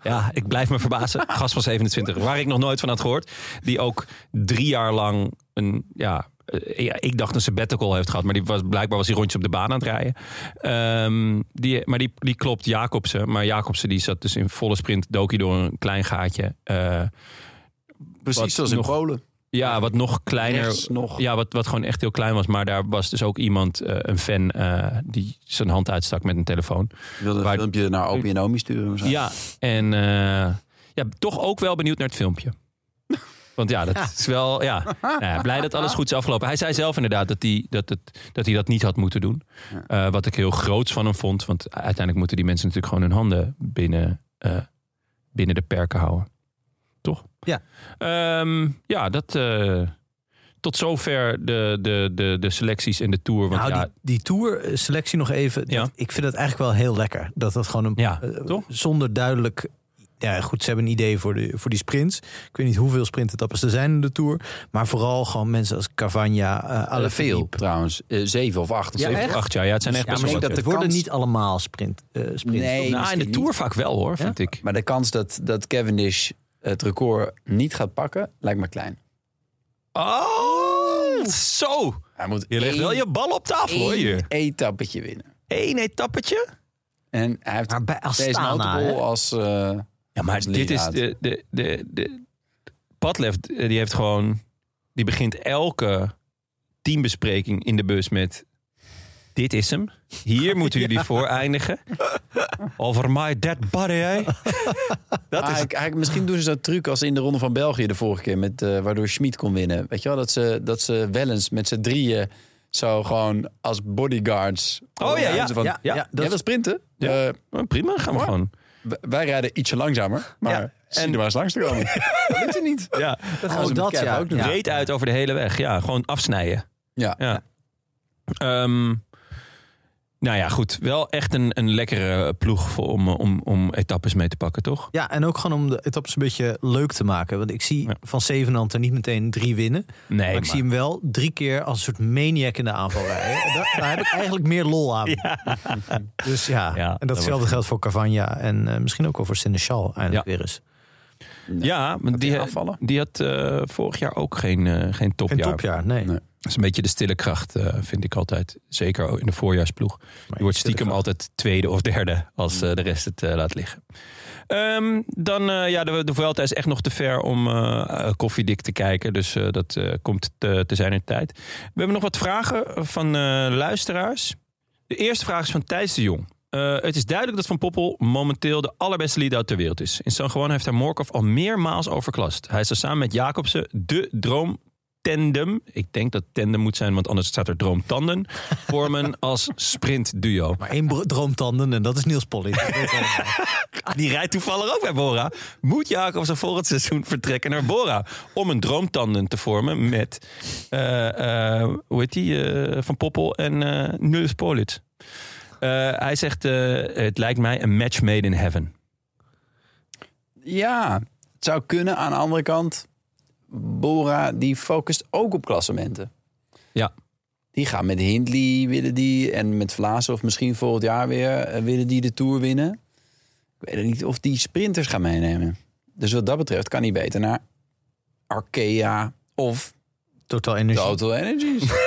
[SPEAKER 4] Ja, ik blijf me verbazen. Gast van 27, waar ik nog nooit van had gehoord. Die ook drie jaar lang een, ja... eh, ja, ik dacht een sabbatical heeft gehad, maar die was, blijkbaar was hij rondjes op de baan aan het rijden. Ehm, die, maar die, die klopt Jacobsen. Maar Jacobsen die zat dus in volle sprint, dook hij door een klein gaatje. Eh,
[SPEAKER 2] precies
[SPEAKER 4] Wat
[SPEAKER 2] zoals in
[SPEAKER 4] nog
[SPEAKER 2] Polen.
[SPEAKER 4] ja, wat nog kleiner.
[SPEAKER 2] Rechts nog.
[SPEAKER 4] Ja, wat, wat gewoon echt heel klein was. Maar daar was dus ook iemand, eh, een fan, eh, die zijn hand uitstak met een telefoon.
[SPEAKER 2] Ik wilde een
[SPEAKER 4] Waar-
[SPEAKER 2] filmpje naar Opie en Omi sturen. of zo.
[SPEAKER 4] Ja, en eh, ja, toch ook wel benieuwd naar het filmpje. Want ja, dat is wel. Ja, nou ja, blij dat alles goed is afgelopen. Hij zei zelf inderdaad dat hij dat, het- dat, hij dat niet had moeten doen. Eh, wat ik heel groots van hem vond. Want uiteindelijk moeten die mensen natuurlijk gewoon hun handen binnen, eh, binnen de perken houden. Toch?
[SPEAKER 3] Ja.
[SPEAKER 4] Ehm, ja, dat. eh, tot zover de, de, de, de selecties en de tour. Want
[SPEAKER 3] Nou,
[SPEAKER 4] ja,
[SPEAKER 3] die, die tour-selectie nog even.
[SPEAKER 4] Ja.
[SPEAKER 3] Dat- ik vind het eigenlijk wel heel lekker. Dat dat gewoon een.
[SPEAKER 4] Ja,
[SPEAKER 3] eh,
[SPEAKER 4] toch?
[SPEAKER 3] Zonder duidelijk. Ja, goed, ze hebben een idee voor, de, voor die sprints. Ik weet niet hoeveel sprintetappes er zijn in de tour. Maar vooral gewoon mensen als Cavagna, eh
[SPEAKER 2] Eh, veel
[SPEAKER 3] Alaphilippe. trouwens.
[SPEAKER 2] trouwens. Eh, zeven of acht. of
[SPEAKER 3] Ja,
[SPEAKER 2] zeven.
[SPEAKER 4] Zeven,
[SPEAKER 3] echt?
[SPEAKER 4] acht jaar. Ja, het zijn echt
[SPEAKER 2] Ja,
[SPEAKER 4] best
[SPEAKER 2] maar
[SPEAKER 4] wel
[SPEAKER 2] ik
[SPEAKER 4] wat,
[SPEAKER 2] denk
[SPEAKER 3] Het
[SPEAKER 2] dat
[SPEAKER 4] ja.
[SPEAKER 2] de
[SPEAKER 3] worden
[SPEAKER 2] kans-
[SPEAKER 3] niet allemaal sprint, eh, sprints.
[SPEAKER 2] Nee,
[SPEAKER 4] Nou, in de
[SPEAKER 2] misschien
[SPEAKER 4] tour
[SPEAKER 2] niet.
[SPEAKER 4] vaak wel hoor,
[SPEAKER 3] Ja?
[SPEAKER 4] vind ik.
[SPEAKER 2] Maar de kans dat, dat Cavendish het record niet gaat pakken, lijkt me klein.
[SPEAKER 4] Oh, zo.
[SPEAKER 2] Hij moet
[SPEAKER 4] Je legt
[SPEAKER 2] één-
[SPEAKER 4] wel je bal op tafel, hoor
[SPEAKER 2] één
[SPEAKER 4] je.
[SPEAKER 2] etappetje winnen.
[SPEAKER 4] Eén etappetje.
[SPEAKER 2] En hij heeft
[SPEAKER 3] Maar bij
[SPEAKER 2] deze
[SPEAKER 3] Astana. hè?
[SPEAKER 2] notable als... eh,
[SPEAKER 4] Ja, maar
[SPEAKER 2] als
[SPEAKER 4] dit is
[SPEAKER 2] leerraad.
[SPEAKER 4] de... de, de, de Padlef, eh, die heeft gewoon... Die begint elke teambespreking in de bus met... Dit is hem. Hier moeten jullie voor eindigen. Over my dead body, hè.
[SPEAKER 2] Ah, hij- hij- misschien doen ze dat truc als in de Ronde van België de vorige keer, met, eh, waardoor Schmid kon winnen. Weet je wel, dat ze, dat ze wel eens met z'n drieën zo gewoon als bodyguards...
[SPEAKER 4] Oh, ja, ja,
[SPEAKER 2] Ze van,
[SPEAKER 4] ja, ja.
[SPEAKER 2] Jij wil sprinten?
[SPEAKER 4] Ja.
[SPEAKER 2] Eh,
[SPEAKER 4] Maar Nou, Prima, gaan we
[SPEAKER 2] Mooi.
[SPEAKER 4] gewoon.
[SPEAKER 2] w- wij rijden ietsje langzamer, maar
[SPEAKER 4] Ja,
[SPEAKER 2] zie
[SPEAKER 4] en-
[SPEAKER 2] er maar eens langs te komen. dat lukt er niet.
[SPEAKER 4] Ja,
[SPEAKER 2] gaan
[SPEAKER 3] Oh,
[SPEAKER 2] ze met
[SPEAKER 3] dat
[SPEAKER 2] Kev
[SPEAKER 3] ja.
[SPEAKER 2] ook doen.
[SPEAKER 3] Ja.
[SPEAKER 4] reed uit over de hele weg. Ja, gewoon afsnijden.
[SPEAKER 2] Ja.
[SPEAKER 4] Ja. Ehm, nou ja, goed. Wel echt een, een lekkere ploeg voor, om, eh, om, om etappes mee te pakken, toch?
[SPEAKER 3] Ja, en ook gewoon om de etappes een beetje leuk te maken. Want ik zie
[SPEAKER 4] Ja.
[SPEAKER 3] van Zevenhand er niet meteen drie winnen.
[SPEAKER 4] Nee,
[SPEAKER 3] maar ik zie hem wel drie keer als een soort maniac in de aanval rijden. daar, daar heb ik eigenlijk meer lol aan. Dus ja,
[SPEAKER 4] Ja,
[SPEAKER 3] en
[SPEAKER 4] dat
[SPEAKER 3] datzelfde
[SPEAKER 4] wordt-
[SPEAKER 3] geldt voor Cavagna en eh, misschien ook wel voor Seneschal eigenlijk weer eens.
[SPEAKER 4] ja, want die,
[SPEAKER 2] hij afvallen?
[SPEAKER 4] die had eh, vorig jaar ook geen, eh, geen
[SPEAKER 3] Geen
[SPEAKER 4] topjaar.
[SPEAKER 3] topjaar, nee.
[SPEAKER 2] Nee.
[SPEAKER 4] Dat is een beetje de stille kracht, eh, vind ik altijd. Zeker ook in de voorjaarsploeg. Je wordt stiekem altijd tweede of derde als eh, de rest het eh, laat liggen. Ehm, dan, eh, ja, de, de Vuelta is echt nog te ver om eh, eh, koffiedik te kijken. Dus eh, dat eh, komt te, te zijn in tijd. We hebben nog wat vragen van eh, luisteraars. De eerste vraag is van Thijs de Jong. Eh, het is duidelijk dat Van Poppel momenteel de allerbeste lead-out ter wereld is. In San Juan heeft hij Morkov al meermaals overklast. Hij is er samen met Jacobsen de droom tandem. Ik denk dat tandem moet zijn, want anders staat er droomtanden. Vormen als sprintduo.
[SPEAKER 3] Maar één bro- droomtanden en dat is Niels Polly.
[SPEAKER 4] Die rijdt toevallig ook bij Bora. Moet Jacobsen volgend seizoen vertrekken naar Bora. Om een droomtanden te vormen met, eh, eh, hoe heet die, eh, Van Poppel en eh Nulis Politz. Eh, hij zegt, eh, het lijkt mij een match made in heaven.
[SPEAKER 2] Ja, het zou kunnen. Aan de andere kant, Bora die focust ook op klassementen.
[SPEAKER 4] Ja.
[SPEAKER 2] Die gaan met Hindley willen die en met Vlaasov misschien volgend jaar weer eh, willen die de Tour winnen. Ik weet niet of die sprinters gaan meenemen. Dus wat dat betreft kan hij beter naar Arkea of
[SPEAKER 3] Totaal energie.
[SPEAKER 2] Total Energies.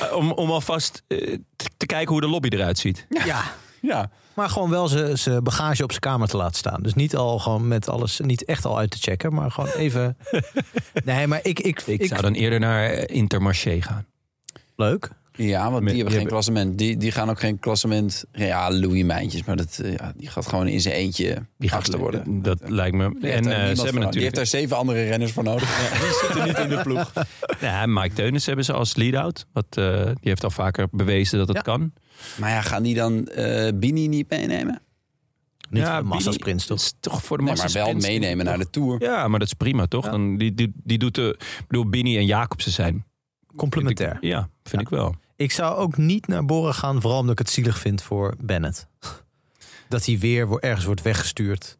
[SPEAKER 4] Eh, Om, om alvast eh, te- te kijken hoe de lobby eruit ziet.
[SPEAKER 3] Ja.
[SPEAKER 2] ja.
[SPEAKER 3] Maar gewoon wel zijn bagage op zijn kamer te laten staan. Dus niet al gewoon met alles, niet echt al uit te checken, maar gewoon even. nee, maar ik, ik,
[SPEAKER 4] Ik, zou dan eerder naar eh, Intermarché gaan.
[SPEAKER 3] leuk.
[SPEAKER 2] ja, want die
[SPEAKER 4] die
[SPEAKER 2] hebben geen
[SPEAKER 4] hebben-
[SPEAKER 2] klassement. Die, die gaan ook geen klassement. Ja, Louis Mijntjes, maar dat, eh, ja, die gaat gewoon in zijn eentje
[SPEAKER 4] Die gaat
[SPEAKER 2] achter worden.
[SPEAKER 4] Dat lijkt me.
[SPEAKER 2] Die heeft
[SPEAKER 4] en
[SPEAKER 2] daar
[SPEAKER 4] eh,
[SPEAKER 2] niemand
[SPEAKER 4] ze
[SPEAKER 2] voor nodig.
[SPEAKER 4] hebben
[SPEAKER 2] Die
[SPEAKER 4] natuurlijk.
[SPEAKER 2] heeft daar zeven andere renners voor nodig. Die zitten niet in de ploeg.
[SPEAKER 4] Ja, Mike Teunis hebben ze als lead-out. Wat, eh, die heeft al vaker bewezen dat het
[SPEAKER 3] Ja.
[SPEAKER 4] kan.
[SPEAKER 2] Maar ja, gaan die dan eh, Bini niet meenemen?
[SPEAKER 3] Niet
[SPEAKER 4] Ja,
[SPEAKER 3] voor de
[SPEAKER 4] Bini
[SPEAKER 3] massasprints toch?
[SPEAKER 4] is toch voor de
[SPEAKER 2] Nee, maar wel
[SPEAKER 4] massasprints-
[SPEAKER 2] meenemen naar de Tour.
[SPEAKER 4] Ja, maar dat is prima, toch?
[SPEAKER 3] Ja.
[SPEAKER 4] Dan, die, die, die doet de... Ik bedoel, Bini en Jacobsen zijn...
[SPEAKER 3] Complementair.
[SPEAKER 4] Vind ik- ja, vind
[SPEAKER 3] Ja.
[SPEAKER 4] ik wel.
[SPEAKER 3] Ik zou ook niet naar Boren gaan, vooral omdat ik het zielig vind voor Bennett. Dat hij weer wo- ergens wordt weggestuurd.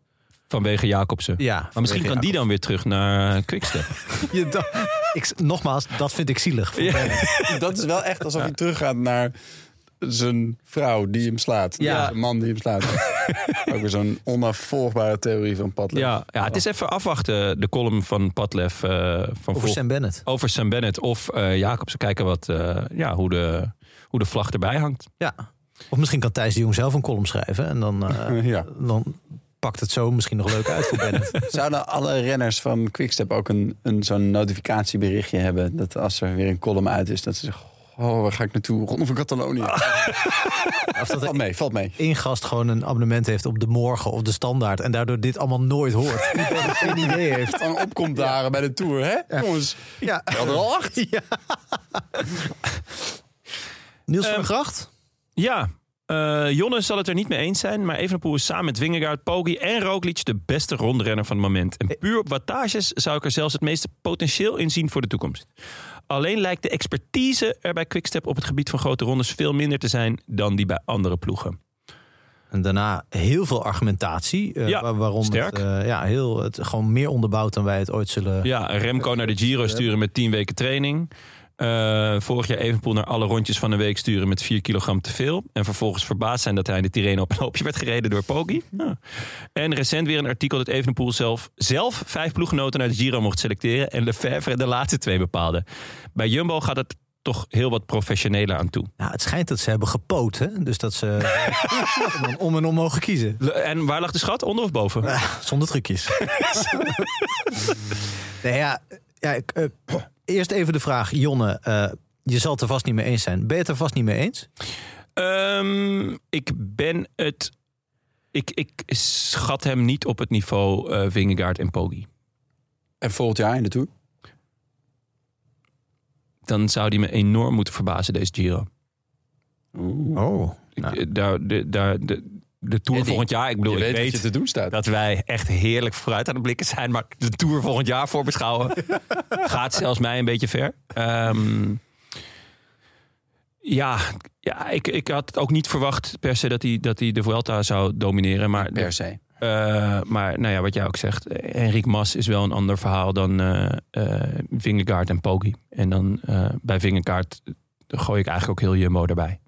[SPEAKER 4] Vanwege Jacobsen.
[SPEAKER 3] Ja,
[SPEAKER 4] Maar misschien kan die dan weer terug naar eh, Quickstep.
[SPEAKER 3] Je da- ik, nogmaals, dat vind ik zielig. Voor Bennett.
[SPEAKER 2] Dat is wel echt alsof hij teruggaat naar zijn vrouw die hem slaat.
[SPEAKER 3] Ja.
[SPEAKER 2] Zijn man die hem slaat. Ook weer zo'n onafvolgbare theorie van Padlet.
[SPEAKER 4] ja, ja, het is even afwachten, de column van Padlef. eh, van
[SPEAKER 3] Over
[SPEAKER 4] vol-
[SPEAKER 3] Sam Bennett.
[SPEAKER 4] over Sam Bennett of eh, Jacobsen. Kijken wat, eh, ja, hoe, de, hoe de vlag erbij hangt.
[SPEAKER 3] Ja. Of misschien kan Thijs de Jong zelf een column schrijven. En dan, eh,
[SPEAKER 2] Ja.
[SPEAKER 3] dan pakt het zo misschien nog leuk uit voor Bennett.
[SPEAKER 2] Zouden alle renners van Quickstep ook een, een, zo'n notificatieberichtje hebben? Dat als er weer een column uit is, dat ze zeggen... Oh, waar ga ik naartoe? Ronde van Catalonië.
[SPEAKER 3] Of dat
[SPEAKER 2] Valt
[SPEAKER 3] er
[SPEAKER 2] mee, valt mee.
[SPEAKER 3] één gast gewoon een abonnement heeft op de morgen of de standaard. En daardoor dit allemaal nooit hoort. Iedereen geen idee heeft.
[SPEAKER 2] Van opkomtdagen bij de Tour, hè? Jongens,
[SPEAKER 3] Ja.
[SPEAKER 2] ik had er al acht.
[SPEAKER 3] Niels van
[SPEAKER 4] Ehm,
[SPEAKER 3] Gracht?
[SPEAKER 4] Ja, eh, Jonne zal het er niet mee eens zijn. Maar Evenepoel is samen met Wingegaard, Poggi en Roglic de beste rondrenner van het moment. En puur op wattages zou ik er zelfs het meeste potentieel in zien voor de toekomst. Alleen lijkt de expertise er bij Quickstep op het gebied van grote rondes veel minder te zijn dan die bij andere ploegen.
[SPEAKER 3] En daarna heel veel argumentatie. eh,
[SPEAKER 4] Ja,
[SPEAKER 3] waar- waarom
[SPEAKER 4] sterk.
[SPEAKER 3] Het, eh, ja, heel, het, gewoon meer onderbouwd dan wij het ooit zullen.
[SPEAKER 4] Ja, Remco naar de Giro sturen met 10 weken training. Eh, vorig jaar Evenpoel naar alle rondjes van een week sturen met 4 kilogram te veel. En vervolgens verbaasd zijn dat hij in de Tirreno op een loopje werd gereden door Poggi. Ja. En recent weer een artikel dat Evenepoel zelf, zelf vijf ploeggenoten naar de Giro mocht selecteren. En Lefebvre de laatste twee bepaalde. Bij Jumbo gaat het toch heel wat professioneler aan toe.
[SPEAKER 3] Nou, het schijnt dat ze hebben gepoot. Hè? Dus dat ze eh, dan om en om mogen kiezen.
[SPEAKER 4] Le- En waar lag de schat? Onder of boven?
[SPEAKER 3] Zonder trucjes. nee, ja, ja, ik, eh, eerst even de vraag. Jonne, eh, je zal het er vast niet mee eens zijn. Ben je het er vast niet mee eens?
[SPEAKER 4] Ehm, ik ben het... Ik, ik schat hem niet op het niveau eh Vingegaard en Poggi.
[SPEAKER 2] En volgend jaar in de Tour?
[SPEAKER 4] dan zou die me enorm moeten verbazen, deze Giro.
[SPEAKER 3] Oh.
[SPEAKER 4] Ik-
[SPEAKER 3] Nou.
[SPEAKER 4] eh, Daar, de, daar, de, de Tour
[SPEAKER 2] Ja, die-
[SPEAKER 4] volgend jaar, ik bedoel,
[SPEAKER 2] Je
[SPEAKER 4] ik
[SPEAKER 2] weet wat
[SPEAKER 4] weet
[SPEAKER 2] je te doen staat.
[SPEAKER 4] dat wij echt heerlijk vooruit aan het blikken zijn. Maar de Tour volgend jaar voorbeschouwen gaat zelfs mij een beetje ver. Ehm, ja, ja ik, ik had het ook niet verwacht per se dat hij, dat hij de Vuelta zou domineren. Maar
[SPEAKER 2] Per se.
[SPEAKER 4] eh, maar nou ja, wat jij ook zegt, eh, Henrik Mas is wel een ander verhaal dan eh eh, Vingegaard en Poggi. En dan eh, bij Vingegaard eh, gooi ik eigenlijk ook heel Jumbo erbij.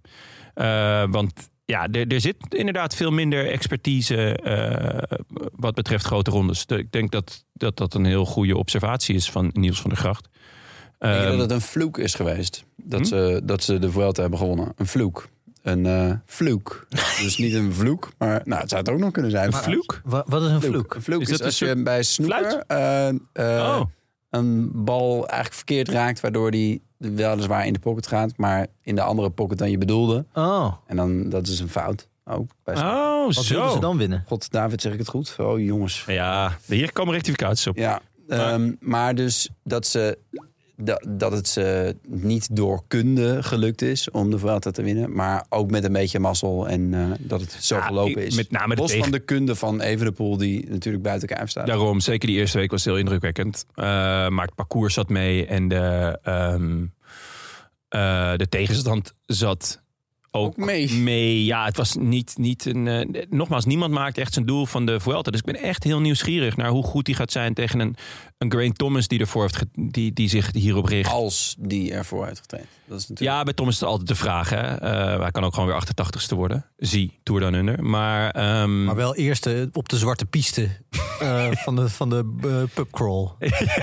[SPEAKER 4] Eh, want ja, er, er zit inderdaad veel minder expertise eh, wat betreft grote rondes. De- Ik denk dat, dat dat een heel goede observatie is van Niels van der Gracht.
[SPEAKER 2] Denk je
[SPEAKER 4] Ehm,
[SPEAKER 2] dat het een vloek is geweest? Dat,
[SPEAKER 4] Hm?
[SPEAKER 2] ze, dat ze de Vuelta hebben gewonnen. Een vloek. Een eh vloek. dus niet een vloek, maar nou, het zou het ook nog kunnen zijn.
[SPEAKER 4] een vloek?
[SPEAKER 3] Wa- wat is een vloek?
[SPEAKER 2] Een vloek
[SPEAKER 4] Is
[SPEAKER 2] is,
[SPEAKER 4] dat een
[SPEAKER 2] als je
[SPEAKER 4] soort
[SPEAKER 2] bij snoeker
[SPEAKER 4] fluit?
[SPEAKER 2] eh, eh,
[SPEAKER 4] oh,
[SPEAKER 2] een bal eigenlijk verkeerd raakt... waardoor die weliswaar in de pocket gaat... maar in de andere pocket dan je bedoelde.
[SPEAKER 3] Oh,
[SPEAKER 2] En dan, dat is een fout. Oh, bij snoeker.
[SPEAKER 4] oh
[SPEAKER 3] wat wilden
[SPEAKER 4] zo.
[SPEAKER 3] ze dan winnen?
[SPEAKER 2] God, David, zeg ik het goed? Oh, jongens.
[SPEAKER 4] Ja, hier komen rectificaties op.
[SPEAKER 2] Ja,
[SPEAKER 4] Maar-
[SPEAKER 2] ehm, maar dus dat, ze, dat, dat het ze niet door kunde gelukt is om de Vuelta te winnen. Maar ook met een beetje mazzel en eh, dat het zo
[SPEAKER 4] Ja,
[SPEAKER 2] gelopen
[SPEAKER 4] ik-
[SPEAKER 2] is.
[SPEAKER 4] met name de
[SPEAKER 2] Los
[SPEAKER 4] tegen-
[SPEAKER 2] van de kunde van Evenepoel die natuurlijk buiten kijf staat.
[SPEAKER 4] Daarom, zeker die eerste week was heel indrukwekkend. Eh, maar het parcours zat mee en de, ehm, eh, de tegenstand zat ook
[SPEAKER 2] Ook mee.
[SPEAKER 4] mee. Ja, het was niet, niet een. eh, nogmaals, niemand maakt echt zijn doel van de Vuelta. Dus ik ben echt heel nieuwsgierig naar hoe goed hij gaat zijn tegen een, een Grain Thomas die ervoor heeft. ge- die, die zich hierop richt.
[SPEAKER 2] Als die ervoor uitgetraind. Dat is natuurlijk...
[SPEAKER 4] Ja, bij Thomas is het altijd de vraag. Hè? Eh, hij kan ook gewoon weer 88ste worden. Zie, Tour dan Under. Maar, ehm,
[SPEAKER 3] Maar wel eerst eh, op de zwarte piste eh, van de, van de eh, pubcrawl.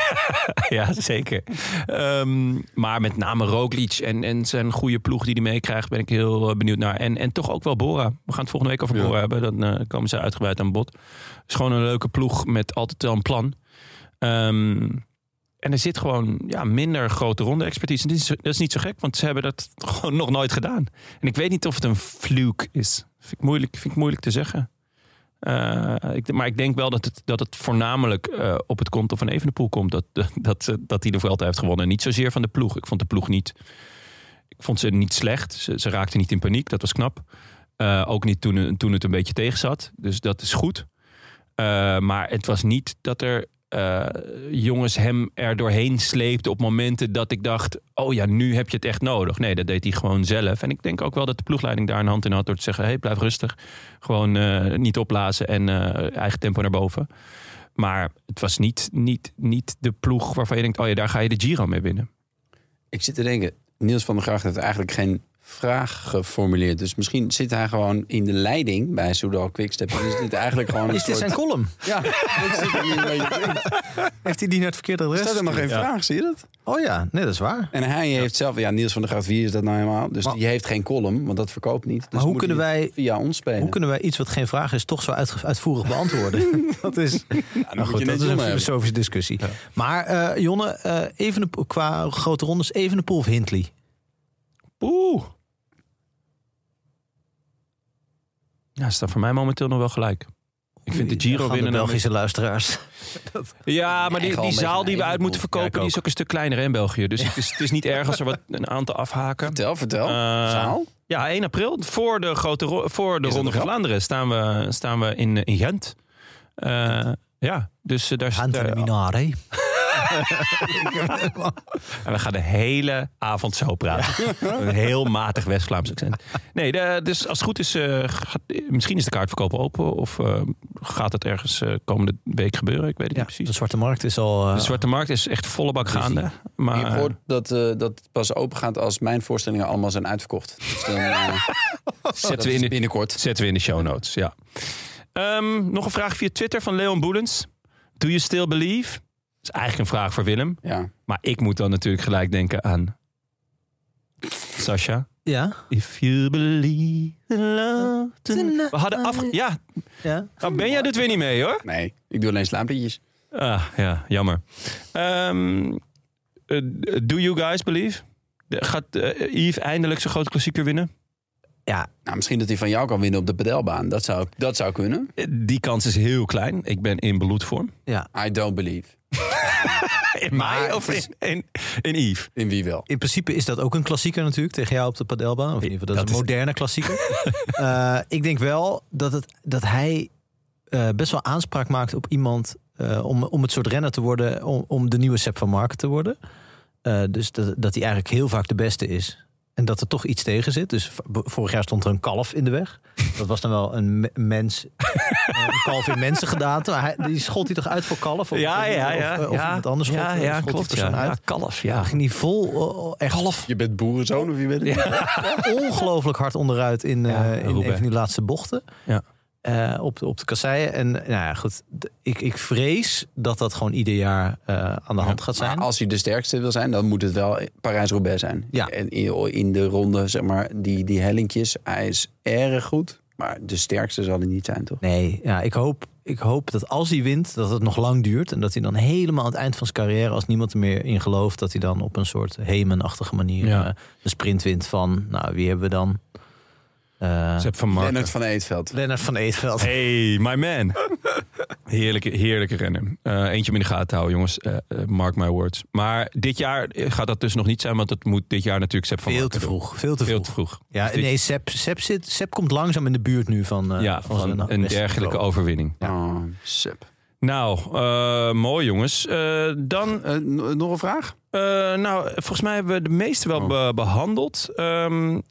[SPEAKER 4] ja, zeker. Ehm, maar met name Roglic en, en zijn goede ploeg die hij meekrijgt, ben ik heel eh, benieuwd naar. En, en toch ook wel Bora. We gaan het volgende week over
[SPEAKER 2] Ja.
[SPEAKER 4] Bora hebben. Dan eh, komen ze uitgebreid aan bod. Het is gewoon een leuke ploeg met altijd wel een plan. Ehm, en er zit gewoon ja, minder grote ronde expertise. En dit is, dat is niet zo gek, want ze hebben dat gewoon nog nooit gedaan. En ik weet niet of het een fluke is. Vind ik moeilijk, vind ik moeilijk te zeggen. Eh, ik, maar ik denk wel dat het, dat het voornamelijk eh, op het konto van Evenepoel komt. Dat, dat, ze- dat hij de Vuelta heeft gewonnen. En niet zozeer van de ploeg. Ik vond de ploeg niet... Ik vond ze niet slecht. Ze, ze raakten niet in paniek. Dat was knap. Eh, ook niet toen, toen het een beetje tegen zat. Dus dat is goed. Eh, maar het was niet dat er eh, jongens hem er doorheen sleepten op momenten dat ik dacht... oh ja, nu heb je het echt nodig. Nee, dat deed hij gewoon zelf. En ik denk ook wel dat de ploegleiding daar een hand in had... door te zeggen, hey, blijf rustig. Gewoon eh, niet opblazen en eh, eigen tempo naar boven. Maar het was niet, niet, niet de ploeg waarvan je denkt... oh ja, daar ga je de Giro mee winnen.
[SPEAKER 2] Ik zit te denken, Niels van der Gracht heeft eigenlijk geen vraag geformuleerd. Dus misschien zit hij gewoon in de leiding bij Soudal Quickstep. En is dit eigenlijk gewoon een
[SPEAKER 3] Is dit
[SPEAKER 2] soort...
[SPEAKER 3] zijn column?
[SPEAKER 2] Ja, dat zit er hier een beetje in. Er
[SPEAKER 3] Heeft hij die naar het verkeerde adres?
[SPEAKER 2] staat helemaal geen
[SPEAKER 3] gestuurd?
[SPEAKER 2] vraag, zie je dat?
[SPEAKER 3] Ja. Oh ja, nee, dat is waar.
[SPEAKER 2] En hij heeft zelf... Ja, Niels van der Gracht, wie is dat nou helemaal? Dus
[SPEAKER 3] Maar-
[SPEAKER 2] die heeft geen column, want dat verkoopt niet. Dus
[SPEAKER 3] Maar hoe
[SPEAKER 2] moet
[SPEAKER 3] kunnen
[SPEAKER 2] hij
[SPEAKER 3] wij-
[SPEAKER 2] Via ons spelen.
[SPEAKER 3] Hoe kunnen wij iets wat geen vraag is toch zo uitge- uitvoerig beantwoorden? dat is,
[SPEAKER 2] moet
[SPEAKER 3] maar
[SPEAKER 2] je
[SPEAKER 3] Nou, goed,
[SPEAKER 2] net
[SPEAKER 3] dat
[SPEAKER 2] Jonne
[SPEAKER 3] is een
[SPEAKER 2] hebben.
[SPEAKER 3] filosofische discussie. Maar eh Jonne, eh Evenepoel- qua grote rondes, Evenepoel of Hindley?
[SPEAKER 4] Oeh. Ja, staat voor mij momenteel nog wel gelijk. Ik vind de
[SPEAKER 3] Daar
[SPEAKER 4] Giro
[SPEAKER 3] gaan
[SPEAKER 4] winnen...
[SPEAKER 3] De
[SPEAKER 4] dan-
[SPEAKER 3] Belgische luisteraars.
[SPEAKER 4] Ja,
[SPEAKER 2] Eigen
[SPEAKER 4] maar die,
[SPEAKER 2] al
[SPEAKER 4] die
[SPEAKER 2] een
[SPEAKER 4] zaal
[SPEAKER 2] beetje
[SPEAKER 4] die we
[SPEAKER 2] een
[SPEAKER 4] uit
[SPEAKER 2] eigen
[SPEAKER 4] moeten verkopen,
[SPEAKER 3] Ja, ik
[SPEAKER 4] die is ook een stuk kleiner hè, in België. Dus het, is, het is niet erg als er wat, een aantal afhaken.
[SPEAKER 2] Vertel, vertel.
[SPEAKER 4] Eh,
[SPEAKER 3] ah,
[SPEAKER 2] Zaal?
[SPEAKER 4] Ja, 1 april, voor de, grote ro- voor de
[SPEAKER 2] dat
[SPEAKER 4] Ronde
[SPEAKER 2] een
[SPEAKER 4] van
[SPEAKER 2] grap?
[SPEAKER 4] Vlaanderen, staan we, staan we in, eh, in Gent. Eh, ja, dus eh, daar
[SPEAKER 3] Hand van de
[SPEAKER 4] daar-
[SPEAKER 3] Minare.
[SPEAKER 4] En we gaan de hele avond zo praten. Een heel matig West-Vlaams accent. Nee, de- dus als het goed is, eh, gaat- misschien is de kaartverkoop open. Of eh, gaat het ergens eh, komende week gebeuren? Ik weet het
[SPEAKER 3] Ja,
[SPEAKER 4] niet
[SPEAKER 3] de
[SPEAKER 4] precies.
[SPEAKER 3] Zwarte Markt is al... eh,
[SPEAKER 4] De zwarte markt is echt volle bak
[SPEAKER 2] Precies.
[SPEAKER 4] gaande.
[SPEAKER 2] Ik heb
[SPEAKER 4] Maar,
[SPEAKER 2] gehoord dat, eh, dat het pas open gaat als mijn voorstellingen allemaal zijn uitverkocht. Dus dan
[SPEAKER 3] Oh,
[SPEAKER 2] eh, dat
[SPEAKER 4] Zetten we,
[SPEAKER 2] is
[SPEAKER 4] in de,
[SPEAKER 2] binnenkort.
[SPEAKER 4] zetten we in de show notes, ja. Ehm, nog een vraag via Twitter van Leon Boelens. Do you still believe? Dat is eigenlijk een vraag voor Willem.
[SPEAKER 2] Ja.
[SPEAKER 4] Maar ik moet dan natuurlijk gelijk denken aan... Sasha.
[SPEAKER 3] Ja?
[SPEAKER 4] If you believe in love tonight. We hadden afge... Ja,
[SPEAKER 3] ja?
[SPEAKER 4] nou ben jij doet weer niet mee hoor.
[SPEAKER 2] Nee, ik doe alleen slaapliedjes.
[SPEAKER 4] Ah, ja, jammer. Ehm, eh, do you guys believe? De- Gaat eh, Yves eindelijk zijn grote klassieker winnen?
[SPEAKER 3] Ja,
[SPEAKER 2] Nou, misschien dat hij van jou kan winnen op de pedelbaan. Dat zou, dat zou kunnen.
[SPEAKER 4] Eh, Die kans is heel klein. Ik ben in beloedvorm.
[SPEAKER 3] ja.
[SPEAKER 2] I don't believe.
[SPEAKER 4] In mij of in, in, in Yves?
[SPEAKER 2] In wie wel?
[SPEAKER 3] In principe is dat ook een klassieker natuurlijk, tegen jou op de padelbaan. Of in ieder geval, dat, is een moderne klassieker. Eh, ik denk wel dat, het, dat hij eh, best wel aanspraak maakt op iemand eh, om, om het soort renner te worden, om, om de nieuwe Sepp van Marken te worden. Eh, dus dat, dat hij eigenlijk heel vaak de beste is. En dat er toch iets tegen zit. Dus v- vorig jaar stond er een kalf in de weg. Dat was dan wel een me- mens. eh, Een kalf in mensen gedaan. Maar hij, die schold hij toch uit voor kalf? Of,
[SPEAKER 4] Ja,
[SPEAKER 3] of-
[SPEAKER 4] ja,
[SPEAKER 3] Of,
[SPEAKER 4] ja.
[SPEAKER 3] eh, of iemand anders schold,
[SPEAKER 4] Ja, ja,
[SPEAKER 3] schold die
[SPEAKER 4] klopt. Ja.
[SPEAKER 3] persoon uit.
[SPEAKER 4] Ja, kalf, ja.
[SPEAKER 3] Dan ging die vol eh, echt
[SPEAKER 2] Je bent boerenzoon of je bent...
[SPEAKER 3] ongelooflijk hard onderuit in, eh,
[SPEAKER 4] Ja,
[SPEAKER 3] in
[SPEAKER 4] Roubaix.
[SPEAKER 3] een van die laatste bochten.
[SPEAKER 4] Ja.
[SPEAKER 3] Eh, op, de, op de kasseien. En nou ja, goed, d- ik, ik vrees dat dat gewoon ieder jaar eh, aan de hand gaat zijn.
[SPEAKER 2] Maar als hij de sterkste wil zijn, dan moet het wel Parijs-Roubaix zijn.
[SPEAKER 3] Ja.
[SPEAKER 2] En in, in de ronde, zeg maar, die, die hellinkjes. Hij is erg goed, maar de sterkste zal hij niet zijn, toch?
[SPEAKER 3] Nee, ja, ik, hoop, ik hoop dat als hij wint, dat het nog lang duurt. En dat hij dan helemaal aan het eind van zijn carrière, als niemand er meer in gelooft, dat hij dan op een soort hemenachtige manier
[SPEAKER 4] Ja.
[SPEAKER 3] eh, een sprint wint van, nou, wie hebben we dan? Eh
[SPEAKER 4] Sepp van Marken.
[SPEAKER 2] Lennart van Eetveld.
[SPEAKER 3] Lennart van Eetveld.
[SPEAKER 4] Hey, my man. Heerlijke, heerlijke renner. Eh, eentje om in de gaten houden, jongens. Eh, eh, mark my words. Maar dit jaar gaat dat dus nog niet zijn, want het moet dit jaar natuurlijk Sepp van
[SPEAKER 3] Veel te
[SPEAKER 4] Marken doen.
[SPEAKER 3] vroeg. Veel te
[SPEAKER 4] Veel
[SPEAKER 3] vroeg.
[SPEAKER 4] te vroeg.
[SPEAKER 3] Ja,
[SPEAKER 4] Dus dit-
[SPEAKER 3] nee, Sepp, Sepp, zit, Sepp komt langzaam in de buurt nu van, eh,
[SPEAKER 4] ja, van
[SPEAKER 3] zijn, nou,
[SPEAKER 4] een
[SPEAKER 3] beste
[SPEAKER 4] dergelijke
[SPEAKER 3] niveau.
[SPEAKER 4] overwinning.
[SPEAKER 2] Oh, sup.
[SPEAKER 4] Nou, eh, mooi jongens. Eh, dan,
[SPEAKER 2] Eh, n- nog een vraag?
[SPEAKER 4] eh, nou, volgens mij hebben we de meeste wel be- behandeld. Ehm,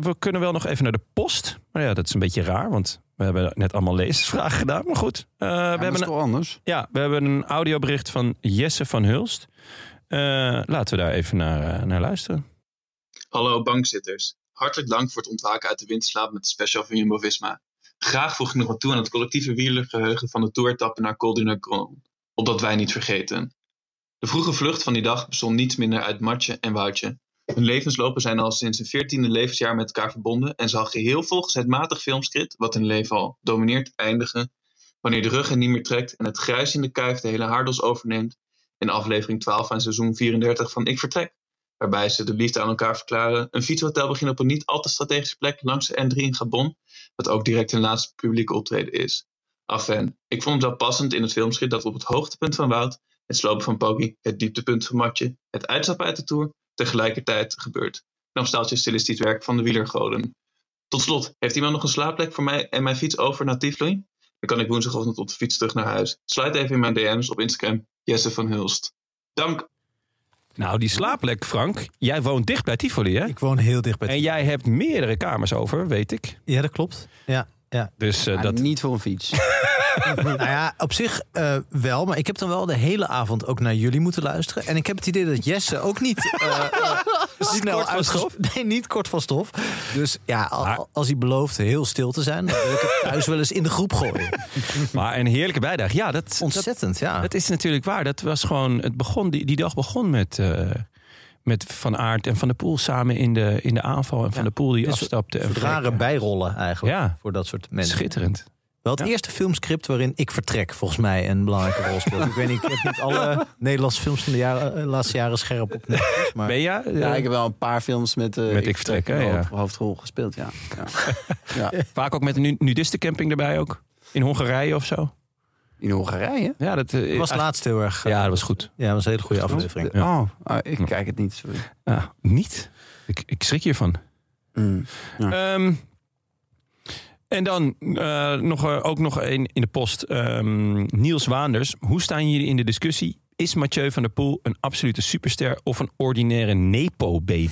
[SPEAKER 4] we kunnen wel nog even naar de post. Maar ja, dat is een beetje raar, want we hebben net allemaal lezersvragen gedaan. Maar goed, eh, we,
[SPEAKER 2] dat
[SPEAKER 4] hebben
[SPEAKER 2] is
[SPEAKER 4] een,
[SPEAKER 2] toch anders?
[SPEAKER 4] ja, we hebben een audiobericht van Jesse van Hulst. Eh, laten we daar even naar, eh, naar luisteren.
[SPEAKER 5] Hallo bankzitters. Hartelijk dank voor het ontwaken uit de winterslaap met de special van Jumbo-Visma. Graag voeg ik nog wat toe aan het collectieve wielergeheugen van de toertappen naar Col du Nagron, opdat wij niet vergeten. De vroege vlucht van die dag bestond niets minder uit Matje en Woutje. Hun levenslopen zijn al sinds hun veertiende levensjaar met elkaar verbonden en zal geheel volgens het matig filmscript, wat hun leven al domineert, eindigen wanneer de rug hen niet meer trekt en het gruis in de kuif de hele haardos overneemt in aflevering 12 van seizoen 34 van Ik Vertrek waarbij ze de liefde aan elkaar verklaren. Een fietshotel begint op een niet al te strategische plek langs de N3 in Gabon, wat ook direct hun laatste publieke optreden is. Afen, ik vond het wel passend in het filmschrift dat op het hoogtepunt van Wout, het slopen van Poggi, het dieptepunt van Matje, het uitstappen uit de Tour, tegelijkertijd gebeurt. Dan staat je stilistisch werk van de wielergoden. Tot slot, heeft iemand nog een slaapplek voor mij en mijn fiets over naar Tivoli? Dan kan ik woensdagochtend op de fiets terug naar huis. Sluit even in mijn DM's op Instagram, Jesse van Hulst. Dank!
[SPEAKER 4] Nou, die slaapplek, Frank. Jij woont dicht bij Tivoli, hè?
[SPEAKER 3] Ik woon heel dicht bij...
[SPEAKER 4] En jij hebt meerdere kamers over, weet ik.
[SPEAKER 3] Ja, dat klopt. Ja, ja.
[SPEAKER 4] Dus eh,
[SPEAKER 2] Maar
[SPEAKER 4] dat...
[SPEAKER 2] Niet voor een fiets.
[SPEAKER 3] Nou ja, op zich eh, wel. Maar ik heb dan wel de hele avond ook naar jullie moeten luisteren. En ik heb het idee dat Jesse ook niet eh, eh, snel
[SPEAKER 4] kort van
[SPEAKER 3] uitges-
[SPEAKER 4] stof?
[SPEAKER 3] Nee, niet kort van stof. Dus ja, al-
[SPEAKER 4] Maar-
[SPEAKER 3] al- als hij belooft heel stil te zijn... dan wil ik het thuis wel eens in de groep gooien.
[SPEAKER 4] Maar een heerlijke bijdrage. Ja, dat, dat,
[SPEAKER 3] Ontzettend, ja.
[SPEAKER 4] dat is natuurlijk waar. Dat was gewoon, het begon, die, die dag begon met, eh, met Van Aert en Van der Poel samen in de, in de aanval. En Van der Poel die afstapte. En
[SPEAKER 3] Rare
[SPEAKER 4] vertrok.
[SPEAKER 3] bijrollen eigenlijk
[SPEAKER 4] Ja.
[SPEAKER 3] voor dat soort mensen.
[SPEAKER 4] Schitterend.
[SPEAKER 3] Wel het
[SPEAKER 4] Ja.
[SPEAKER 3] eerste filmscript waarin ik vertrek volgens mij een belangrijke rol speelt. ik weet niet, ik heb niet alle Nederlandse films van de jaren, eh, laatste jaren scherp op. Netflix, Maar
[SPEAKER 4] Ben jij? eh,
[SPEAKER 2] Ja, ik heb wel een paar films met, eh
[SPEAKER 4] Met Ik Vertrek, hè,
[SPEAKER 2] een
[SPEAKER 4] ja.
[SPEAKER 2] hoofd- hoofdrol gespeeld, ja. ja.
[SPEAKER 4] Vaak ook met een nu- nudistencamping erbij ook. In Hongarije of zo.
[SPEAKER 2] In Hongarije?
[SPEAKER 4] Ja, dat eh,
[SPEAKER 3] Het was laatst heel erg. eh,
[SPEAKER 4] Ja, dat was goed.
[SPEAKER 3] ja, dat was een hele goede aflevering.
[SPEAKER 4] Ja. Hm.
[SPEAKER 2] Oh, ah, ik kijk het niet. Sorry.
[SPEAKER 4] Ah, niet? Ik, ik schrik hiervan.
[SPEAKER 2] Mm.
[SPEAKER 4] Ehm, en dan eh, nog, eh, ook nog een in de post. Ehm, Niels Waanders. Hoe staan jullie in de discussie? Is Mathieu van der Poel een absolute superster of een ordinaire Nepo-baby?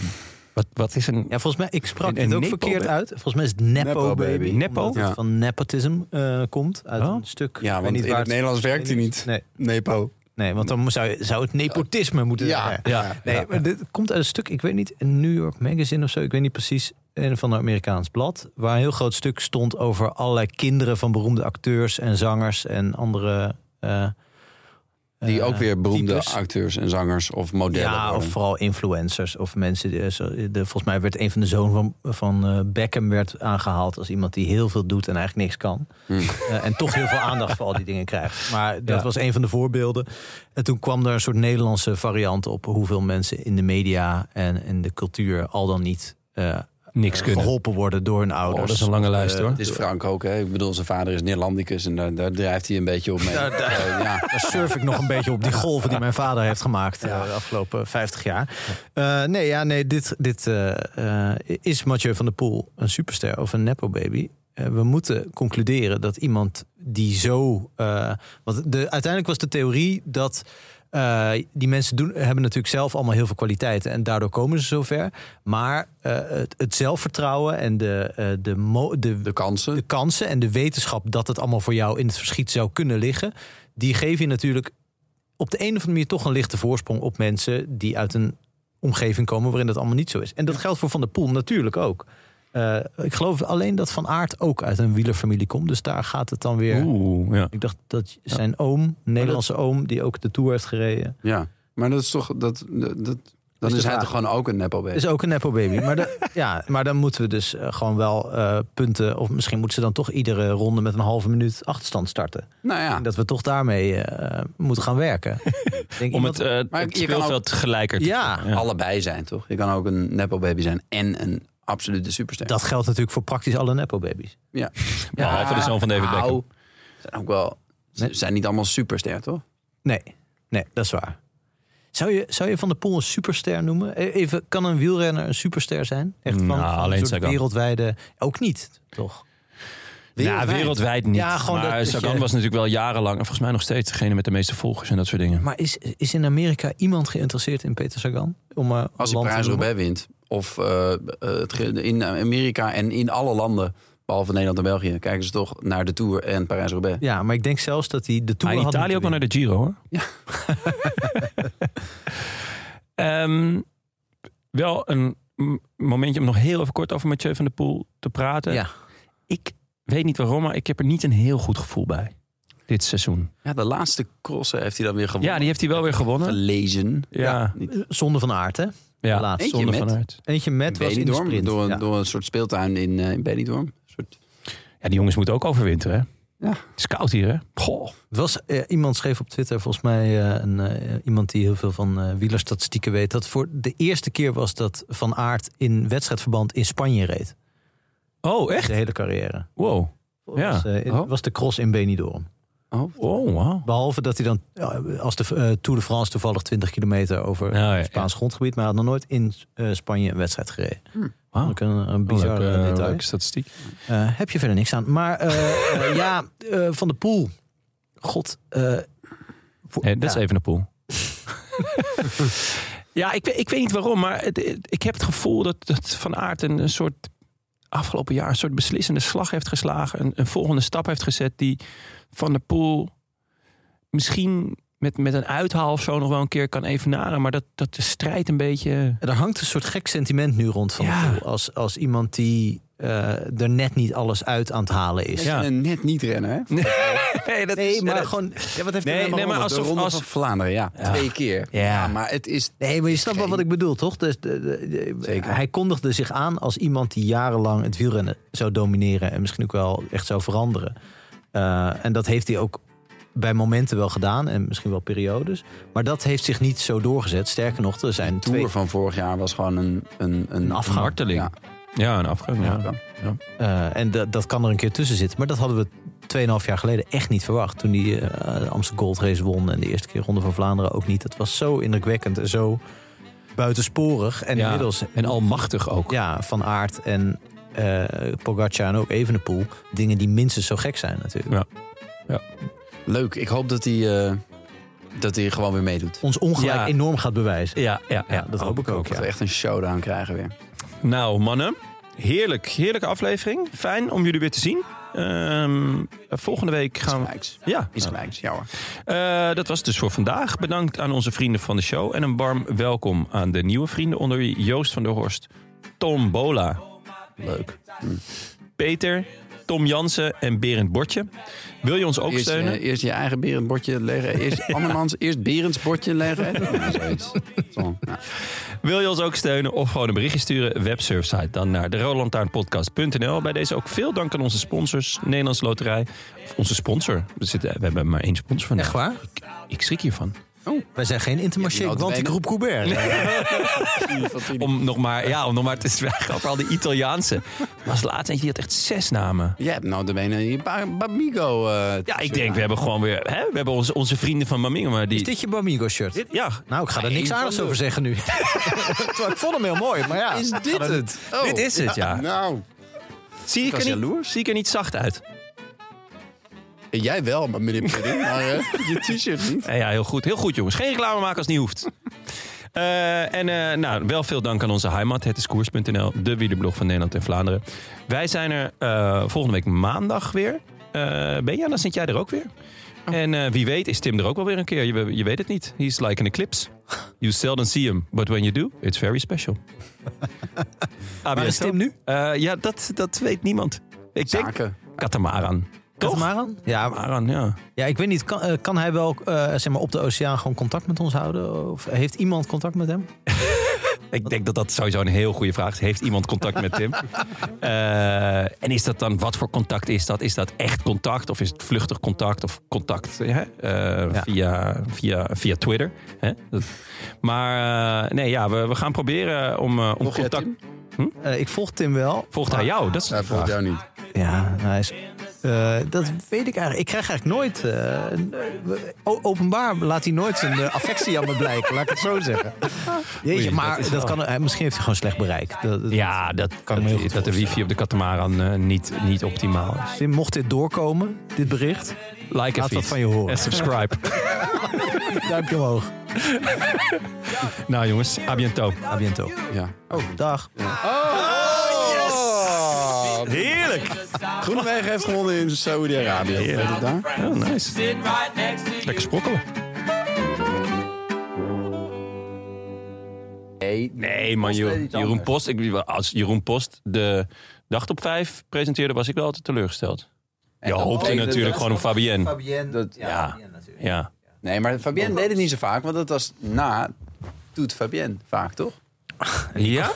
[SPEAKER 4] Wat, wat is een.
[SPEAKER 3] Ja, volgens mij, ik sprak
[SPEAKER 4] En-
[SPEAKER 3] het
[SPEAKER 4] en
[SPEAKER 3] ook
[SPEAKER 4] Nepo
[SPEAKER 3] verkeerd
[SPEAKER 4] Baby.
[SPEAKER 3] uit. Volgens mij is het Nepo,
[SPEAKER 2] Nepo
[SPEAKER 3] Baby.
[SPEAKER 2] Baby.
[SPEAKER 4] Nepo?
[SPEAKER 3] Omdat het
[SPEAKER 2] Ja.
[SPEAKER 3] van nepotism eh, komt. Uit
[SPEAKER 4] Oh.
[SPEAKER 3] een stuk.
[SPEAKER 2] Ja,
[SPEAKER 3] Ik weet
[SPEAKER 2] want in
[SPEAKER 3] waar
[SPEAKER 2] het Nederlands werkt hij niet.
[SPEAKER 3] Nee,
[SPEAKER 2] Nepo.
[SPEAKER 3] nee, want dan zou, je- zou het nepotisme moeten
[SPEAKER 2] Ja.
[SPEAKER 3] zijn.
[SPEAKER 4] Ja,
[SPEAKER 3] Nee, maar dit komt uit een stuk, ik weet niet, een New York Magazine of zo, ik weet niet precies, een van een Amerikaans blad, waar een heel groot stuk stond over allerlei kinderen van beroemde acteurs en zangers en andere. eh,
[SPEAKER 2] Die
[SPEAKER 3] eh,
[SPEAKER 2] ook weer beroemde
[SPEAKER 3] types.
[SPEAKER 2] acteurs en zangers of modellen
[SPEAKER 3] Ja, of
[SPEAKER 2] worden.
[SPEAKER 3] vooral influencers of mensen. Die, eh, zo- de, volgens mij werd een van de zoon van, van eh, Beckham werd aangehaald als iemand die heel veel doet en eigenlijk niks kan. Eh, en toch heel veel aandacht voor al die dingen krijgt. Maar dat
[SPEAKER 4] Hm. Ja.
[SPEAKER 3] was een van de voorbeelden. En toen kwam er een soort Nederlandse variant op hoeveel mensen in de media en in de cultuur al dan niet eh,
[SPEAKER 4] niks kunnen.
[SPEAKER 3] geholpen worden door hun
[SPEAKER 4] Oh, dat
[SPEAKER 3] ouders.
[SPEAKER 4] is een lange lijst hoor.
[SPEAKER 2] Het is Frank ook, hè? Ik bedoel, zijn vader is Neerlandicus en daar, daar drijft hij een beetje op mee.
[SPEAKER 3] Daar- daar-
[SPEAKER 2] Eh, ja.
[SPEAKER 3] Daar surf ik nog een beetje op die golven die mijn vader heeft gemaakt eh, de afgelopen 50 jaar. Eh, nee, ja, nee, dit, dit eh, eh, is Mathieu van der Poel een superster of een nepo-baby. Eh, we moeten concluderen dat iemand die zo... eh, want de, uiteindelijk was de theorie dat... eh, die mensen doen, hebben natuurlijk zelf allemaal heel veel kwaliteiten en daardoor komen ze zover. Maar eh, het, het zelfvertrouwen en de, eh, de, mo- de,
[SPEAKER 2] De kansen.
[SPEAKER 3] de kansen en de wetenschap dat het allemaal voor jou in het verschiet zou kunnen liggen, die geven je natuurlijk op de een of andere manier toch een lichte voorsprong op mensen die uit een omgeving komen waarin dat allemaal niet zo is. En dat geldt voor Van der Poel natuurlijk ook. Eh, ik geloof alleen dat Van Aert ook uit een wielerfamilie komt, dus daar gaat het dan weer.
[SPEAKER 4] Oeh, ja.
[SPEAKER 3] Ik dacht dat zijn oom, Nederlandse oom, die ook de Tour heeft gereden,
[SPEAKER 2] Ja, maar dat is toch... Dat, dat, dat, dan
[SPEAKER 3] de
[SPEAKER 2] is hij
[SPEAKER 3] vraag.
[SPEAKER 2] toch gewoon ook een nepo baby?
[SPEAKER 3] is ook een nepo baby. Maar, de- ja, maar dan moeten we dus eh, gewoon wel eh, punten, of misschien moeten ze dan toch iedere ronde met een halve minuut achterstand starten.
[SPEAKER 2] Nou ja,
[SPEAKER 3] En dat we toch daarmee eh, moeten gaan werken. Ik Denk
[SPEAKER 4] Om
[SPEAKER 3] iemand-
[SPEAKER 4] het, eh
[SPEAKER 2] Maar
[SPEAKER 4] het
[SPEAKER 2] je kan
[SPEAKER 4] speelveld gelijker te
[SPEAKER 3] ja,
[SPEAKER 4] Ja.
[SPEAKER 2] allebei zijn, toch? Je kan ook een nepo baby zijn en een absolute superster.
[SPEAKER 3] dat geldt natuurlijk voor praktisch alle Nepo-babies.
[SPEAKER 2] ja.
[SPEAKER 4] Behalve de zoon van David Beckham.
[SPEAKER 2] Nou, zijn ook wel... Ze
[SPEAKER 3] Nee.
[SPEAKER 2] zijn niet allemaal superster, toch?
[SPEAKER 3] Nee, nee, dat is waar. Zou je, zou je Van der Poel een superster noemen? E- Even, kan een wielrenner een superster zijn? Echt van,
[SPEAKER 4] Nou,
[SPEAKER 3] van
[SPEAKER 4] alleen
[SPEAKER 3] een soort
[SPEAKER 4] Sagan.
[SPEAKER 3] wereldwijde... Ook niet, toch?
[SPEAKER 4] Ja, Nou, wereldwijd niet.
[SPEAKER 3] Ja, gewoon
[SPEAKER 4] maar
[SPEAKER 3] dat- dat
[SPEAKER 4] Sagan
[SPEAKER 3] je-
[SPEAKER 4] was natuurlijk wel jarenlang, en volgens mij nog steeds, degene met de meeste volgers en dat soort dingen.
[SPEAKER 3] Maar is, is in Amerika iemand geïnteresseerd in Peter Sagan? Om, eh,
[SPEAKER 2] Als hij
[SPEAKER 3] land te
[SPEAKER 2] prijs
[SPEAKER 3] noemen?
[SPEAKER 2] roubaix wint. Of eh, eh, het ge- in Amerika en in alle landen, behalve Nederland en België, kijken ze toch naar de Tour en Parijs-Roubaix.
[SPEAKER 3] Ja, maar ik denk zelfs dat hij de
[SPEAKER 4] Maar
[SPEAKER 3] Tour
[SPEAKER 4] in
[SPEAKER 3] had
[SPEAKER 4] Italië ook wel
[SPEAKER 3] moeten
[SPEAKER 4] naar de Giro, hoor.
[SPEAKER 2] Ja.
[SPEAKER 4] Ehm, wel een m- momentje om nog heel even kort over Mathieu van der Poel te praten.
[SPEAKER 3] Ja.
[SPEAKER 4] Ik weet niet waarom, maar ik heb er niet een heel goed gevoel bij. Dit seizoen.
[SPEAKER 2] Ja, de laatste crossen heeft hij dan weer gewonnen.
[SPEAKER 4] Ja, die heeft hij wel weer gewonnen.
[SPEAKER 2] gelezen.
[SPEAKER 4] Ja,
[SPEAKER 2] Niet-
[SPEAKER 3] winnen. Zonde van aard, hè?
[SPEAKER 4] ja.
[SPEAKER 3] laatst.
[SPEAKER 4] zonde
[SPEAKER 2] Eentje met.
[SPEAKER 4] vanuit.
[SPEAKER 3] Eentje met was in de
[SPEAKER 2] Benidorm,
[SPEAKER 3] sprint.
[SPEAKER 2] door, een,
[SPEAKER 3] Ja.
[SPEAKER 2] door een soort speeltuin in, eh, in Benidorm. Een soort,
[SPEAKER 4] Ja, die jongens moeten ook overwinteren, hè?
[SPEAKER 2] Ja.
[SPEAKER 4] Het is koud hier, hè? Goh.
[SPEAKER 3] Het was, eh, iemand schreef op Twitter, volgens mij eh, een, eh, iemand die heel veel van eh wielerstatistieken weet, dat voor de eerste keer was dat Van Aert in wedstrijdverband in Spanje reed.
[SPEAKER 4] Oh, echt?
[SPEAKER 3] De hele carrière.
[SPEAKER 4] Wow. Ja.
[SPEAKER 3] Was, eh,
[SPEAKER 4] Oh.
[SPEAKER 3] was de cross in Benidorm.
[SPEAKER 4] Oh, wow.
[SPEAKER 3] Behalve dat hij dan, ja, als de eh, Tour de France toevallig 20 kilometer over
[SPEAKER 4] ja, ja.
[SPEAKER 3] Spaans grondgebied, maar hij had nog nooit in eh, Spanje een wedstrijd gereden.
[SPEAKER 4] Wauw.
[SPEAKER 3] Ook een, een bizar
[SPEAKER 4] Leuke,
[SPEAKER 3] eh, detail.
[SPEAKER 4] leuke statistiek.
[SPEAKER 3] Eh, heb je verder niks aan. Maar eh, eh, ja, eh, Van de Poel. God. eh, voor-
[SPEAKER 4] Nee, Eh, dat
[SPEAKER 3] ja.
[SPEAKER 4] is even een poel. ja, ik, weet- ik weet niet waarom, maar het- het- ik heb het gevoel dat, dat Van Aert een, een soort afgelopen jaar een soort beslissende slag heeft geslagen. Een, een volgende stap heeft gezet die Van der Poel misschien met, met een uithaal of zo nog wel een keer kan evenaren. Maar dat, dat de strijd een beetje...
[SPEAKER 3] Er hangt een soort gek sentiment nu rond Van
[SPEAKER 4] Ja.
[SPEAKER 3] de Poel. Als, als iemand die eh, er net niet alles uit aan het halen is.
[SPEAKER 4] Ja.
[SPEAKER 2] En net niet rennen, hè?
[SPEAKER 4] Nee, dat
[SPEAKER 3] Nee, maar gewoon... Ja, wat heeft
[SPEAKER 4] Nee,
[SPEAKER 3] hij nou
[SPEAKER 4] nee, maar
[SPEAKER 3] gewonnen?
[SPEAKER 4] als-
[SPEAKER 2] de
[SPEAKER 4] alsof-
[SPEAKER 2] Ronde
[SPEAKER 4] als-
[SPEAKER 2] van Vlaanderen, ja.
[SPEAKER 4] Ja.
[SPEAKER 2] Twee keer.
[SPEAKER 4] Ja.
[SPEAKER 2] maar het is...
[SPEAKER 3] Nee, maar je snapt wel wat ik bedoel, toch? Dus de- de- de-
[SPEAKER 2] Zeker.
[SPEAKER 3] hij kondigde zich aan als iemand die jarenlang het wielrennen zou domineren... en misschien ook wel echt zou veranderen. Eh, en dat heeft hij ook bij momenten wel gedaan en misschien wel periodes. Maar dat heeft zich niet zo doorgezet. Sterker nog, er zijn
[SPEAKER 2] De
[SPEAKER 3] twee...
[SPEAKER 2] Tour van vorig jaar was gewoon een... Een, een,
[SPEAKER 3] afgang.
[SPEAKER 4] Marteling.
[SPEAKER 2] Ja.
[SPEAKER 4] Ja, een afgang. Ja.
[SPEAKER 2] Ja.
[SPEAKER 3] Eh, en dat- dat kan er een keer tussen zitten. Maar dat hadden we 2,5 jaar geleden echt niet verwacht. Toen die eh, de Amsterdam Gold Race won en de eerste keer Ronde van Vlaanderen ook niet. Dat was zo indrukwekkend en zo buitensporig. En
[SPEAKER 4] Ja,
[SPEAKER 3] inmiddels...
[SPEAKER 4] En almachtig ook.
[SPEAKER 3] Ja, Van Aert en eh Pogacar en ook Evenepoel. Dingen die minstens zo gek zijn natuurlijk.
[SPEAKER 2] Leuk. Ik hoop dat hij, eh, dat hij gewoon weer meedoet.
[SPEAKER 3] Ons ongelijk
[SPEAKER 4] Ja.
[SPEAKER 3] enorm gaat bewijzen.
[SPEAKER 4] Ja, ja, ja,
[SPEAKER 3] dat hoop ik ook.
[SPEAKER 2] Dat we echt een showdown krijgen weer.
[SPEAKER 4] Nou, mannen. Heerlijk, heerlijke aflevering. Fijn om jullie weer te zien. Ehm, volgende week
[SPEAKER 2] Iets
[SPEAKER 4] gaan we...
[SPEAKER 2] gelijks.
[SPEAKER 4] Ja,
[SPEAKER 2] Iets gelijks, ja hoor.
[SPEAKER 4] eh, dat was het dus voor vandaag. Bedankt aan onze vrienden van de show. En een warm welkom aan de nieuwe vrienden onder wie Joost van der Horst, Tom Bola. Leuk.
[SPEAKER 2] Hm.
[SPEAKER 4] Peter, Tom Jansen en Berend Bortje. Wil je ons ook
[SPEAKER 2] Eerst,
[SPEAKER 4] steunen?
[SPEAKER 2] eh, eerst je eigen berendbordje leggen. Eerst andermans, eerst Berends bordje leggen. Ja, zoiets. Zo, ja.
[SPEAKER 4] Wil je ons ook steunen of gewoon een berichtje sturen? Websurfsite dan naar de Bij deze ook veel dank aan onze sponsors. Nederlands Loterij. Of onze sponsor. We, zitten, we hebben maar één sponsor vandaag.
[SPEAKER 3] Echt waar?
[SPEAKER 4] Ik, ik schrik hiervan.
[SPEAKER 3] Wij zijn geen intermarché,
[SPEAKER 2] Ja, die
[SPEAKER 3] want die groep Coubert.
[SPEAKER 4] Om nog maar, ja, om nog maar te zwijgen over al die Italiaanse. Er was laatst eentje die had echt zes namen.
[SPEAKER 2] Jij hebt nou de benen hier ba- Babigo. eh,
[SPEAKER 4] Ja, ik denk we hebben gewoon weer... Hè, we hebben onze, onze vrienden van Mamingo. Maar die,
[SPEAKER 3] Is dit je Bamigo shirt?
[SPEAKER 4] Ja,
[SPEAKER 3] Nou, ik ga er niks
[SPEAKER 2] van
[SPEAKER 3] aardigs
[SPEAKER 2] de-
[SPEAKER 3] over zeggen nu. Terwijl ik vond hem heel mooi, maar ja.
[SPEAKER 2] Is dit het? Oh.
[SPEAKER 4] dit is het, ja.
[SPEAKER 2] Nou,
[SPEAKER 4] Zie ik,
[SPEAKER 2] was
[SPEAKER 4] er niet,
[SPEAKER 2] jaloers.
[SPEAKER 4] zie ik er niet zacht uit?
[SPEAKER 2] jij wel, maar meneer Pudding, maar eh, je t-shirt niet.
[SPEAKER 4] Ja, ja, heel goed. Heel goed, jongens. Geen reclame maken als het niet hoeft. Eh, en eh, nou, wel veel dank aan onze heimat, het is koers.nl, de wielerblog van Nederland en Vlaanderen. Wij zijn er eh, volgende week maandag weer. Eh Benja, dan zit jij er ook weer. En eh, wie weet is Tim er ook wel weer een keer. Je, je weet het niet. He's like an eclipse. You seldom see him, but when you do, it's very special. Waar
[SPEAKER 3] is Tim nu?
[SPEAKER 4] Eh, ja, dat, dat weet niemand. Ik denk
[SPEAKER 2] Zaken.
[SPEAKER 4] Katamaran. Toch?
[SPEAKER 3] Katamaran? Ja, maar-
[SPEAKER 4] Katamaran, ja.
[SPEAKER 3] ja, ik weet niet. Kan, eh, kan hij wel eh, zeg maar op de oceaan gewoon contact met ons houden? Of heeft iemand contact met hem?
[SPEAKER 4] Ik denk dat dat sowieso een heel goede vraag is. Heeft iemand contact met Tim? Eh, en is dat dan, wat voor contact is dat? Is dat echt contact of is het vluchtig contact of contact hè? Eh,
[SPEAKER 3] Ja.
[SPEAKER 4] via, via, via Twitter? Hè? Dat- Maar eh, nee, ja, we, we gaan proberen om, eh, om
[SPEAKER 2] Nog jij,
[SPEAKER 4] contact...
[SPEAKER 2] Tim?
[SPEAKER 3] Eh, ik volg Tim wel.
[SPEAKER 4] Volgt hij jou? Dat is
[SPEAKER 2] Ja,
[SPEAKER 4] de vraag.
[SPEAKER 2] volgens jou niet.
[SPEAKER 3] Ja, hij is. eh, dat weet ik eigenlijk. Ik krijg eigenlijk nooit. eh, een- o- openbaar laat hij nooit zijn eh, affectie aan me blijken, laat ik het zo zeggen. Jeetje,
[SPEAKER 4] Oei,
[SPEAKER 3] maar
[SPEAKER 4] dat
[SPEAKER 3] dat
[SPEAKER 4] is wel-
[SPEAKER 3] kan, eh, misschien heeft hij gewoon slecht bereik. Dat, dat-
[SPEAKER 4] Ja, dat,
[SPEAKER 3] Kan ik me heel
[SPEAKER 4] dat,
[SPEAKER 3] goed
[SPEAKER 4] dat de wifi op de katamaran eh, niet, niet optimaal is.
[SPEAKER 3] Tim, mocht dit doorkomen, dit bericht,
[SPEAKER 4] Like en
[SPEAKER 3] laat dat
[SPEAKER 4] feed.
[SPEAKER 3] van je horen.
[SPEAKER 4] En subscribe.
[SPEAKER 3] Duimpje omhoog.
[SPEAKER 4] Nou jongens, à bientôt.
[SPEAKER 3] A bientôt.
[SPEAKER 2] Ja. Oh,
[SPEAKER 3] Dag.
[SPEAKER 4] Oh. Heerlijk.
[SPEAKER 2] Groenewegen heeft gewonnen in Saoedi-Arabië. Weet het daar?
[SPEAKER 4] Oh, nice. Lekker sprokkelen.
[SPEAKER 2] Nee,
[SPEAKER 4] Nee, man,
[SPEAKER 2] deed
[SPEAKER 4] Jeroen,
[SPEAKER 2] iets
[SPEAKER 4] Jeroen
[SPEAKER 2] anders.
[SPEAKER 4] Post. Ik, als Jeroen Post de dag op vijf presenteerde, was ik wel altijd teleurgesteld. Je
[SPEAKER 2] dat
[SPEAKER 4] hoopte
[SPEAKER 2] betekent
[SPEAKER 4] natuurlijk
[SPEAKER 2] dat-
[SPEAKER 4] gewoon op Fabienne.
[SPEAKER 3] Fabienne.
[SPEAKER 2] Dat-
[SPEAKER 3] ja,
[SPEAKER 4] ja. Oh.
[SPEAKER 3] Fabienne natuurlijk.
[SPEAKER 4] Ja.
[SPEAKER 2] Nee, maar Fabienne deed het niet zo vaak, want dat was na Toet Fabienne vaak, toch?
[SPEAKER 4] Ja?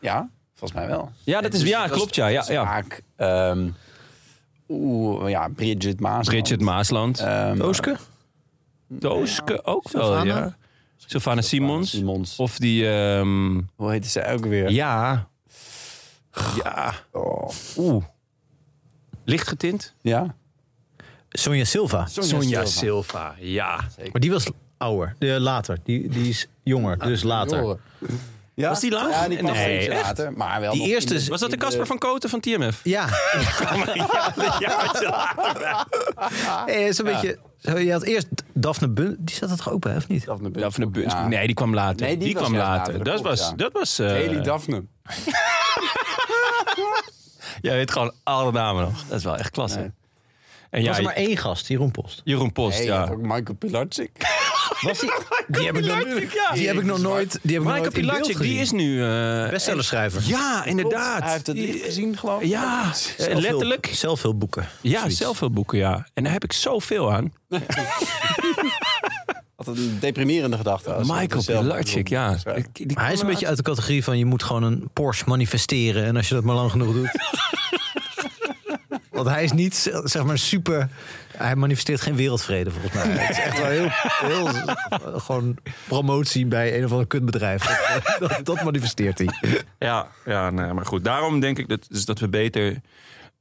[SPEAKER 2] Ja, volgens mij wel.
[SPEAKER 4] Ja, dat
[SPEAKER 2] En
[SPEAKER 4] is- ja,
[SPEAKER 2] het was-
[SPEAKER 4] klopt, ja, ja,
[SPEAKER 2] het was
[SPEAKER 4] ja.
[SPEAKER 2] Vaak, ehm, oeh, ja, Bridget Maas.
[SPEAKER 4] Bridget Maasland.
[SPEAKER 2] Ehm,
[SPEAKER 4] Dooske? Dooske ook wel,
[SPEAKER 3] Sylvana?
[SPEAKER 4] ja. Sylvana Simons.
[SPEAKER 2] Simons.
[SPEAKER 4] Of die... ehm,
[SPEAKER 2] Hoe heette ze ook weer?
[SPEAKER 4] ja. Ja.
[SPEAKER 2] Oh.
[SPEAKER 4] Oeh. Licht getint.
[SPEAKER 2] Ja?
[SPEAKER 3] Sonja Silva.
[SPEAKER 4] Sonja Silva. Ja.
[SPEAKER 3] Maar die was ouder. De, later. Die, die is jonger, dus later.
[SPEAKER 2] Ja?
[SPEAKER 4] Was die laag?
[SPEAKER 2] Ja, die kwam
[SPEAKER 4] Nee,
[SPEAKER 2] nee,
[SPEAKER 4] echt?
[SPEAKER 2] later. Maar wel
[SPEAKER 3] Die
[SPEAKER 2] nog
[SPEAKER 3] eerste
[SPEAKER 2] in
[SPEAKER 3] is-
[SPEAKER 4] Was dat de
[SPEAKER 2] in
[SPEAKER 4] Casper van Koten van TMF?
[SPEAKER 3] Ja. Eh, Zo'n beetje... Zo, je had eerst Daphne Bun... Die zat er toch ook bij, of niet?
[SPEAKER 2] Daphne Bun-
[SPEAKER 4] Daphne Bun-
[SPEAKER 2] Ja.
[SPEAKER 4] Nee, die kwam later.
[SPEAKER 2] Nee,
[SPEAKER 4] die
[SPEAKER 2] die was
[SPEAKER 4] kwam
[SPEAKER 2] juist
[SPEAKER 4] later.
[SPEAKER 2] later,
[SPEAKER 4] Dat
[SPEAKER 2] dat
[SPEAKER 4] was...
[SPEAKER 2] klopt,
[SPEAKER 4] Dat was eh,
[SPEAKER 2] Haley Daphne.
[SPEAKER 4] jij weet gewoon alle namen nog. Dat is wel echt klasse.
[SPEAKER 2] Nee.
[SPEAKER 4] En
[SPEAKER 3] Er was
[SPEAKER 4] ja,
[SPEAKER 3] er maar één gast, Jeroen Post.
[SPEAKER 4] Jeroen Post,
[SPEAKER 2] Nee, je had
[SPEAKER 4] ja.
[SPEAKER 2] ook Michael Pilatschik.
[SPEAKER 3] Was die, die, heb ik nog,
[SPEAKER 4] Pilatschik, ja.
[SPEAKER 3] die heb ik nog nooit. Die heb ik nog
[SPEAKER 4] Michael
[SPEAKER 3] nooit in beeld
[SPEAKER 4] Pilatschik, die
[SPEAKER 3] gezien.
[SPEAKER 4] is nu... eh,
[SPEAKER 3] bestsellerschrijver.
[SPEAKER 4] ja, inderdaad.
[SPEAKER 2] Hij heeft het
[SPEAKER 4] Die-
[SPEAKER 2] licht gezien, geloof ik.
[SPEAKER 4] Ja,
[SPEAKER 3] Zelf
[SPEAKER 4] eh,
[SPEAKER 3] veel-
[SPEAKER 4] letterlijk.
[SPEAKER 3] zelf veel boeken.
[SPEAKER 4] Ja, zelf veel boeken, ja. En daar heb ik zoveel aan.
[SPEAKER 2] Had een deprimerende gedachte. als hij
[SPEAKER 4] Michael
[SPEAKER 2] het zelf
[SPEAKER 4] Pilatschik,
[SPEAKER 2] wilde
[SPEAKER 4] ja.
[SPEAKER 2] schrijven.
[SPEAKER 4] Ik- die
[SPEAKER 3] Maar hij is een
[SPEAKER 4] kwam
[SPEAKER 3] beetje uit de categorie van je moet gewoon een Porsche manifesteren. En als je dat maar lang genoeg doet. Want hij is niet, zeg maar, super... Hij manifesteert geen wereldvrede, volgens mij. Het is echt wel heel... heel eh, gewoon promotie bij een of ander kutbedrijf. Dat, dat, dat manifesteert hij.
[SPEAKER 4] Ja, ja nee, maar goed. Daarom denk ik dat, dus dat we beter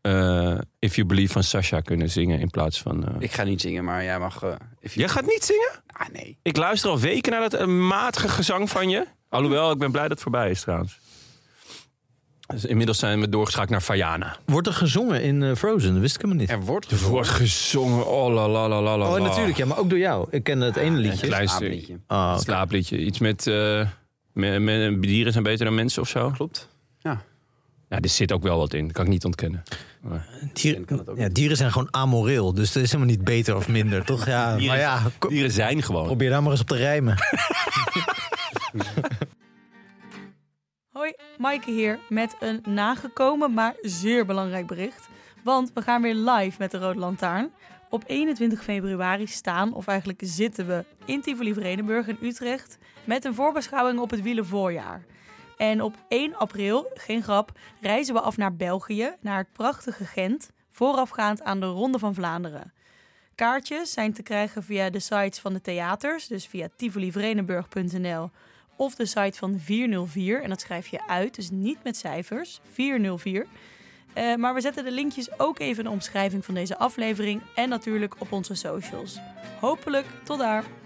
[SPEAKER 4] eh, If You Believe van Sasha kunnen zingen in plaats van... eh,
[SPEAKER 2] Ik ga niet zingen, maar jij mag... eh, if you-
[SPEAKER 4] Jij gaat niet zingen?
[SPEAKER 2] Ah, nee.
[SPEAKER 4] Ik luister al weken naar dat eh, matige gezang van je. Alhoewel, ik ben blij dat het voorbij is trouwens. Dus inmiddels zijn we doorgeschakeld naar Fayana.
[SPEAKER 3] Wordt er gezongen in eh, Frozen? Dat wist ik helemaal niet.
[SPEAKER 2] Er wordt
[SPEAKER 4] Er wordt gezongen, oh la la la la la.
[SPEAKER 3] Oh,
[SPEAKER 4] la.
[SPEAKER 3] natuurlijk, ja, maar ook door jou. Ik ken het ene liedje.
[SPEAKER 4] klein
[SPEAKER 2] Slaapliedje.
[SPEAKER 3] Ah, oké.
[SPEAKER 4] Slaapliedje. Iets met, eh, me- me- dieren zijn beter dan mensen of zo.
[SPEAKER 2] Klopt. Ja.
[SPEAKER 4] Ja, er zit ook wel wat in. Dat kan ik niet ontkennen.
[SPEAKER 3] Dier-
[SPEAKER 2] kan het ook
[SPEAKER 3] ja, dieren zijn gewoon amoreel, dus dat is helemaal niet beter of minder, toch? Ja, maar ja, ko-
[SPEAKER 4] dieren zijn gewoon.
[SPEAKER 3] probeer daar maar eens op te rijmen.
[SPEAKER 6] Hoi, Maaike hier met een nagekomen, maar zeer belangrijk bericht. Want we gaan weer live met de Rode Lantaarn. Op 21 februari staan, of eigenlijk zitten we, in Tivoli-Vredenburg in Utrecht... met een voorbeschouwing op het wielenvoorjaar. En op 1 april, geen grap, reizen we af naar België, naar het prachtige Gent... voorafgaand aan de Ronde van Vlaanderen. Kaartjes zijn te krijgen via de sites van de theaters, dus via tivolivredenburg.nl of de site van 404. En dat schrijf je uit, dus niet met cijfers. 404. Eh, maar we zetten de linkjes ook even in de omschrijving van deze aflevering en natuurlijk op onze socials. Hopelijk tot daar!